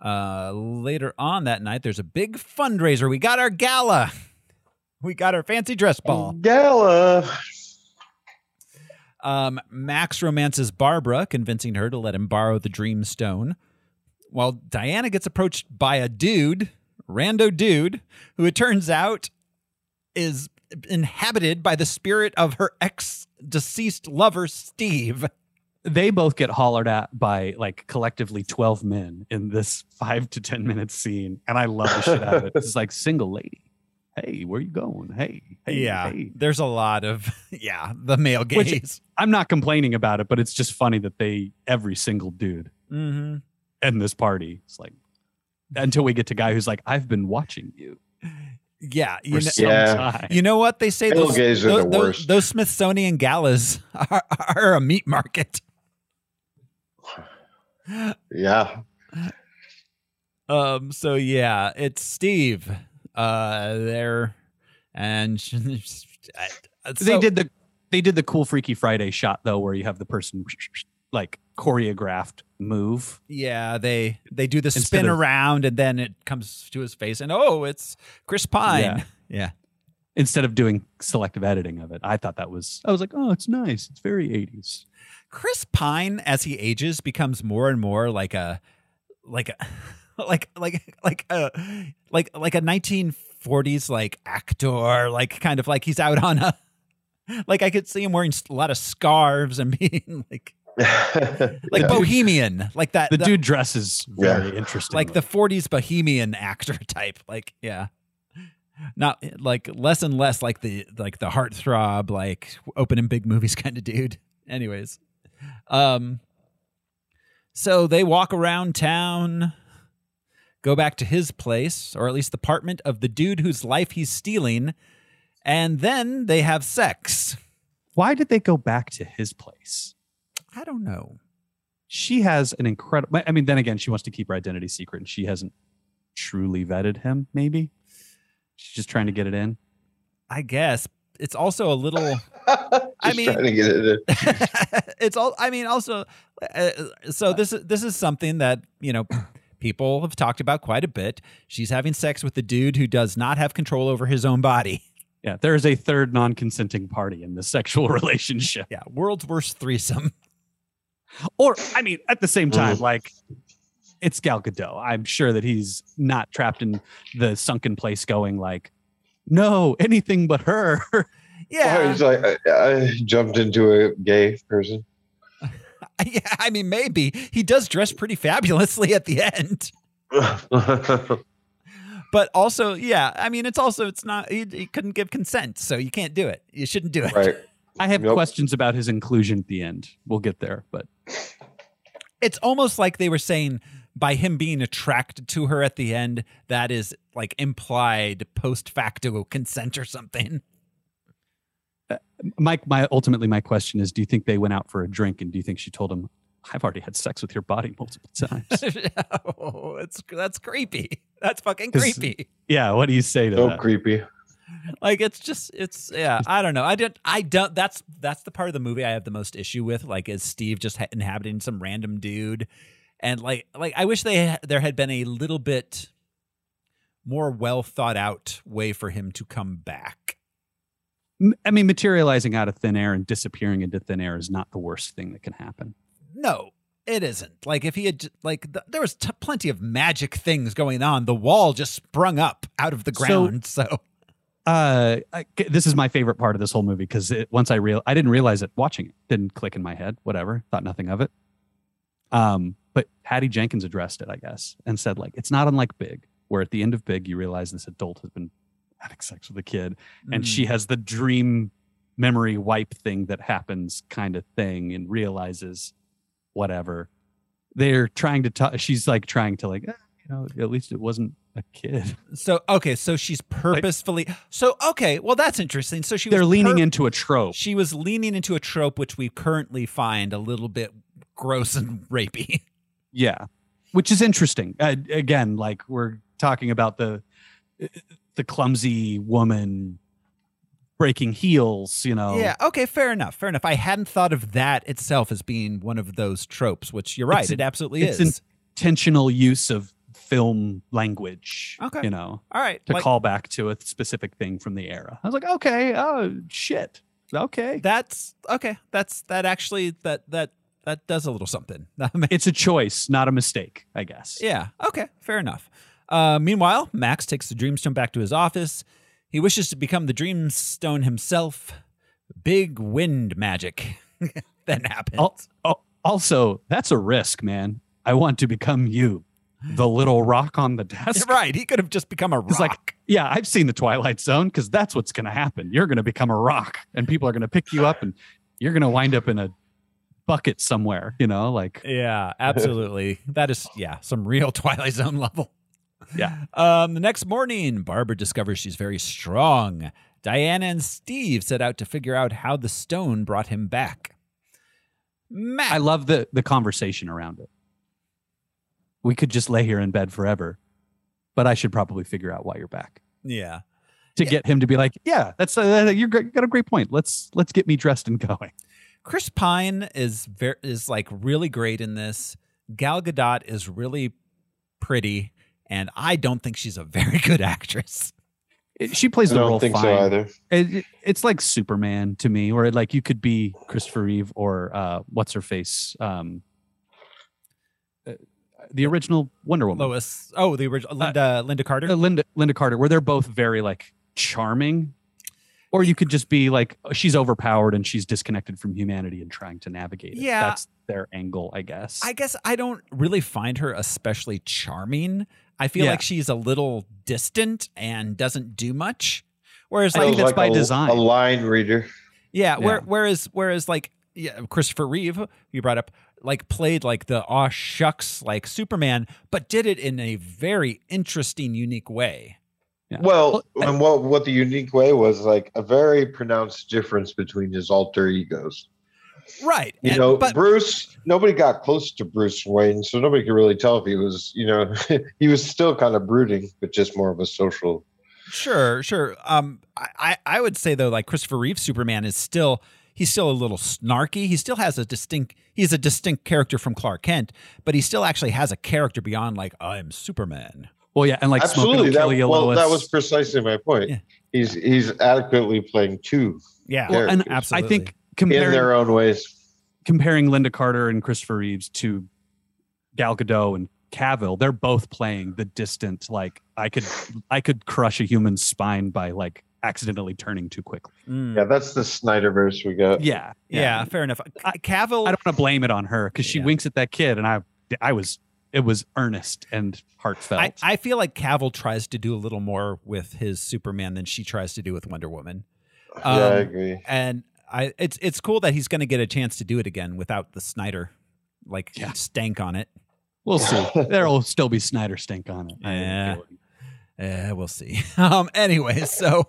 [SPEAKER 1] Uh, later on that night, there's a big fundraiser. We got our gala. We got our fancy dress ball.
[SPEAKER 3] Gala.
[SPEAKER 1] Um, Max romances Barbara, convincing her to let him borrow the dream stone. While Diana gets approached by a dude, rando dude, who it turns out is inhabited by the spirit of her ex deceased lover, Steve.
[SPEAKER 2] they both get hollered at by like collectively 12 men in this five to 10 minute scene. And I love the shit out of it. It's like single lady. Hey, where you going? Hey, hey, hey.
[SPEAKER 1] There's a lot of, yeah, the male
[SPEAKER 2] Which-
[SPEAKER 1] gaze.
[SPEAKER 2] I'm not complaining about it, but it's just funny that they, every single dude
[SPEAKER 1] mm-hmm.
[SPEAKER 2] in this party, it's like, until we get to guy who's like, I've been watching you
[SPEAKER 1] Yeah.
[SPEAKER 2] for
[SPEAKER 1] You know,
[SPEAKER 2] some
[SPEAKER 3] Yeah.
[SPEAKER 2] time.
[SPEAKER 1] you know what they say?
[SPEAKER 3] Male gaze are the
[SPEAKER 1] those-
[SPEAKER 3] worst.
[SPEAKER 1] those Smithsonian galas are, are a meat market.
[SPEAKER 3] Yeah.
[SPEAKER 1] Um. So yeah, it's Steve. Uh, they're And I-
[SPEAKER 2] they
[SPEAKER 1] so-
[SPEAKER 2] did the they did the cool Freaky Friday shot though, where you have the person like choreographed move.
[SPEAKER 1] Yeah, they they do the
[SPEAKER 2] Instead
[SPEAKER 1] spin
[SPEAKER 2] of-
[SPEAKER 1] around and then it comes to his face and oh, it's Chris Pine.
[SPEAKER 2] Yeah.
[SPEAKER 1] Yeah.
[SPEAKER 2] Instead of doing selective editing of it, I thought that was I was like, oh, it's nice. It's very 80s.
[SPEAKER 1] Chris Pine as he ages becomes more and more like a like a like like like a like like a 1940s like actor, like kind of like he's out on a like I could see him wearing a lot of scarves and being like like
[SPEAKER 3] Yeah.
[SPEAKER 1] bohemian, like that
[SPEAKER 2] The
[SPEAKER 1] that-
[SPEAKER 2] dude dresses very interesting.
[SPEAKER 1] like the 40s bohemian actor type like yeah not like less and less like the like the heartthrob like opening big movies kind of dude anyways um so they walk around town go back to his place or at least the apartment of the dude whose life he's stealing and then they have sex
[SPEAKER 2] why did they go back to his place?
[SPEAKER 1] i don't know
[SPEAKER 2] She has an incredible. I mean, then again, she wants to keep her identity secret, and she hasn't truly vetted him. Maybe she's just trying to get it in.
[SPEAKER 1] i guess it's also a little I
[SPEAKER 3] Just
[SPEAKER 1] mean-
[SPEAKER 3] trying to get it in.
[SPEAKER 1] it's all i mean also uh, so this is this is something that you know people have talked about quite a bit she's having sex with the dude who does not have control over his own body
[SPEAKER 2] Yeah, there is a third non-consenting party in this sexual relationship.
[SPEAKER 1] yeah world's worst threesome
[SPEAKER 2] Or, I mean, at the same
[SPEAKER 3] Mm-hmm.
[SPEAKER 2] time, like it's Gal Gadot. I'm sure that he's not trapped in the sunken place, going like, "No, anything but her."
[SPEAKER 3] I
[SPEAKER 1] yeah
[SPEAKER 3] was Oh, like, I, I jumped into a gay person.
[SPEAKER 1] yeah i mean maybe he does dress pretty fabulously at the end but also yeah i mean it's also it's not he, he couldn't give consent so you can't do it you shouldn't do it
[SPEAKER 3] right.
[SPEAKER 2] I have
[SPEAKER 3] Yep.
[SPEAKER 2] questions about his inclusion at the end. We'll get there, but
[SPEAKER 1] it's almost like they were saying by him being attracted to her at the end, that is like implied post facto consent or something.
[SPEAKER 2] Mike, my ultimately my question is: Do you think they went out for a drink, and do you think she told him, "I've already had sex with your body multiple times"?
[SPEAKER 1] oh, that's that's creepy. That's fucking
[SPEAKER 2] 'Cause-
[SPEAKER 1] creepy.
[SPEAKER 2] yeah, what do you say to
[SPEAKER 3] So
[SPEAKER 2] that?
[SPEAKER 3] creepy.
[SPEAKER 1] Like it's just it's yeah. I don't know. I don't. I don't. That's that's the part of the movie I have the most issue with. Like, is Steve just ha- inhabiting some random dude? And like like I wish they ha- there had been a little bit more well thought out way for him to come back.
[SPEAKER 2] M- I mean, materializing out of thin air and disappearing into thin air is not the worst thing that can happen.
[SPEAKER 1] No, it isn't. Like if he had j- like th- there was t- plenty of magic things going on. The wall just sprung up out of the
[SPEAKER 2] So-
[SPEAKER 1] ground. So,
[SPEAKER 2] Uh, I, this is my favorite part of this whole movie because once I real, I didn't realize it watching it. Didn't click in my head. Whatever, thought nothing of it. Um, but Patty Jenkins addressed it, I guess, and said like, it's not unlike Big, where at the end of Big, you realize this adult has been having sex with a kid, and she
[SPEAKER 1] Mm.
[SPEAKER 2] has the dream memory wipe thing that happens kind of thing and realizes whatever they're trying to talk she's like trying to like "Ah, you know at least it wasn't a kid
[SPEAKER 1] Mm. so okay, so she's purposefully. so okay, well that's interesting. So she
[SPEAKER 2] they're
[SPEAKER 1] was
[SPEAKER 2] leaning
[SPEAKER 1] pur-
[SPEAKER 2] into a trope
[SPEAKER 1] She was leaning into a trope which we currently find a little bit gross and rapey.
[SPEAKER 2] yeah which is interesting uh, again like we're talking about the uh, the clumsy woman breaking heels you know
[SPEAKER 1] Yeah. Okay. Fair enough. Fair enough. I hadn't thought of that itself as being one of those tropes. Which you're right.
[SPEAKER 2] It's-
[SPEAKER 1] it absolutely
[SPEAKER 2] it's
[SPEAKER 1] is.
[SPEAKER 2] intentional use of film language
[SPEAKER 1] Okay.
[SPEAKER 2] you know
[SPEAKER 1] All right.
[SPEAKER 2] to
[SPEAKER 1] like-
[SPEAKER 2] call back to a specific thing from the era. I was like, okay, oh shit, okay.
[SPEAKER 1] that's okay that's that actually that that that does a little something That ma-
[SPEAKER 2] It's a choice, not a mistake, I guess.
[SPEAKER 1] yeah okay fair enough uh, meanwhile max takes the dreamstone back to his office he wishes to become the dreamstone himself big wind magic then happens
[SPEAKER 2] Al- al- also, that's a risk, man. I want to become you, the little rock on the desk.
[SPEAKER 1] right he could have just become a rock
[SPEAKER 2] It's like- Yeah, I've seen the Twilight Zone because that's what's going to happen. You're going to become a rock, and people are going to pick you up, and you're going to wind up in a bucket somewhere. You know, like
[SPEAKER 1] yeah absolutely that is yeah some real twilight zone level
[SPEAKER 2] Yeah.
[SPEAKER 1] um the next morning barbara discovers she's very strong diana and steve set out to figure out how the stone brought him back Max.
[SPEAKER 2] I love the the conversation around it. We could just lay here in bed forever, but I should probably figure out why you're back.
[SPEAKER 1] Yeah.
[SPEAKER 2] to get him to be like, yeah, that's uh, you're gr- you got a great point. Let's let's get me dressed and going.
[SPEAKER 1] Chris Pine is ver- is like really great in this. Gal Gadot is really pretty, and I don't think she's a very good actress.
[SPEAKER 2] It- she plays
[SPEAKER 3] I
[SPEAKER 2] the role
[SPEAKER 3] don't think
[SPEAKER 2] fine.
[SPEAKER 3] so either.
[SPEAKER 2] It, it- it's like Superman to me, where like you could be Christopher Reeve or uh, what's her face, um, uh, the original Wonder Woman,
[SPEAKER 1] Lois, oh the original Linda Linda Carter.
[SPEAKER 2] Uh, Linda Linda Carter, where they're both very like charming. Or you could just be like oh, she's overpowered and she's disconnected from humanity and trying to navigate it.
[SPEAKER 1] Yeah.
[SPEAKER 2] that's their angle, I guess.
[SPEAKER 1] I guess I don't really find her especially charming. I feel
[SPEAKER 2] Yeah.
[SPEAKER 1] like she's a little distant and doesn't do much. Whereas
[SPEAKER 2] I
[SPEAKER 1] like
[SPEAKER 2] think that's by
[SPEAKER 3] a,
[SPEAKER 2] design.
[SPEAKER 3] A line reader.
[SPEAKER 1] Yeah. Where,
[SPEAKER 2] Yeah.
[SPEAKER 1] whereas, whereas, like, yeah, Christopher Reeve, you brought up, like, played like the aw shucks, like Superman, but did it in a very interesting, unique way.
[SPEAKER 2] Yeah.
[SPEAKER 3] Well,
[SPEAKER 2] Well,
[SPEAKER 3] and what what the unique way was like a very pronounced difference between his alter egos.
[SPEAKER 1] Right.
[SPEAKER 3] You
[SPEAKER 1] and-
[SPEAKER 3] know,
[SPEAKER 1] but
[SPEAKER 3] Bruce. Nobody got close to Bruce Wayne, so nobody could really tell if he was. You know, he was still kind of brooding, but just more of a social.
[SPEAKER 1] sure, sure. Um, I, I, I would say though, like Christopher Reeve Superman is still he's still a little snarky. He still has a distinct he's a distinct character from Clark Kent, but he still actually has a character beyond like I'm Superman.
[SPEAKER 2] well, yeah, and like
[SPEAKER 3] Absolutely,
[SPEAKER 2] smoking
[SPEAKER 3] that,
[SPEAKER 2] will kill you,
[SPEAKER 3] well,
[SPEAKER 2] Lois.
[SPEAKER 3] that was precisely my point.
[SPEAKER 1] Yeah.
[SPEAKER 3] He's he's adequately playing two
[SPEAKER 1] Yeah.
[SPEAKER 2] Well, and
[SPEAKER 3] characters
[SPEAKER 2] I think
[SPEAKER 3] in
[SPEAKER 2] comparing
[SPEAKER 3] their own ways.
[SPEAKER 2] comparing Linda Carter and Christopher Reeves to Gal Gadot and Cavill, they're both playing the distant, like I could I could crush a human spine by like accidentally turning too quickly.
[SPEAKER 1] Mm,
[SPEAKER 3] Yeah, that's the Snyderverse we got.
[SPEAKER 2] Yeah,
[SPEAKER 1] yeah. fair enough.
[SPEAKER 2] I-
[SPEAKER 1] Cavill
[SPEAKER 2] I don't want to blame it on her because she
[SPEAKER 1] Yeah.
[SPEAKER 2] winks at that kid, and I, I was, it was earnest and heartfelt.
[SPEAKER 1] I, I feel like Cavill tries to do a little more with his Superman than she tries to do with Wonder Woman. Um,
[SPEAKER 3] yeah, I agree.
[SPEAKER 1] And I it's it's cool that he's going to get a chance to do it again without the Snyder like
[SPEAKER 2] Yeah.
[SPEAKER 1] stank on it.
[SPEAKER 2] we'll see. There'll still be Snyder stink on it. I have a
[SPEAKER 1] Yeah.
[SPEAKER 2] feeling.
[SPEAKER 1] Eh, we'll see. Um anyway, so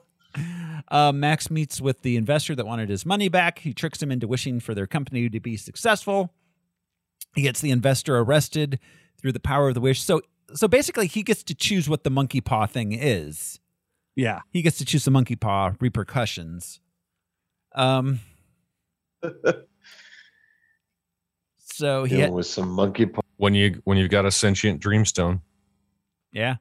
[SPEAKER 1] uh, Max meets with the investor that wanted his money back. He tricks him into wishing for their company to be successful. He gets the investor arrested through the power of the wish. So so basically he gets to choose what the monkey paw thing is.
[SPEAKER 2] yeah.
[SPEAKER 1] he gets to choose the monkey paw repercussions. Um. so he,
[SPEAKER 3] Dealing with some monkey paw.
[SPEAKER 4] When you when you've got a sentient dreamstone,
[SPEAKER 1] yeah,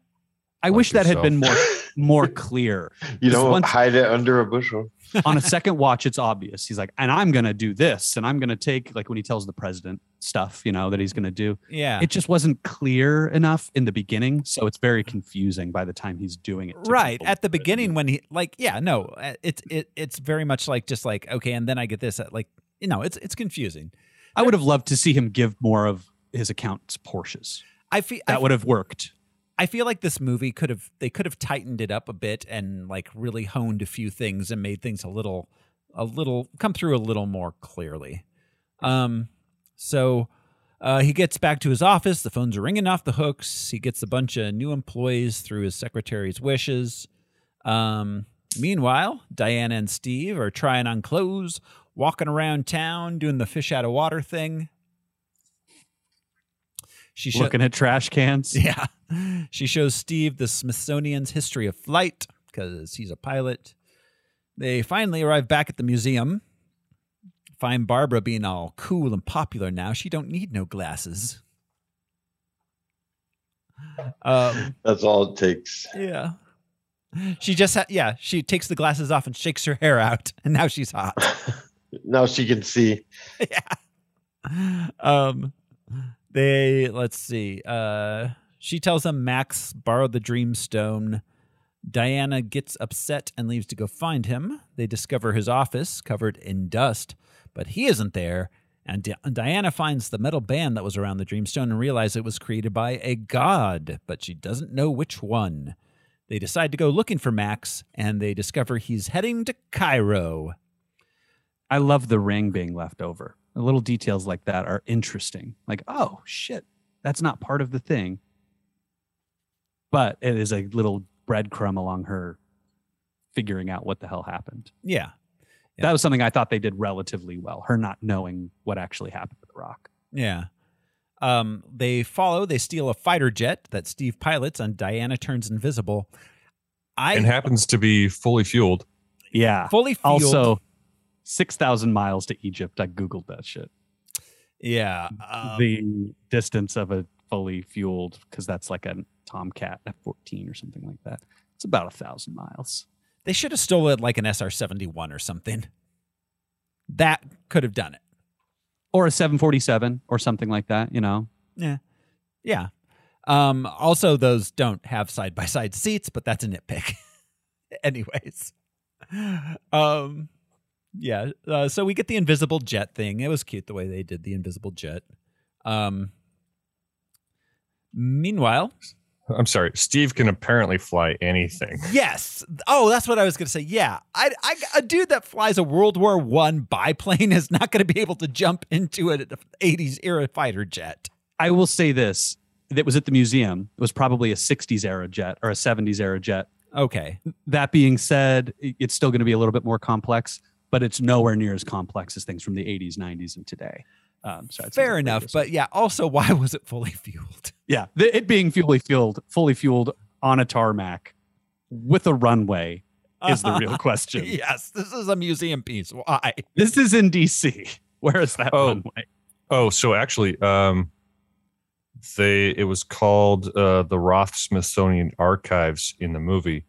[SPEAKER 2] I
[SPEAKER 4] Like
[SPEAKER 2] wish that had
[SPEAKER 4] yourself.
[SPEAKER 2] been more more clear.
[SPEAKER 3] You
[SPEAKER 2] Just
[SPEAKER 3] don't
[SPEAKER 2] one-
[SPEAKER 3] hide it under a bushel.
[SPEAKER 2] on a second watch, it's obvious. He's like, and I'm gonna do this, and I'm gonna take like when he tells the president stuff, you know, that he's gonna do.
[SPEAKER 1] yeah,
[SPEAKER 2] It just wasn't clear enough in the beginning, so it's very confusing by the time he's doing it. to
[SPEAKER 1] right
[SPEAKER 2] people.
[SPEAKER 1] at the beginning when he like yeah no uh, it's it it's very much like just like okay and then I get this uh, like you know it's it's confusing.
[SPEAKER 2] I would have loved to see him give more of his account's Porsches.
[SPEAKER 1] I feel I,
[SPEAKER 2] That would have worked.
[SPEAKER 1] I feel like this movie could have they could have tightened it up a bit and like really honed a few things and made things a little a little come through a little more clearly. Um so uh, he gets back to his office. The phones are ringing off the hooks. He gets a bunch of new employees through his secretary's wishes. Um, meanwhile, Diana and Steve are trying on clothes, walking around town, doing the fish out of water thing. She sho-
[SPEAKER 2] Looking at trash cans.
[SPEAKER 1] yeah. She shows Steve the Smithsonian's history of flight because he's a pilot. They finally arrive back at the museum. Find Barbara being all cool and popular now. She don't need no glasses. Um,
[SPEAKER 3] That's all it takes.
[SPEAKER 1] yeah. She just ha- yeah, she takes the glasses off and shakes her hair out and now she's hot.
[SPEAKER 3] Now she can see.
[SPEAKER 1] yeah. Um they let's see. Uh she tells him Max borrowed the dreamstone. Diana gets upset and leaves to go find him. They discover his office covered in dust, but he isn't there. And Di- Diana finds the metal band that was around the dreamstone and realizes it was created by a god, but she doesn't know which one. They decide to go looking for Max, and they discover he's heading to Cairo.
[SPEAKER 2] I love the ring being left over. The little details like that are interesting. Like, oh shit, that's not part of the thing. But it is a little breadcrumb along her figuring out what the hell happened.
[SPEAKER 1] Yeah. Yeah.
[SPEAKER 2] That was something I thought they did relatively well, her not knowing what actually happened to the rock.
[SPEAKER 1] Yeah. Um, they follow, they steal a fighter jet that Steve pilots, and Diana turns invisible. I
[SPEAKER 4] and happens to be fully fueled.
[SPEAKER 2] Yeah.
[SPEAKER 1] fully fueled.
[SPEAKER 2] Also, 6,000 miles to Egypt. I Googled that shit.
[SPEAKER 1] yeah. um,
[SPEAKER 2] the distance of a fully fueled, because that's like a Tomcat F 14 or something like that. It's about a thousand miles.
[SPEAKER 1] They should have stolen like an SR 71 or something. That could have done it.
[SPEAKER 2] Or a 747 or something like that, you know?
[SPEAKER 1] Yeah. Yeah. Um, also, those don't have side by side seats, but that's a nitpick. Anyways. Um, yeah. Uh, so we get the invisible jet thing. It was cute the way they did the invisible jet. Um, meanwhile,
[SPEAKER 4] I'm sorry. Steve can apparently fly anything.
[SPEAKER 1] Yes. Oh, that's what I was going to say. Yeah, I, I, a dude that flies a World War One biplane is not going to be able to jump into an '80s era fighter jet.
[SPEAKER 2] I will say this that was at the museum. It was probably a 60s era jet or a 70s era jet.
[SPEAKER 1] Okay.
[SPEAKER 2] That being said, i- it's still going to be a little bit more complex, but it's nowhere near as complex as things from the 80s, 90s, and today. Um, so I'd say
[SPEAKER 1] Fair
[SPEAKER 2] that's
[SPEAKER 1] enough.
[SPEAKER 2] pretty
[SPEAKER 1] But yeah. Also, why was it fully fueled?
[SPEAKER 2] Yeah, th- it being fully fueled, fully fueled on a tarmac with a runway is the real question.
[SPEAKER 1] yes. This is a museum piece. Why?
[SPEAKER 2] This is in DC. Where is that
[SPEAKER 4] Oh.
[SPEAKER 2] runway?
[SPEAKER 4] Oh, so actually, um, they it was called uh, the Roth Smithsonian Archives in the movie,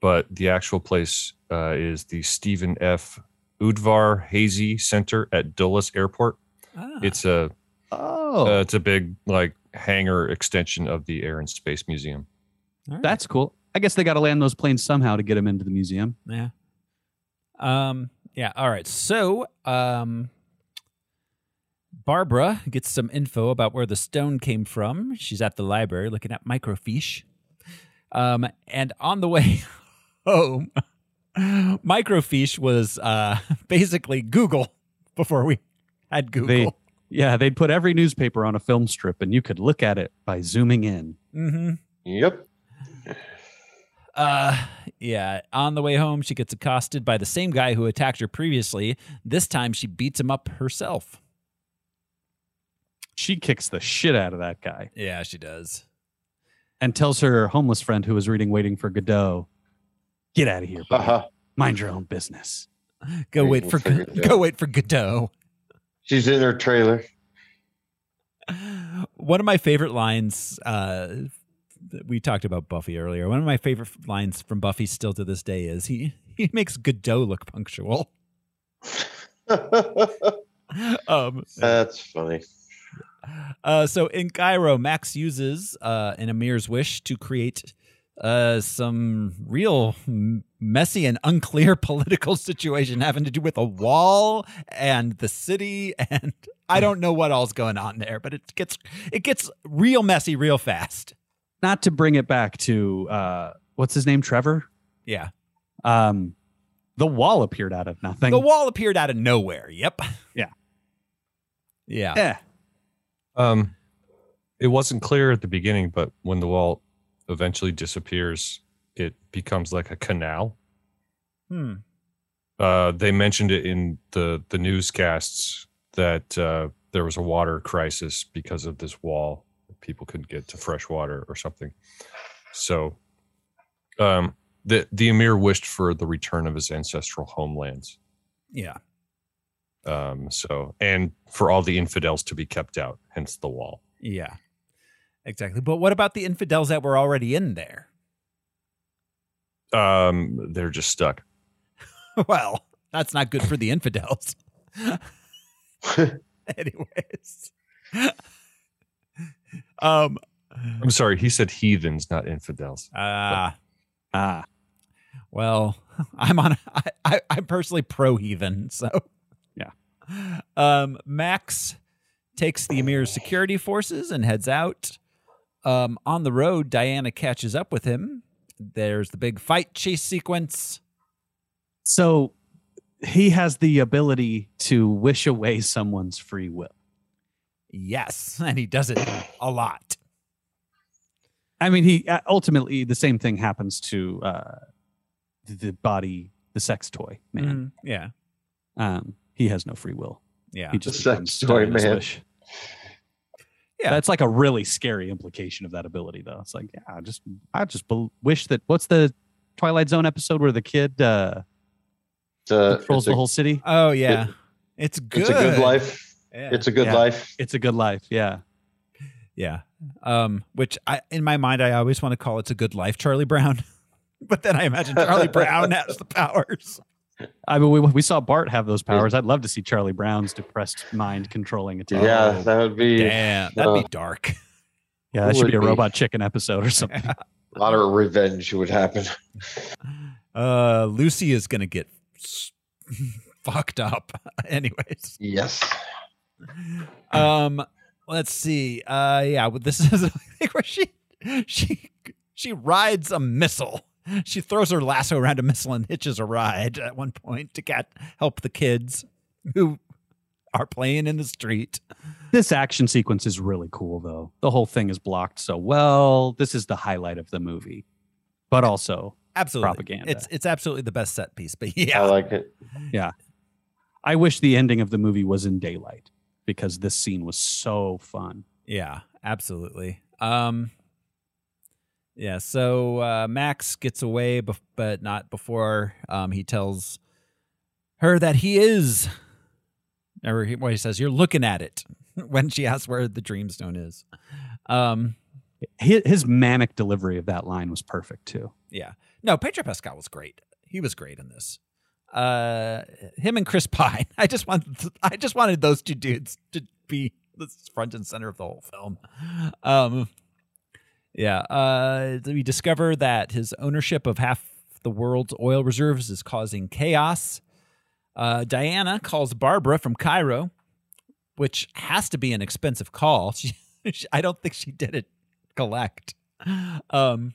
[SPEAKER 4] but the actual place uh, is the Stephen F. Udvar Hazy Center at Dulles Airport.
[SPEAKER 1] Ah,
[SPEAKER 4] It's a
[SPEAKER 2] Oh,
[SPEAKER 4] uh, it's a big like hangar extension of the Air and Space Museum.
[SPEAKER 1] all right.
[SPEAKER 2] that's cool. I guess they got to land those planes somehow to get them into the museum.
[SPEAKER 1] yeah. Um. Yeah. All right. So, um. Barbara gets some info about where the stone came from. She's at the library looking at microfiche. Um, and on the way home, microfiche was uh, basically Google before we had Google.
[SPEAKER 2] Yeah, they'd put every newspaper on a film strip, and you could look at it by zooming in.
[SPEAKER 1] Mm-hmm.
[SPEAKER 3] Yep.
[SPEAKER 1] Uh, yeah. On the way home, she gets accosted by the same guy who attacked her previously. This time, she beats him up herself.
[SPEAKER 2] She kicks the shit out of that guy.
[SPEAKER 1] Yeah, she does.
[SPEAKER 2] and tells her homeless friend who was reading Waiting for Godot, "Get out of here, buddy.
[SPEAKER 3] Haha.
[SPEAKER 2] mind your own business."
[SPEAKER 1] Go
[SPEAKER 3] Great
[SPEAKER 1] wait for
[SPEAKER 3] little figure,
[SPEAKER 1] go wait for Godot.
[SPEAKER 3] She's in her trailer.
[SPEAKER 1] One of my favorite lines. Uh, that we talked about Buffy earlier. One of my favorite lines from Buffy still to this day is he he makes Godot look punctual. Um,
[SPEAKER 3] That's funny.
[SPEAKER 1] Uh, so in Cairo, Max uses uh, an Amir's wish to create uh, some real m- messy and unclear political situation having to do with a wall and the city, and I don't know what all's going on there, but it gets it gets real messy real fast.
[SPEAKER 2] Not to bring it back to uh, what's his name, Trevor.
[SPEAKER 1] Yeah,
[SPEAKER 2] Um, the wall appeared out of nothing.
[SPEAKER 1] the wall appeared out of nowhere. Yep.
[SPEAKER 2] Yeah. Eh.
[SPEAKER 1] Yeah.
[SPEAKER 2] Yeah,
[SPEAKER 4] Um, it wasn't clear at the beginning, but when the wall eventually disappears, it becomes like a canal.
[SPEAKER 1] Hmm.
[SPEAKER 4] Uh, they mentioned it in the the newscasts that uh, there was a water crisis because of this wall. People couldn't get to fresh water or something. So, um, the the emir wished for the return of his ancestral homelands.
[SPEAKER 1] Yeah.
[SPEAKER 4] Um, so, and for all the infidels to be kept out, hence the wall.
[SPEAKER 1] Yeah. Exactly. But what about the infidels that were already in there?
[SPEAKER 4] Um, they're just stuck.
[SPEAKER 1] well, that's not good for the infidels. Anyways. um
[SPEAKER 4] I'm sorry, he said heathens, not infidels.
[SPEAKER 1] ah
[SPEAKER 2] ah,
[SPEAKER 1] well, I'm on I, I I'm personally pro heathen, so
[SPEAKER 2] Yeah.
[SPEAKER 1] Um Max takes the Emir's security forces and heads out. Um on the road, Diana catches up with him. There's the big fight chase sequence.
[SPEAKER 2] so he has the ability to wish away someone's free will.
[SPEAKER 1] Yes, and he does it a lot.
[SPEAKER 2] I mean, he uh, ultimately the same thing happens to uh, the- the body, the sex toy
[SPEAKER 1] Mhm.
[SPEAKER 2] man.
[SPEAKER 1] Yeah.
[SPEAKER 2] Um, he has no free will.
[SPEAKER 1] Yeah.
[SPEAKER 2] Mm-hmm. He
[SPEAKER 3] Mm.
[SPEAKER 2] just
[SPEAKER 3] The sex
[SPEAKER 2] becomes
[SPEAKER 3] toy
[SPEAKER 2] stuck in his
[SPEAKER 3] man.
[SPEAKER 2] wish.
[SPEAKER 1] Yeah.
[SPEAKER 2] that's like a really scary implication of that ability, though. It's like, yeah, I just, I just bel wish that. What's the Twilight Zone episode where the kid uh,
[SPEAKER 3] Uh,
[SPEAKER 2] controls
[SPEAKER 3] it's a-
[SPEAKER 2] the whole city?
[SPEAKER 1] Oh yeah,
[SPEAKER 3] It-
[SPEAKER 1] it's good.
[SPEAKER 3] It's a good life.
[SPEAKER 1] Yeah.
[SPEAKER 3] It's a good
[SPEAKER 2] Yeah.
[SPEAKER 3] life.
[SPEAKER 2] It's a good life. Yeah.
[SPEAKER 1] yeah. Um, which I in my mind I always want to call it's a good life, Charlie Brown. but then I imagine Charlie Brown has the powers.
[SPEAKER 2] I mean, we, we saw Bart have those powers. I'd love to see Charlie Brown's depressed mind controlling a town.
[SPEAKER 3] Yeah, that would be
[SPEAKER 1] Damn, that'd
[SPEAKER 3] Uh,
[SPEAKER 1] be dark.
[SPEAKER 2] Yeah, that should be a
[SPEAKER 3] Would be.
[SPEAKER 2] robot chicken episode or something.
[SPEAKER 3] a lot of revenge would happen.
[SPEAKER 1] Uh, Lucy is gonna get s- fucked up. Anyways,
[SPEAKER 3] Yes.
[SPEAKER 1] um, let's see. Uh, yeah, well, this is I think where she she she rides a missile. She throws her lasso around a missile and hitches a ride at one point to get help the kids who are playing in the street.
[SPEAKER 2] this action sequence is really cool, though. The whole thing is blocked so well. This is the highlight of the movie, but also
[SPEAKER 1] Absolutely,
[SPEAKER 2] Propaganda.
[SPEAKER 1] It's it's absolutely the best set piece. But
[SPEAKER 3] I
[SPEAKER 1] yeah,
[SPEAKER 3] like it.
[SPEAKER 2] I wish the ending of the movie was in daylight because this scene was so fun.
[SPEAKER 1] Yeah, absolutely. Um Yeah, so uh Max gets away bef- but not before um he tells her that he is or he, well, he says you're looking at it when she asks where the dreamstone is. Um
[SPEAKER 2] His, his manic delivery of that line was perfect too.
[SPEAKER 1] yeah. No, Pedro Pascal was great. He was great in this. Uh him and Chris Pine. I just want I just wanted those two dudes to be the front and center of the whole film. Um yeah, uh we discover that his ownership of half the world's oil reserves is causing chaos. Uh Diana calls Barbara from Cairo, which has to be an expensive call. She, she I don't think she did it collect. Um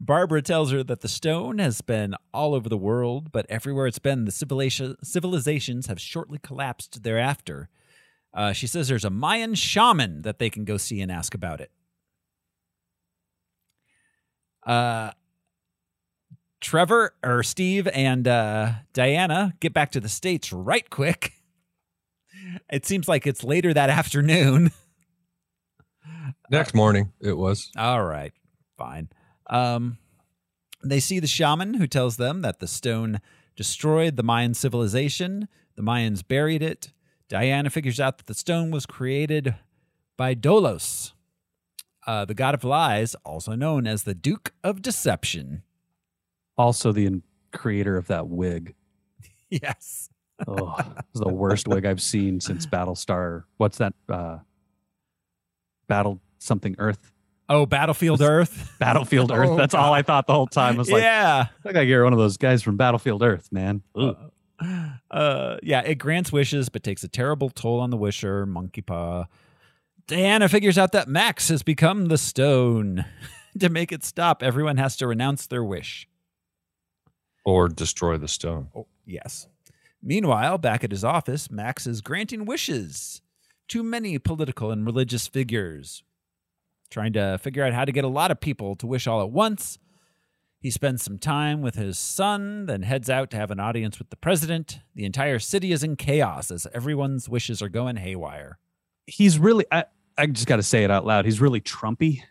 [SPEAKER 1] Barbara tells her that the stone has been all over the world, but everywhere it's been, the civilization, civilizations have shortly collapsed thereafter. Uh, she says there's a Mayan shaman that they can go see and ask about it. Uh, Trevor or Steve and uh, Diana get back to the States right quick. It seems like it's later that afternoon.
[SPEAKER 4] Next morning, it was.
[SPEAKER 1] All right, fine. Um, they see the shaman who tells them that the stone destroyed the Mayan civilization. The Mayans buried it. Diana figures out that the stone was created by Dolos, uh, the god of lies, also known as the Duke of Deception.
[SPEAKER 2] Also, the in- creator of that wig.
[SPEAKER 1] Yes.
[SPEAKER 2] Oh, it was the worst wig I've seen since Battlestar. What's that? Uh, Battle something Earth,
[SPEAKER 1] Oh, Battlefield Earth.
[SPEAKER 2] Battlefield Earth.
[SPEAKER 1] Oh,
[SPEAKER 2] That's all I thought the whole time. I was like,
[SPEAKER 1] yeah.
[SPEAKER 2] look like you're one of those guys from Battlefield Earth, man. Ugh.
[SPEAKER 1] uh, yeah, it grants wishes, but takes a terrible toll on the wisher, Monkey Paw. Diana figures out that Max has become the stone. to make it stop, everyone has to renounce their wish.
[SPEAKER 4] Or destroy the stone.
[SPEAKER 1] Oh, yes. Meanwhile, back at his office, Max is granting wishes to many political and religious figures, trying to figure out how to get a lot of people to wish all at once. He spends some time with his son, then heads out to have an audience with the president. The entire city is in chaos as everyone's wishes are going haywire.
[SPEAKER 2] He's really. I, I just got to say it out loud. He's really Trumpy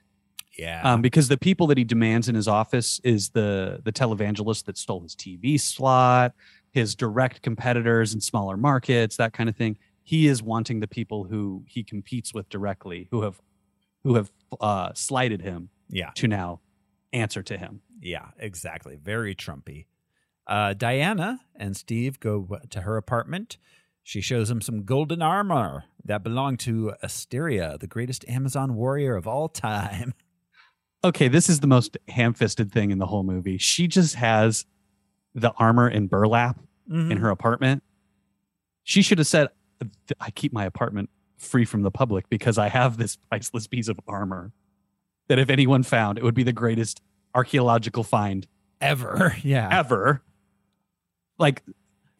[SPEAKER 1] Yeah.
[SPEAKER 2] um, because the people that he demands in his office is the the televangelist that stole his TV slot, his direct competitors in smaller markets, that kind of thing. He is wanting the people who he competes with directly, who have who have uh, slighted him,
[SPEAKER 1] Yeah.
[SPEAKER 2] to now answer to him.
[SPEAKER 1] Yeah, exactly. Very Trumpy. Uh, Diana and Steve go to her apartment. She shows him some golden armor that belonged to Asteria, the greatest Amazon warrior of all time.
[SPEAKER 2] okay, this is the most ham fisted thing in the whole movie. She just has the armor in burlap
[SPEAKER 1] Mm-hmm.
[SPEAKER 2] in her apartment. She should have said, I keep my apartment free from the public because I have this priceless piece of armor that if anyone found, it would be the greatest archaeological find
[SPEAKER 1] Ever. Yeah.
[SPEAKER 2] ever. Like,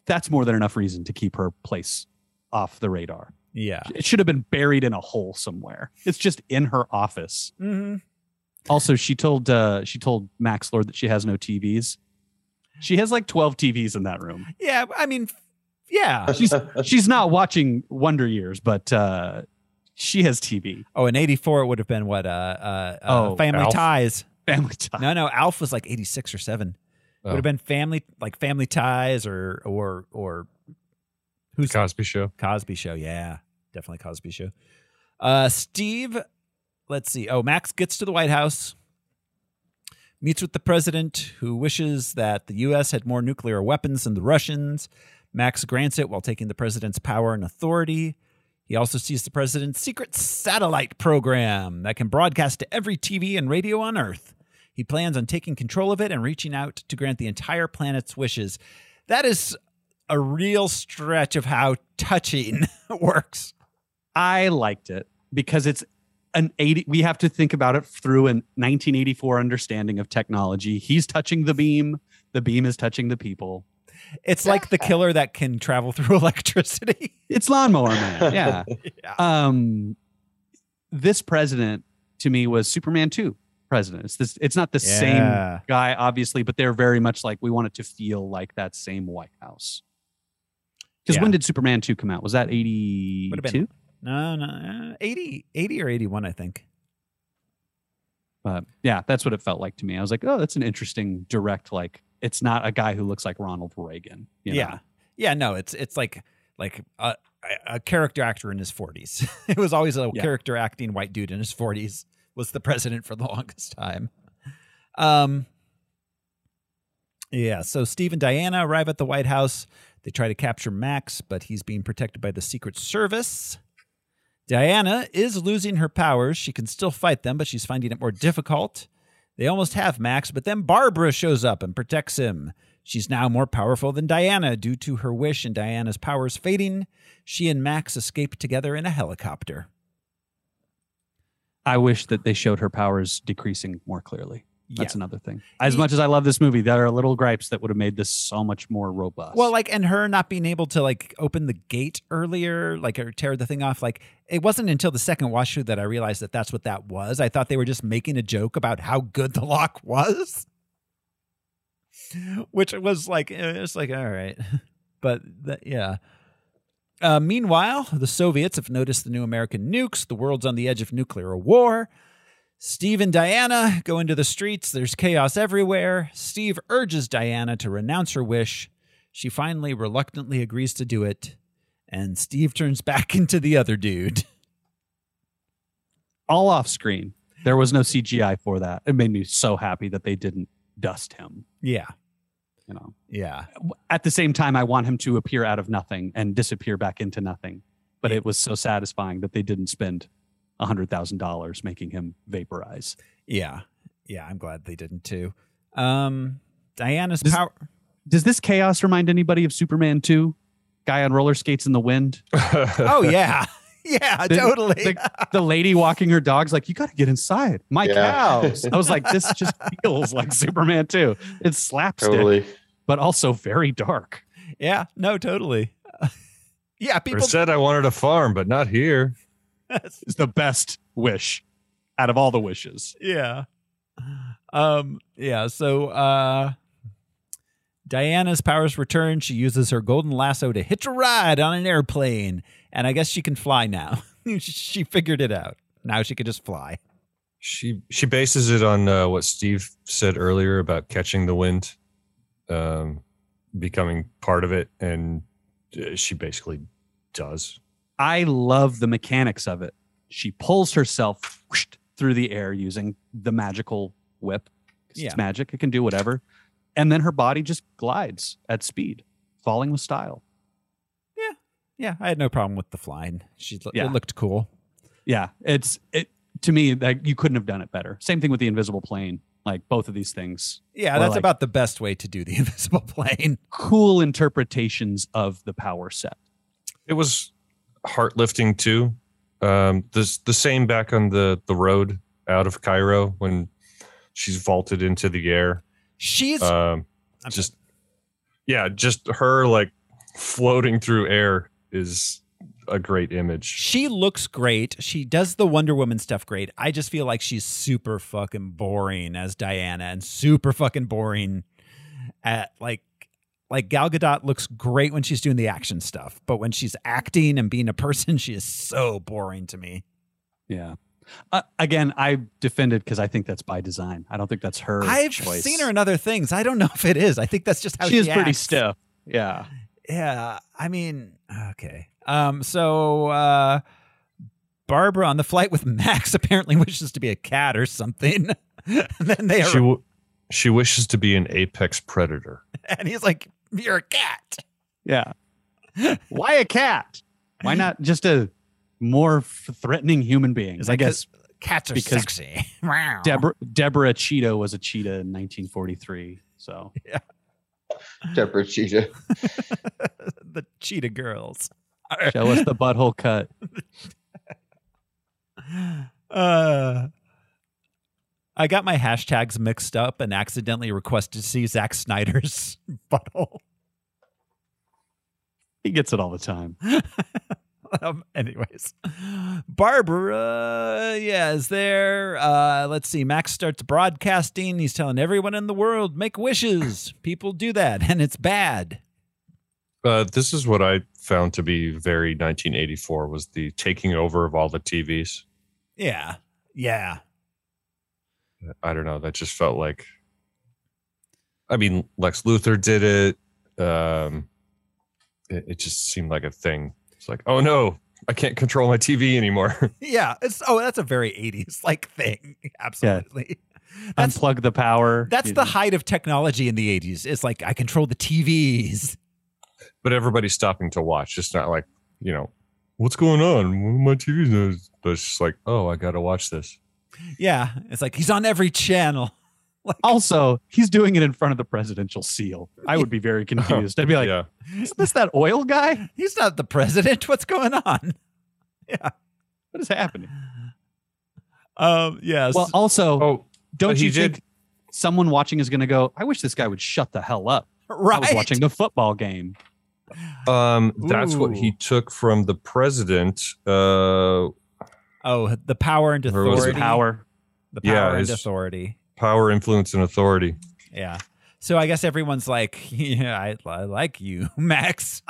[SPEAKER 2] that's more than enough reason to keep her place off the radar.
[SPEAKER 1] Yeah.
[SPEAKER 2] It should have been buried in a hole somewhere. It's just in her office.
[SPEAKER 1] Mm-hmm.
[SPEAKER 2] Also, she told uh, she told Max Lord that she has no TVs. She has like twelve TVs in that room.
[SPEAKER 1] Yeah. I mean, yeah.
[SPEAKER 2] She's she's not watching Wonder Years, but uh, she has TV.
[SPEAKER 1] Oh, in 84, it would have been what? Uh, uh, uh,
[SPEAKER 2] Oh,
[SPEAKER 1] Family
[SPEAKER 4] Alf.
[SPEAKER 1] Ties.
[SPEAKER 2] Family Ties.
[SPEAKER 1] No, no, Alf was like 86 or 7.
[SPEAKER 4] Oh.
[SPEAKER 1] Would have been family like family ties or or or
[SPEAKER 4] Who's Cosby Show?
[SPEAKER 1] Cosby Show. Yeah, definitely Cosby Show. Uh, Steve, let's see. Oh, Max gets to the White House, meets with the president, who wishes that the U.S. had more nuclear weapons than the Russians. Max grants it while taking the president's power and authority. He also sees the president's secret satellite program that can broadcast to every TV and radio on Earth. He plans on taking control of it and reaching out to grant the entire planet's wishes. That is a real stretch of how touching works.
[SPEAKER 2] I liked it because it's an 80 we have to think about it through an 1984 understanding of technology. He's touching the beam, the beam is touching the people.
[SPEAKER 1] It's like the killer that can travel through electricity.
[SPEAKER 2] It's lawnmower man. Yeah. Um this president to me was Superman 2 president. It's this it's not the
[SPEAKER 1] Yeah.
[SPEAKER 2] same guy obviously, but they're very much like we want it to feel like that same White House. Cuz
[SPEAKER 1] Yeah.
[SPEAKER 2] when did Superman 2 come out? Was that 82?
[SPEAKER 1] Would've been- No, no, uh, 80, 80 or 81, I think.
[SPEAKER 2] But yeah, that's what it felt like to me. I was like, oh, that's an interesting direct, like, it's not a guy who looks like Ronald Reagan. you know?
[SPEAKER 1] Yeah. Yeah, no, it's it's like like a, a character actor in his 40s. it was always a
[SPEAKER 2] Yeah.
[SPEAKER 1] character acting white dude in his 40s was the president for the longest time. Um Yeah, so Steve and Diana arrive at the White House. They try to capture Max, but he's being protected by the Secret Service. Diana is losing her powers. She can still fight them, but she's finding it more difficult. They almost have Max, but then Barbara shows up and protects him. She's now more powerful than Diana due to her wish and Diana's powers fading. She and Max escape together in a helicopter.
[SPEAKER 2] I wish that they showed her powers decreasing more clearly. That's
[SPEAKER 1] Yeah.
[SPEAKER 2] another thing. As
[SPEAKER 1] Ye-
[SPEAKER 2] much as I love this movie, there are little gripes that would have made this so much more robust.
[SPEAKER 1] Well, like, and her not being able to like open the gate earlier, like, or tear the thing off. Like, it wasn't until the second watch through that I realized that that's what that was. I thought they were just making a joke about how good the lock was, which was like, eh, it's like, all right, but that, yeah. Uh, meanwhile, the Soviets have noticed the new American nukes. The world's on the edge of nuclear war. Steve and Diana go into the streets. There's chaos everywhere. Steve urges Diana to renounce her wish. She finally reluctantly agrees to do it, and Steve turns back into the other dude.
[SPEAKER 2] all off screen. There was no CGI for that. It made me so happy that they didn't dust him.
[SPEAKER 1] Yeah.
[SPEAKER 2] You know,
[SPEAKER 1] Yeah.
[SPEAKER 2] at the same time, I want him to appear out of nothing and disappear back into nothing. But it was so satisfying that they didn't spend hundred thousand dollars making him vaporize.
[SPEAKER 1] Yeah. Yeah. I'm glad they didn't too. Um, Diana's
[SPEAKER 2] This-
[SPEAKER 1] power.
[SPEAKER 2] Does this chaos remind anybody of Superman 2? Guy on roller skates in the wind.
[SPEAKER 1] Oh, yeah. Yeah,
[SPEAKER 2] The-
[SPEAKER 1] totally.
[SPEAKER 2] The, the lady walking her dog's like, You got to get inside. My
[SPEAKER 3] Yeah.
[SPEAKER 2] cows. I was like, This just feels like Superman 2. It's slapstick,
[SPEAKER 3] Totally.
[SPEAKER 2] but also very dark.
[SPEAKER 1] yeah. No, totally. yeah.
[SPEAKER 4] Or
[SPEAKER 1] People.
[SPEAKER 4] said I wanted a farm, but not here.
[SPEAKER 2] It's the best wish out of all the wishes.
[SPEAKER 1] yeah um yeah so uh diana's powers return she uses her golden lasso to hitch a ride on an airplane and i guess she can fly now she figured it out now she can just fly
[SPEAKER 4] She she bases it on uh, what Steve said earlier about catching the wind, um, becoming part of it, and uh, she basically does.
[SPEAKER 2] I love the mechanics of it. She pulls herself whoosh, through the air using the magical whip. 'Cause
[SPEAKER 1] Yeah.
[SPEAKER 2] It's magic, it can do whatever. And then her body just glides at speed, falling with style.
[SPEAKER 1] yeah i had no problem with the flying she lo-
[SPEAKER 2] Yeah.
[SPEAKER 1] it looked cool
[SPEAKER 2] Yeah, it's it to me like you couldn't have done it better. Same thing with the invisible plane. Like both of these things,
[SPEAKER 1] yeah
[SPEAKER 2] Or
[SPEAKER 1] that's
[SPEAKER 2] like-
[SPEAKER 1] about the best way to do the invisible plane
[SPEAKER 2] cool interpretations of the power set.
[SPEAKER 4] It was heart lifting too. Um, this the same back on the the road out of Cairo when she's vaulted into the air.
[SPEAKER 1] she's
[SPEAKER 4] Um,
[SPEAKER 1] I'm
[SPEAKER 4] just yeah, just her like floating through air is a great image.
[SPEAKER 1] She looks great. She does the Wonder Woman stuff great. I just feel like she's super fucking boring as Diana and super fucking boring at like like Gal Gadot looks great when she's doing the action stuff, but when she's acting and being a person, she is so boring to me.
[SPEAKER 2] Yeah. Uh, again, I defended because I think that's by design. I don't think that's her.
[SPEAKER 1] I've
[SPEAKER 2] choice.
[SPEAKER 1] seen her in other things. I don't know if it is. I think that's just how she,
[SPEAKER 2] She is pretty
[SPEAKER 1] acts.
[SPEAKER 2] stiff. Yeah.
[SPEAKER 1] Yeah, I mean, okay. Um, so uh, Barbara on the flight with Max apparently wishes to be a cat or something. and then they are,
[SPEAKER 4] She, w- she wishes to be an apex predator.
[SPEAKER 1] and he's like, "You're a cat."
[SPEAKER 2] Yeah. Why a cat? Why not just a more f- threatening human being?
[SPEAKER 1] It's
[SPEAKER 2] I
[SPEAKER 1] like,
[SPEAKER 2] guess
[SPEAKER 1] Cats are
[SPEAKER 2] Because-
[SPEAKER 1] sexy. Wow.
[SPEAKER 2] Deborah Deborah Cheetah was a cheetah in 1943. So
[SPEAKER 3] Deborah Cheetah.
[SPEAKER 1] the cheetah girls.
[SPEAKER 2] show us the butthole cut.
[SPEAKER 1] Uh, I got my hashtags mixed up and accidentally requested to see Zack Snyder's butthole.
[SPEAKER 2] He gets it all the time.
[SPEAKER 1] um, anyways, Barbara, uh, yeah, is there. Uh, let's see. Max starts broadcasting. He's telling everyone in the world, make wishes. People do that, and it's bad.
[SPEAKER 4] Uh, this is what I found to be very 1984 was the taking over of all the TVs.
[SPEAKER 1] Yeah. Yeah.
[SPEAKER 4] I don't know. That just felt like. I mean, Lex Luthor did it. Um, it, it just seemed like a thing. It's like, oh no, I can't control my TV anymore.
[SPEAKER 1] Yeah. It's oh, that's a very 80s like thing. Absolutely. That's
[SPEAKER 2] Unplug the power.
[SPEAKER 1] that's
[SPEAKER 2] you
[SPEAKER 1] the
[SPEAKER 2] know.
[SPEAKER 1] height of technology in the 80s. It's like I control the TVs.
[SPEAKER 4] but everybody's stopping to watch. It's not like you know, what's going on? My TV's not-" It's just like, oh, I gotta watch this.
[SPEAKER 1] Yeah. It's like he's on every channel.
[SPEAKER 2] Also, he's doing it in front of the presidential seal. I would be very confused. I'd be like,
[SPEAKER 4] yeah,
[SPEAKER 2] is this that oil guy?
[SPEAKER 1] He's not the president. What's going on?
[SPEAKER 2] What is happening?
[SPEAKER 1] Um, yeah.
[SPEAKER 2] Well, also,
[SPEAKER 4] Oh,
[SPEAKER 2] don't
[SPEAKER 4] he
[SPEAKER 2] you
[SPEAKER 4] did-
[SPEAKER 2] think someone watching is going to go, I wish this guy would shut the hell up?
[SPEAKER 1] right.
[SPEAKER 2] I was watching the football game.
[SPEAKER 4] um, that's what he
[SPEAKER 1] Ooh.
[SPEAKER 4] took from the president. Uh,
[SPEAKER 1] Oh, the power and
[SPEAKER 4] Or was it
[SPEAKER 1] authority.
[SPEAKER 2] Power.
[SPEAKER 1] The power
[SPEAKER 4] Yeah,
[SPEAKER 1] and
[SPEAKER 4] it's-
[SPEAKER 1] authority.
[SPEAKER 4] power, influence, and authority.
[SPEAKER 1] Yeah. So I guess everyone's like, yeah, I, I like you, Max.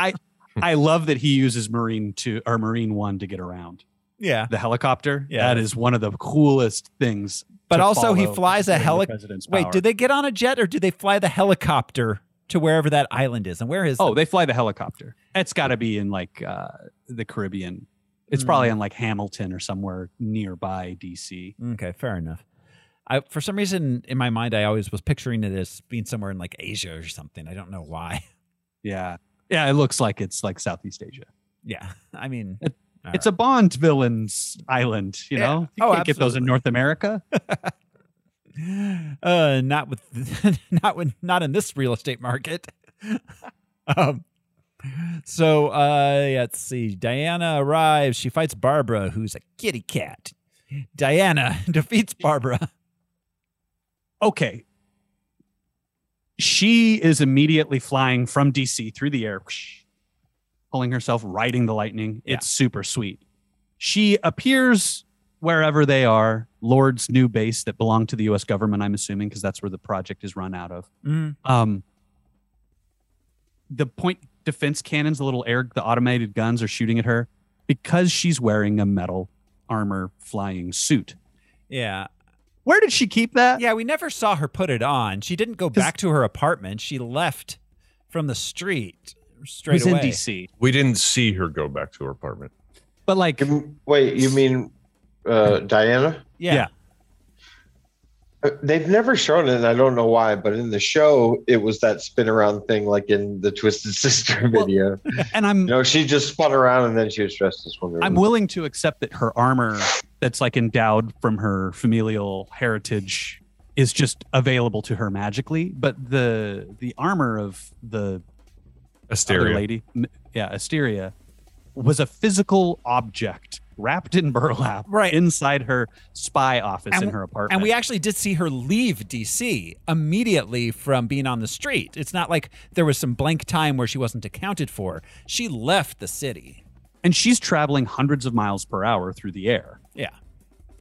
[SPEAKER 2] I love that he uses Marine 2 or Marine 1 to get around.
[SPEAKER 1] Yeah.
[SPEAKER 2] the helicopter.
[SPEAKER 1] Yeah.
[SPEAKER 2] That is one of the coolest things.
[SPEAKER 1] But
[SPEAKER 2] to
[SPEAKER 1] also he
[SPEAKER 2] follow
[SPEAKER 1] flies a
[SPEAKER 2] during the
[SPEAKER 1] helic-
[SPEAKER 2] president's
[SPEAKER 1] Wait,
[SPEAKER 2] power.
[SPEAKER 1] do they get on a jet or do they fly the helicopter to wherever that island is? And where is
[SPEAKER 2] Oh, they fly the helicopter. It's got to be in like uh, the Caribbean. It's
[SPEAKER 1] Hmm.
[SPEAKER 2] probably in like Hamilton or somewhere nearby DC.
[SPEAKER 1] Okay, fair enough. I, for some reason, in my mind, I always was picturing it as being somewhere in like Asia or something. I don't know why.
[SPEAKER 2] Yeah. Yeah, it looks like it's like Southeast Asia.
[SPEAKER 1] Yeah, I mean, All
[SPEAKER 2] It's a Bond villain's island, you
[SPEAKER 1] Yeah.
[SPEAKER 2] know? You
[SPEAKER 1] Oh,
[SPEAKER 2] can't get those in
[SPEAKER 1] absolutely.
[SPEAKER 2] North America.
[SPEAKER 1] uh, not with, not when, not in this real estate market. um, so uh, yeah, let's see. Diana arrives. She fights Barbara, who's a kitty cat. Diana defeats Barbara.
[SPEAKER 2] okay. She is immediately flying from DC through the air, whoosh, pulling herself, riding the lightning.
[SPEAKER 1] Yeah.
[SPEAKER 2] It's super sweet. She appears wherever they are, Lord's new base that belonged to the US government, I'm assuming, because that's where the project is run out of.
[SPEAKER 1] Mm.
[SPEAKER 2] Um, the point defense cannons, the little air, the automated guns are shooting at her because she's wearing a metal armor flying suit.
[SPEAKER 1] Yeah,
[SPEAKER 2] Where did she keep that?
[SPEAKER 1] yeah. We never saw her put it on. She didn't go back to her apartment. She left from the street
[SPEAKER 2] It
[SPEAKER 1] straight
[SPEAKER 2] was in
[SPEAKER 1] away.
[SPEAKER 2] DC.
[SPEAKER 4] We didn't see her go back to her apartment.
[SPEAKER 2] But like,
[SPEAKER 3] Wait, you mean uh, Diana?
[SPEAKER 1] Yeah.
[SPEAKER 2] Yeah.
[SPEAKER 3] Uh, They've never shown it, and I don't know why, but in the show, it was that spin around thing, like in the Twisted Sister
[SPEAKER 2] Well-
[SPEAKER 3] video.
[SPEAKER 2] and I'm
[SPEAKER 3] no, she just spun around and then she was dressed as Wonder
[SPEAKER 2] I'm
[SPEAKER 3] Woman.
[SPEAKER 2] willing to accept that her armor that's like endowed from her familial heritage is just available to her magically, but the the armor of the other
[SPEAKER 4] Asteria.
[SPEAKER 2] lady, m- yeah, Asteria, was a physical object wrapped in burlap
[SPEAKER 1] Right.
[SPEAKER 2] inside her spy office
[SPEAKER 1] And
[SPEAKER 2] in
[SPEAKER 1] w-
[SPEAKER 2] her apartment.
[SPEAKER 1] And we actually did see her leave DC immediately from being on the street. It's not like there was some blank time where she wasn't accounted for. She left the city.
[SPEAKER 2] and she's traveling hundreds of miles per hour through the air.
[SPEAKER 1] Yeah.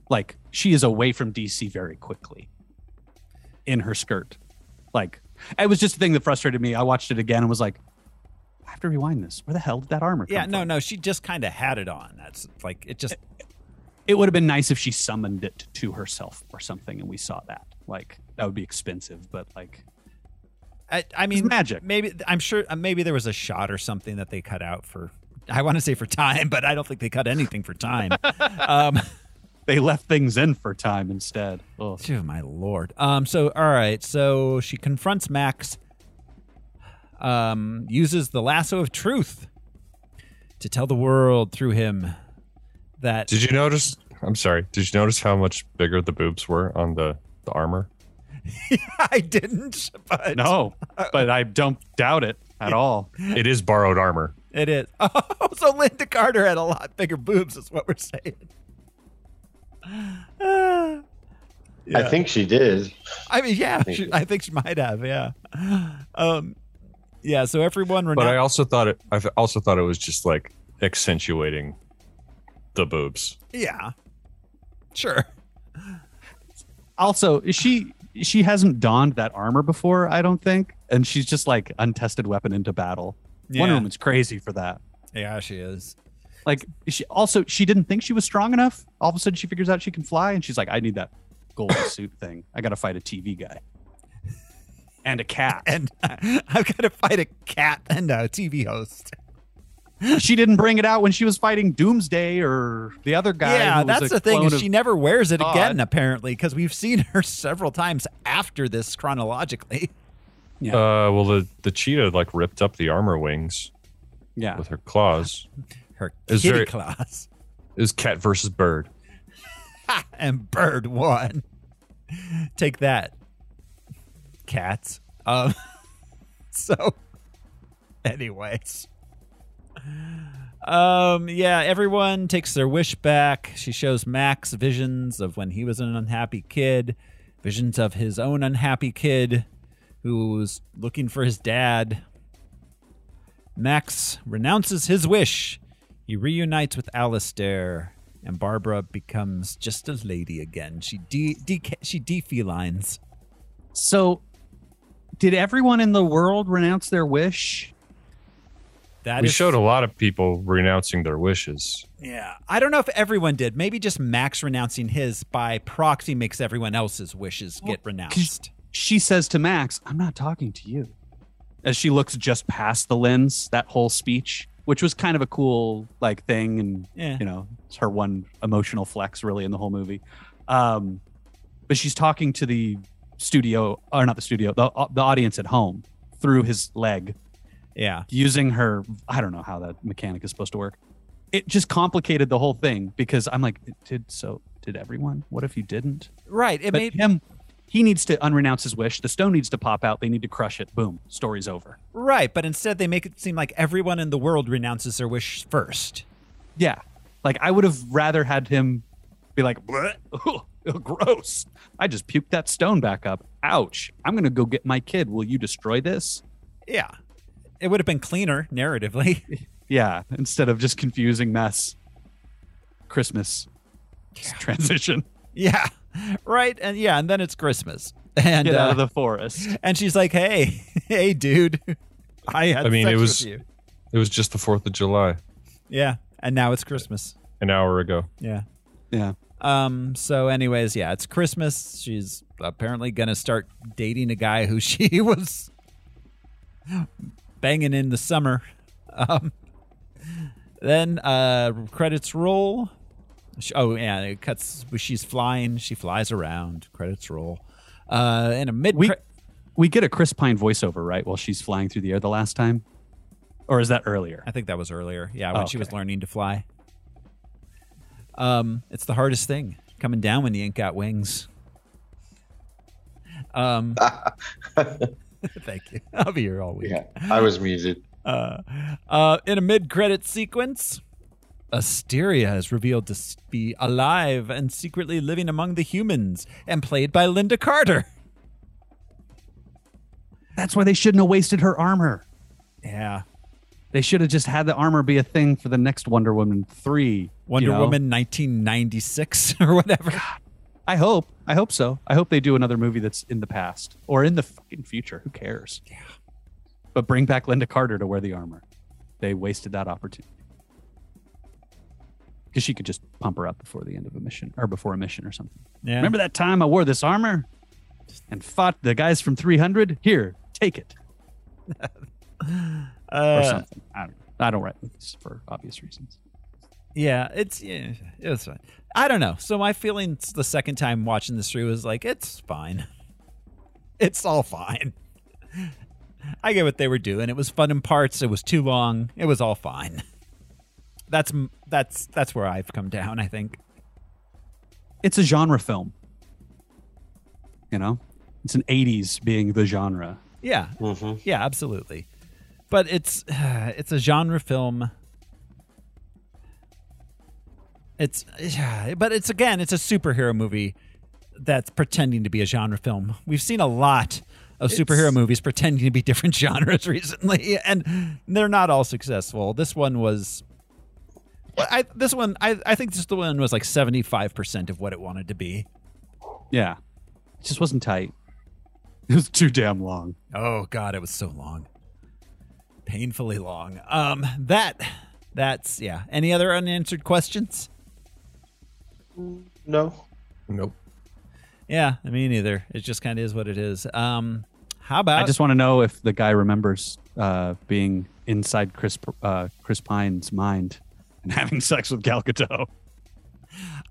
[SPEAKER 2] like she is away from DC very quickly in her skirt. Like it was just the thing that frustrated me. I watched it again and was like, I have to rewind this. Where the hell did that armor come
[SPEAKER 1] Yeah, no,
[SPEAKER 2] from?
[SPEAKER 1] no, she just kind of had it on. That's like it just
[SPEAKER 2] it would have been nice if she summoned it to herself or something, and we saw that. Like that would be expensive, but like
[SPEAKER 1] I, I mean,
[SPEAKER 2] magic.
[SPEAKER 1] Maybe I'm sure. uh, Maybe there was a shot or something that they cut out for. I want to say for time, but I don't think they cut anything for time. um,
[SPEAKER 2] they left things in for time instead. Oh,
[SPEAKER 1] Phew, my lord. Um. So all right. So she confronts Max. Um. Uses the lasso of truth to tell the world through him that
[SPEAKER 4] Did you notice? I'm sorry. Did you notice how much bigger the boobs were on the, the armor?
[SPEAKER 1] I didn't. But
[SPEAKER 2] no,
[SPEAKER 1] Uh,
[SPEAKER 2] but I don't doubt it at all.
[SPEAKER 4] It is borrowed armor.
[SPEAKER 1] It is. Oh, so Linda Carter had a lot bigger boobs, is what we're saying. Ah.
[SPEAKER 3] I think she did.
[SPEAKER 1] I mean, yeah,
[SPEAKER 3] Thank
[SPEAKER 1] she,
[SPEAKER 3] you.
[SPEAKER 1] I think she might have. Yeah. Um, yeah. So everyone,
[SPEAKER 4] But I
[SPEAKER 1] renounce
[SPEAKER 4] also thought it. I also thought it was just like accentuating the boobs.
[SPEAKER 1] yeah, sure.
[SPEAKER 2] Also, she she hasn't donned that armor before, I don't think, and she's just like untested weapon into battle.
[SPEAKER 1] Yeah.
[SPEAKER 2] Wonder Woman's crazy for that.
[SPEAKER 1] Yeah, she is.
[SPEAKER 2] Like she also she didn't think she was strong enough. All of a sudden, she figures out she can fly, and she's like, "I need that gold suit thing. I got to fight a TV guy and a cat."
[SPEAKER 1] And I've got to fight a cat and a TV host.
[SPEAKER 2] she didn't bring it out when she was fighting Doomsday or the other guy.
[SPEAKER 1] yeah,
[SPEAKER 2] who was
[SPEAKER 1] that's
[SPEAKER 2] a
[SPEAKER 1] the thing.
[SPEAKER 2] clone
[SPEAKER 1] Is
[SPEAKER 2] of-
[SPEAKER 1] she never wears it again,
[SPEAKER 2] God.
[SPEAKER 1] apparently, because we've seen her several times after this chronologically.
[SPEAKER 2] Yeah.
[SPEAKER 4] Uh, well, the the cheetah like ripped up the armor wings
[SPEAKER 2] yeah,
[SPEAKER 4] with her claws.
[SPEAKER 1] Her
[SPEAKER 4] It's
[SPEAKER 1] kitty
[SPEAKER 4] very-
[SPEAKER 1] claws
[SPEAKER 4] It was cat versus bird.
[SPEAKER 1] and bird one. Take that, cats. Um. So, anyways. Um. Yeah. Everyone takes their wish back. She shows Max visions of when he was an unhappy kid, visions of his own unhappy kid, who was looking for his dad. Max renounces his wish. He reunites with Alistair, and Barbara becomes just a lady again. She de, deca- she defelines.
[SPEAKER 2] So, did everyone in the world renounce their wish?
[SPEAKER 1] That
[SPEAKER 4] we
[SPEAKER 1] is-
[SPEAKER 4] showed a lot of people renouncing their wishes.
[SPEAKER 1] Yeah. I don't know if everyone did. Maybe just Max renouncing his by proxy makes everyone else's wishes
[SPEAKER 2] Well,
[SPEAKER 1] get renounced.
[SPEAKER 2] She says to Max, I'm not talking to you. As she looks just past the lens, that whole speech, which was kind of a cool like thing and
[SPEAKER 1] Yeah.
[SPEAKER 2] you know, it's her one emotional flex really in the whole movie. Um but she's talking to the studio or not the studio, the uh, the audience at home through his leg
[SPEAKER 1] Yeah.
[SPEAKER 2] using her i don't know how that mechanic is supposed to work it just complicated the whole thing because i'm like it did so did everyone what if you didn't
[SPEAKER 1] Right. It
[SPEAKER 2] but
[SPEAKER 1] made
[SPEAKER 2] him he needs to unrenounce his wish the stone needs to pop out they need to crush it boom story's over
[SPEAKER 1] right, but instead they make it seem like everyone in the world renounces their wish first.
[SPEAKER 2] yeah like i would have rather had him be like "Bleh, gross i just puked that stone back up ouch i'm gonna go get my kid will you destroy this
[SPEAKER 1] Yeah. It would have been cleaner narratively.
[SPEAKER 2] yeah instead of just confusing mess christmas transition
[SPEAKER 1] yeah. Right. And yeah, and then it's Christmas. And
[SPEAKER 2] get out
[SPEAKER 1] uh,
[SPEAKER 2] of the forest.
[SPEAKER 1] and she's like, "Hey, hey, dude, I had
[SPEAKER 4] I mean,
[SPEAKER 1] sex
[SPEAKER 4] it was-
[SPEAKER 1] with you."
[SPEAKER 4] It was just the Fourth of July
[SPEAKER 1] Yeah, and now it's Christmas.
[SPEAKER 4] an hour ago.
[SPEAKER 1] Yeah.
[SPEAKER 2] Yeah.
[SPEAKER 1] Um. So, anyways, yeah, it's Christmas. She's apparently gonna start dating a guy who she was banging in the summer. Um. Then uh, credits roll. Sh- Oh, yeah, it cuts. She's flying. She flies around. Credits roll. Uh, in a mid.
[SPEAKER 2] We we get a Chris Pine voiceover, right, while she's flying through the air the last time? Or is that earlier?
[SPEAKER 1] I think that was earlier. Yeah, when
[SPEAKER 2] Oh,
[SPEAKER 1] she was
[SPEAKER 2] okay.
[SPEAKER 1] learning to fly. Um, it's the hardest thing coming down when you ain't got wings. Um, thank you. I'll be here all week.
[SPEAKER 3] Yeah, I was muted.
[SPEAKER 1] Uh, uh, in a mid-credit sequence, Asteria is revealed to s- be alive and secretly living among the humans, and played by Linda Carter.
[SPEAKER 2] That's why they shouldn't have wasted her armor.
[SPEAKER 1] Yeah,
[SPEAKER 2] They should have just had the armor be a thing for the next Wonder Woman 3. you
[SPEAKER 1] Wonder
[SPEAKER 2] know?
[SPEAKER 1] Woman 1996 or whatever.
[SPEAKER 2] I hope. I hope so. I hope they do another movie that's in the past or in the fucking future. Who cares? Yeah. But bring back Linda Carter to wear the armor. They wasted that opportunity. because she could just pump her up before the end of a mission or before a mission or something.
[SPEAKER 1] Yeah.
[SPEAKER 2] Remember that time I wore this armor and fought the guys from 300? Here, take it or
[SPEAKER 1] Uh,
[SPEAKER 2] something. I don't, I don't write movies for obvious reasons.
[SPEAKER 1] yeah, it's yeah, it's fine. I don't know. So my feelings the second time watching this through was like, it's fine. It's all fine. I get what they were doing. It was fun in parts. It was too long. It was all fine. That's m- that's that's where I've come down. I think.
[SPEAKER 2] It's a genre film. You know, it's an 80s being the genre.
[SPEAKER 1] Yeah,
[SPEAKER 3] Mm-hmm.
[SPEAKER 1] yeah, absolutely. But it's it's a genre film. It's but it's again, it's a superhero movie that's pretending to be a genre film. We've seen a lot of superhero movies pretending to be different genres recently, and they're not all successful. This one was. well, I, this one, I, I think this one was like 75% of what it wanted to be.
[SPEAKER 2] Yeah. It just wasn't tight. It was too damn long.
[SPEAKER 1] Oh god, it was so long. Painfully long. Um that that's yeah. Any other unanswered questions?
[SPEAKER 3] No.
[SPEAKER 4] Nope.
[SPEAKER 1] Yeah, me neither. It just kind of is what it is. Um how about
[SPEAKER 2] I just want to know if the guy remembers uh, being inside Chris uh, Chris Pine's mind and having sex with Gal Gadot.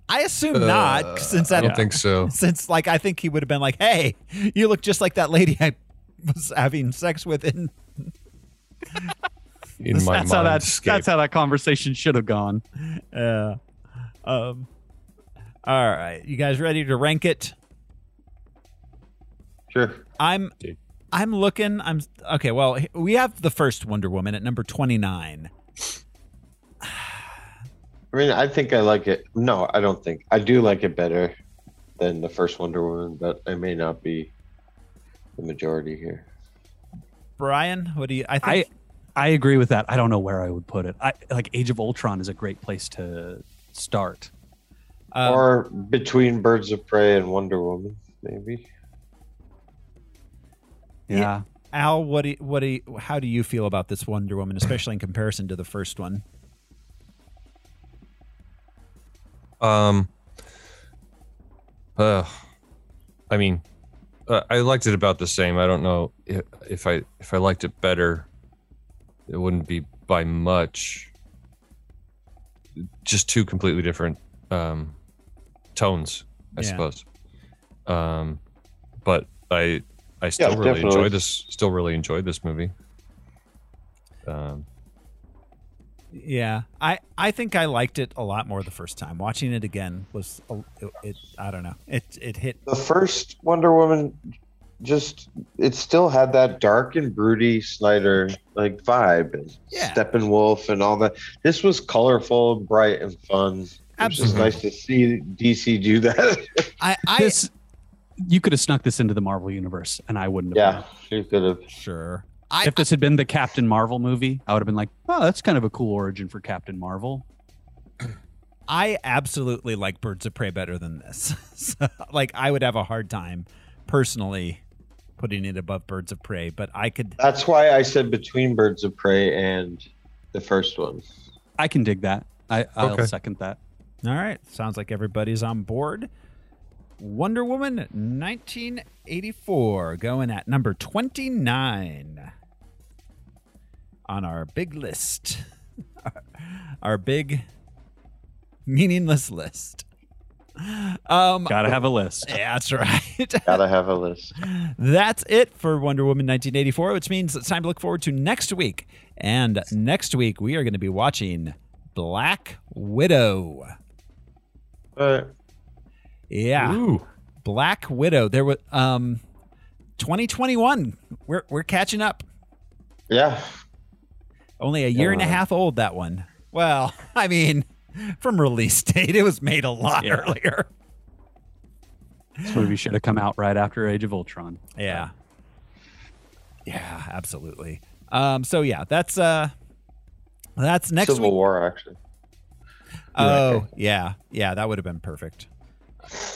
[SPEAKER 1] I assume not since that
[SPEAKER 4] uh, I don't think so.
[SPEAKER 1] since like I think he would have been like, "Hey, you look just like that lady I was having sex with in
[SPEAKER 4] In my
[SPEAKER 2] that's how that
[SPEAKER 4] mindscape.
[SPEAKER 2] that's how that conversation should have gone.
[SPEAKER 1] uh um all right. You guys ready to rank it?
[SPEAKER 3] Sure.
[SPEAKER 1] I'm
[SPEAKER 4] Dude.
[SPEAKER 1] I'm looking. I'm okay. Well, h- we have the first Wonder Woman at number twenty nine.
[SPEAKER 3] I mean, I think I like it. No, I don't think. I do like it better than the first Wonder Woman, but I may not be the majority here.
[SPEAKER 1] Brian, what do you? I
[SPEAKER 2] I
[SPEAKER 1] think
[SPEAKER 2] I agree with that. I don't know where I would put it. I like Age of Ultron is a great place to start.
[SPEAKER 1] um,
[SPEAKER 3] or between Birds of Prey and Wonder Woman, maybe.
[SPEAKER 1] Yeah.
[SPEAKER 2] Yeah.
[SPEAKER 1] Al, what do you, what do you, how do you feel about this Wonder Woman, especially in comparison to the first one?
[SPEAKER 4] Um, uh, I mean, uh, I liked it about the same. I don't know if, if I if I liked it better. It wouldn't be by much. Just two completely different um, tones, I
[SPEAKER 1] Yeah.
[SPEAKER 4] suppose. Um, but I I still really
[SPEAKER 3] definitely.
[SPEAKER 4] enjoy this. Still really enjoyed this movie. Um,
[SPEAKER 1] Yeah, I I think I liked it a lot more the first time. Watching it again was a- it, it I don't know it it hit
[SPEAKER 3] The first Wonder Woman just it still had that dark and broody Snyder like vibe and
[SPEAKER 1] Yeah.
[SPEAKER 3] Steppenwolf and all that. This was colorful and bright and fun. It's just
[SPEAKER 1] absolutely.
[SPEAKER 3] nice to see DC do that.
[SPEAKER 1] I I
[SPEAKER 2] This you could have snuck this into the Marvel universe and I wouldn't have known.
[SPEAKER 3] yeah, you could have.
[SPEAKER 1] sure I
[SPEAKER 2] if this had been the Captain Marvel movie, I would have been like, "Oh, that's kind of a cool origin for Captain Marvel."
[SPEAKER 1] I absolutely like Birds of Prey better than this. so, like I would have a hard time personally putting it above Birds of Prey, but I could
[SPEAKER 3] That's why I said between Birds of Prey and the first one.
[SPEAKER 2] I can dig that. I, I'll
[SPEAKER 4] Okay.
[SPEAKER 2] second that.
[SPEAKER 1] All right. Sounds like everybody's on board. Wonder Woman 1984 going at number 29 on our big list. Our, our big meaningless list. Um
[SPEAKER 2] Gotta have a list.
[SPEAKER 1] yeah, that's right.
[SPEAKER 3] Gotta have a list.
[SPEAKER 1] That's it for Wonder Woman 1984, which means it's time to look forward to next week. And next week we are going to be watching Black Widow.
[SPEAKER 3] But
[SPEAKER 1] Yeah.
[SPEAKER 4] Ooh,
[SPEAKER 1] Black Widow. There was um 2021. We're we're catching up.
[SPEAKER 3] yeah,
[SPEAKER 1] Only a year and a
[SPEAKER 3] Yeah.
[SPEAKER 1] half old that one. Well, I mean, from release date, it was made a lot
[SPEAKER 2] Yeah.
[SPEAKER 1] earlier.
[SPEAKER 2] This movie should have come out right after Age of Ultron.
[SPEAKER 1] Yeah. Yeah, absolutely. Um so yeah, that's uh that's next
[SPEAKER 3] Civil
[SPEAKER 1] week.
[SPEAKER 3] War actually.
[SPEAKER 1] Oh, yeah. Yeah, that would have been perfect.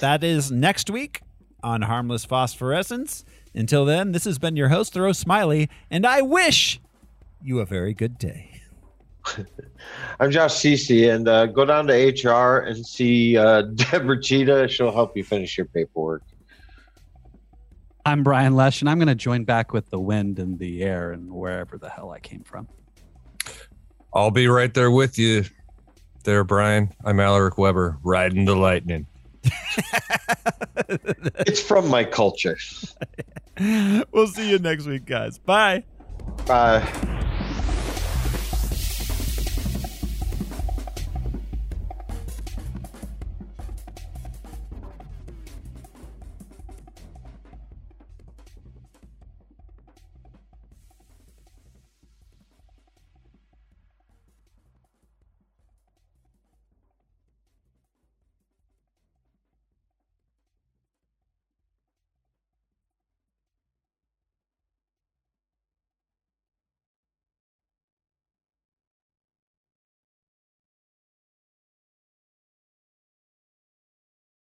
[SPEAKER 1] That is next week on Harmless Phosphorescence. Until then, this has been your host, Thoreau Smiley, and I wish you a very good day.
[SPEAKER 3] I'm Josh Cece, and uh, go down to HR and see uh, Deborah Cheetah. She'll help you finish your paperwork.
[SPEAKER 2] I'm Brian Lesh, and I'm going to join back with the wind and the air and wherever the hell I came from.
[SPEAKER 4] I'll be right there with you, there, Brian. I'm Alaric Weber, riding the lightning.
[SPEAKER 3] It's from my culture.
[SPEAKER 1] we'll see you next week, guys. Bye.
[SPEAKER 3] Bye.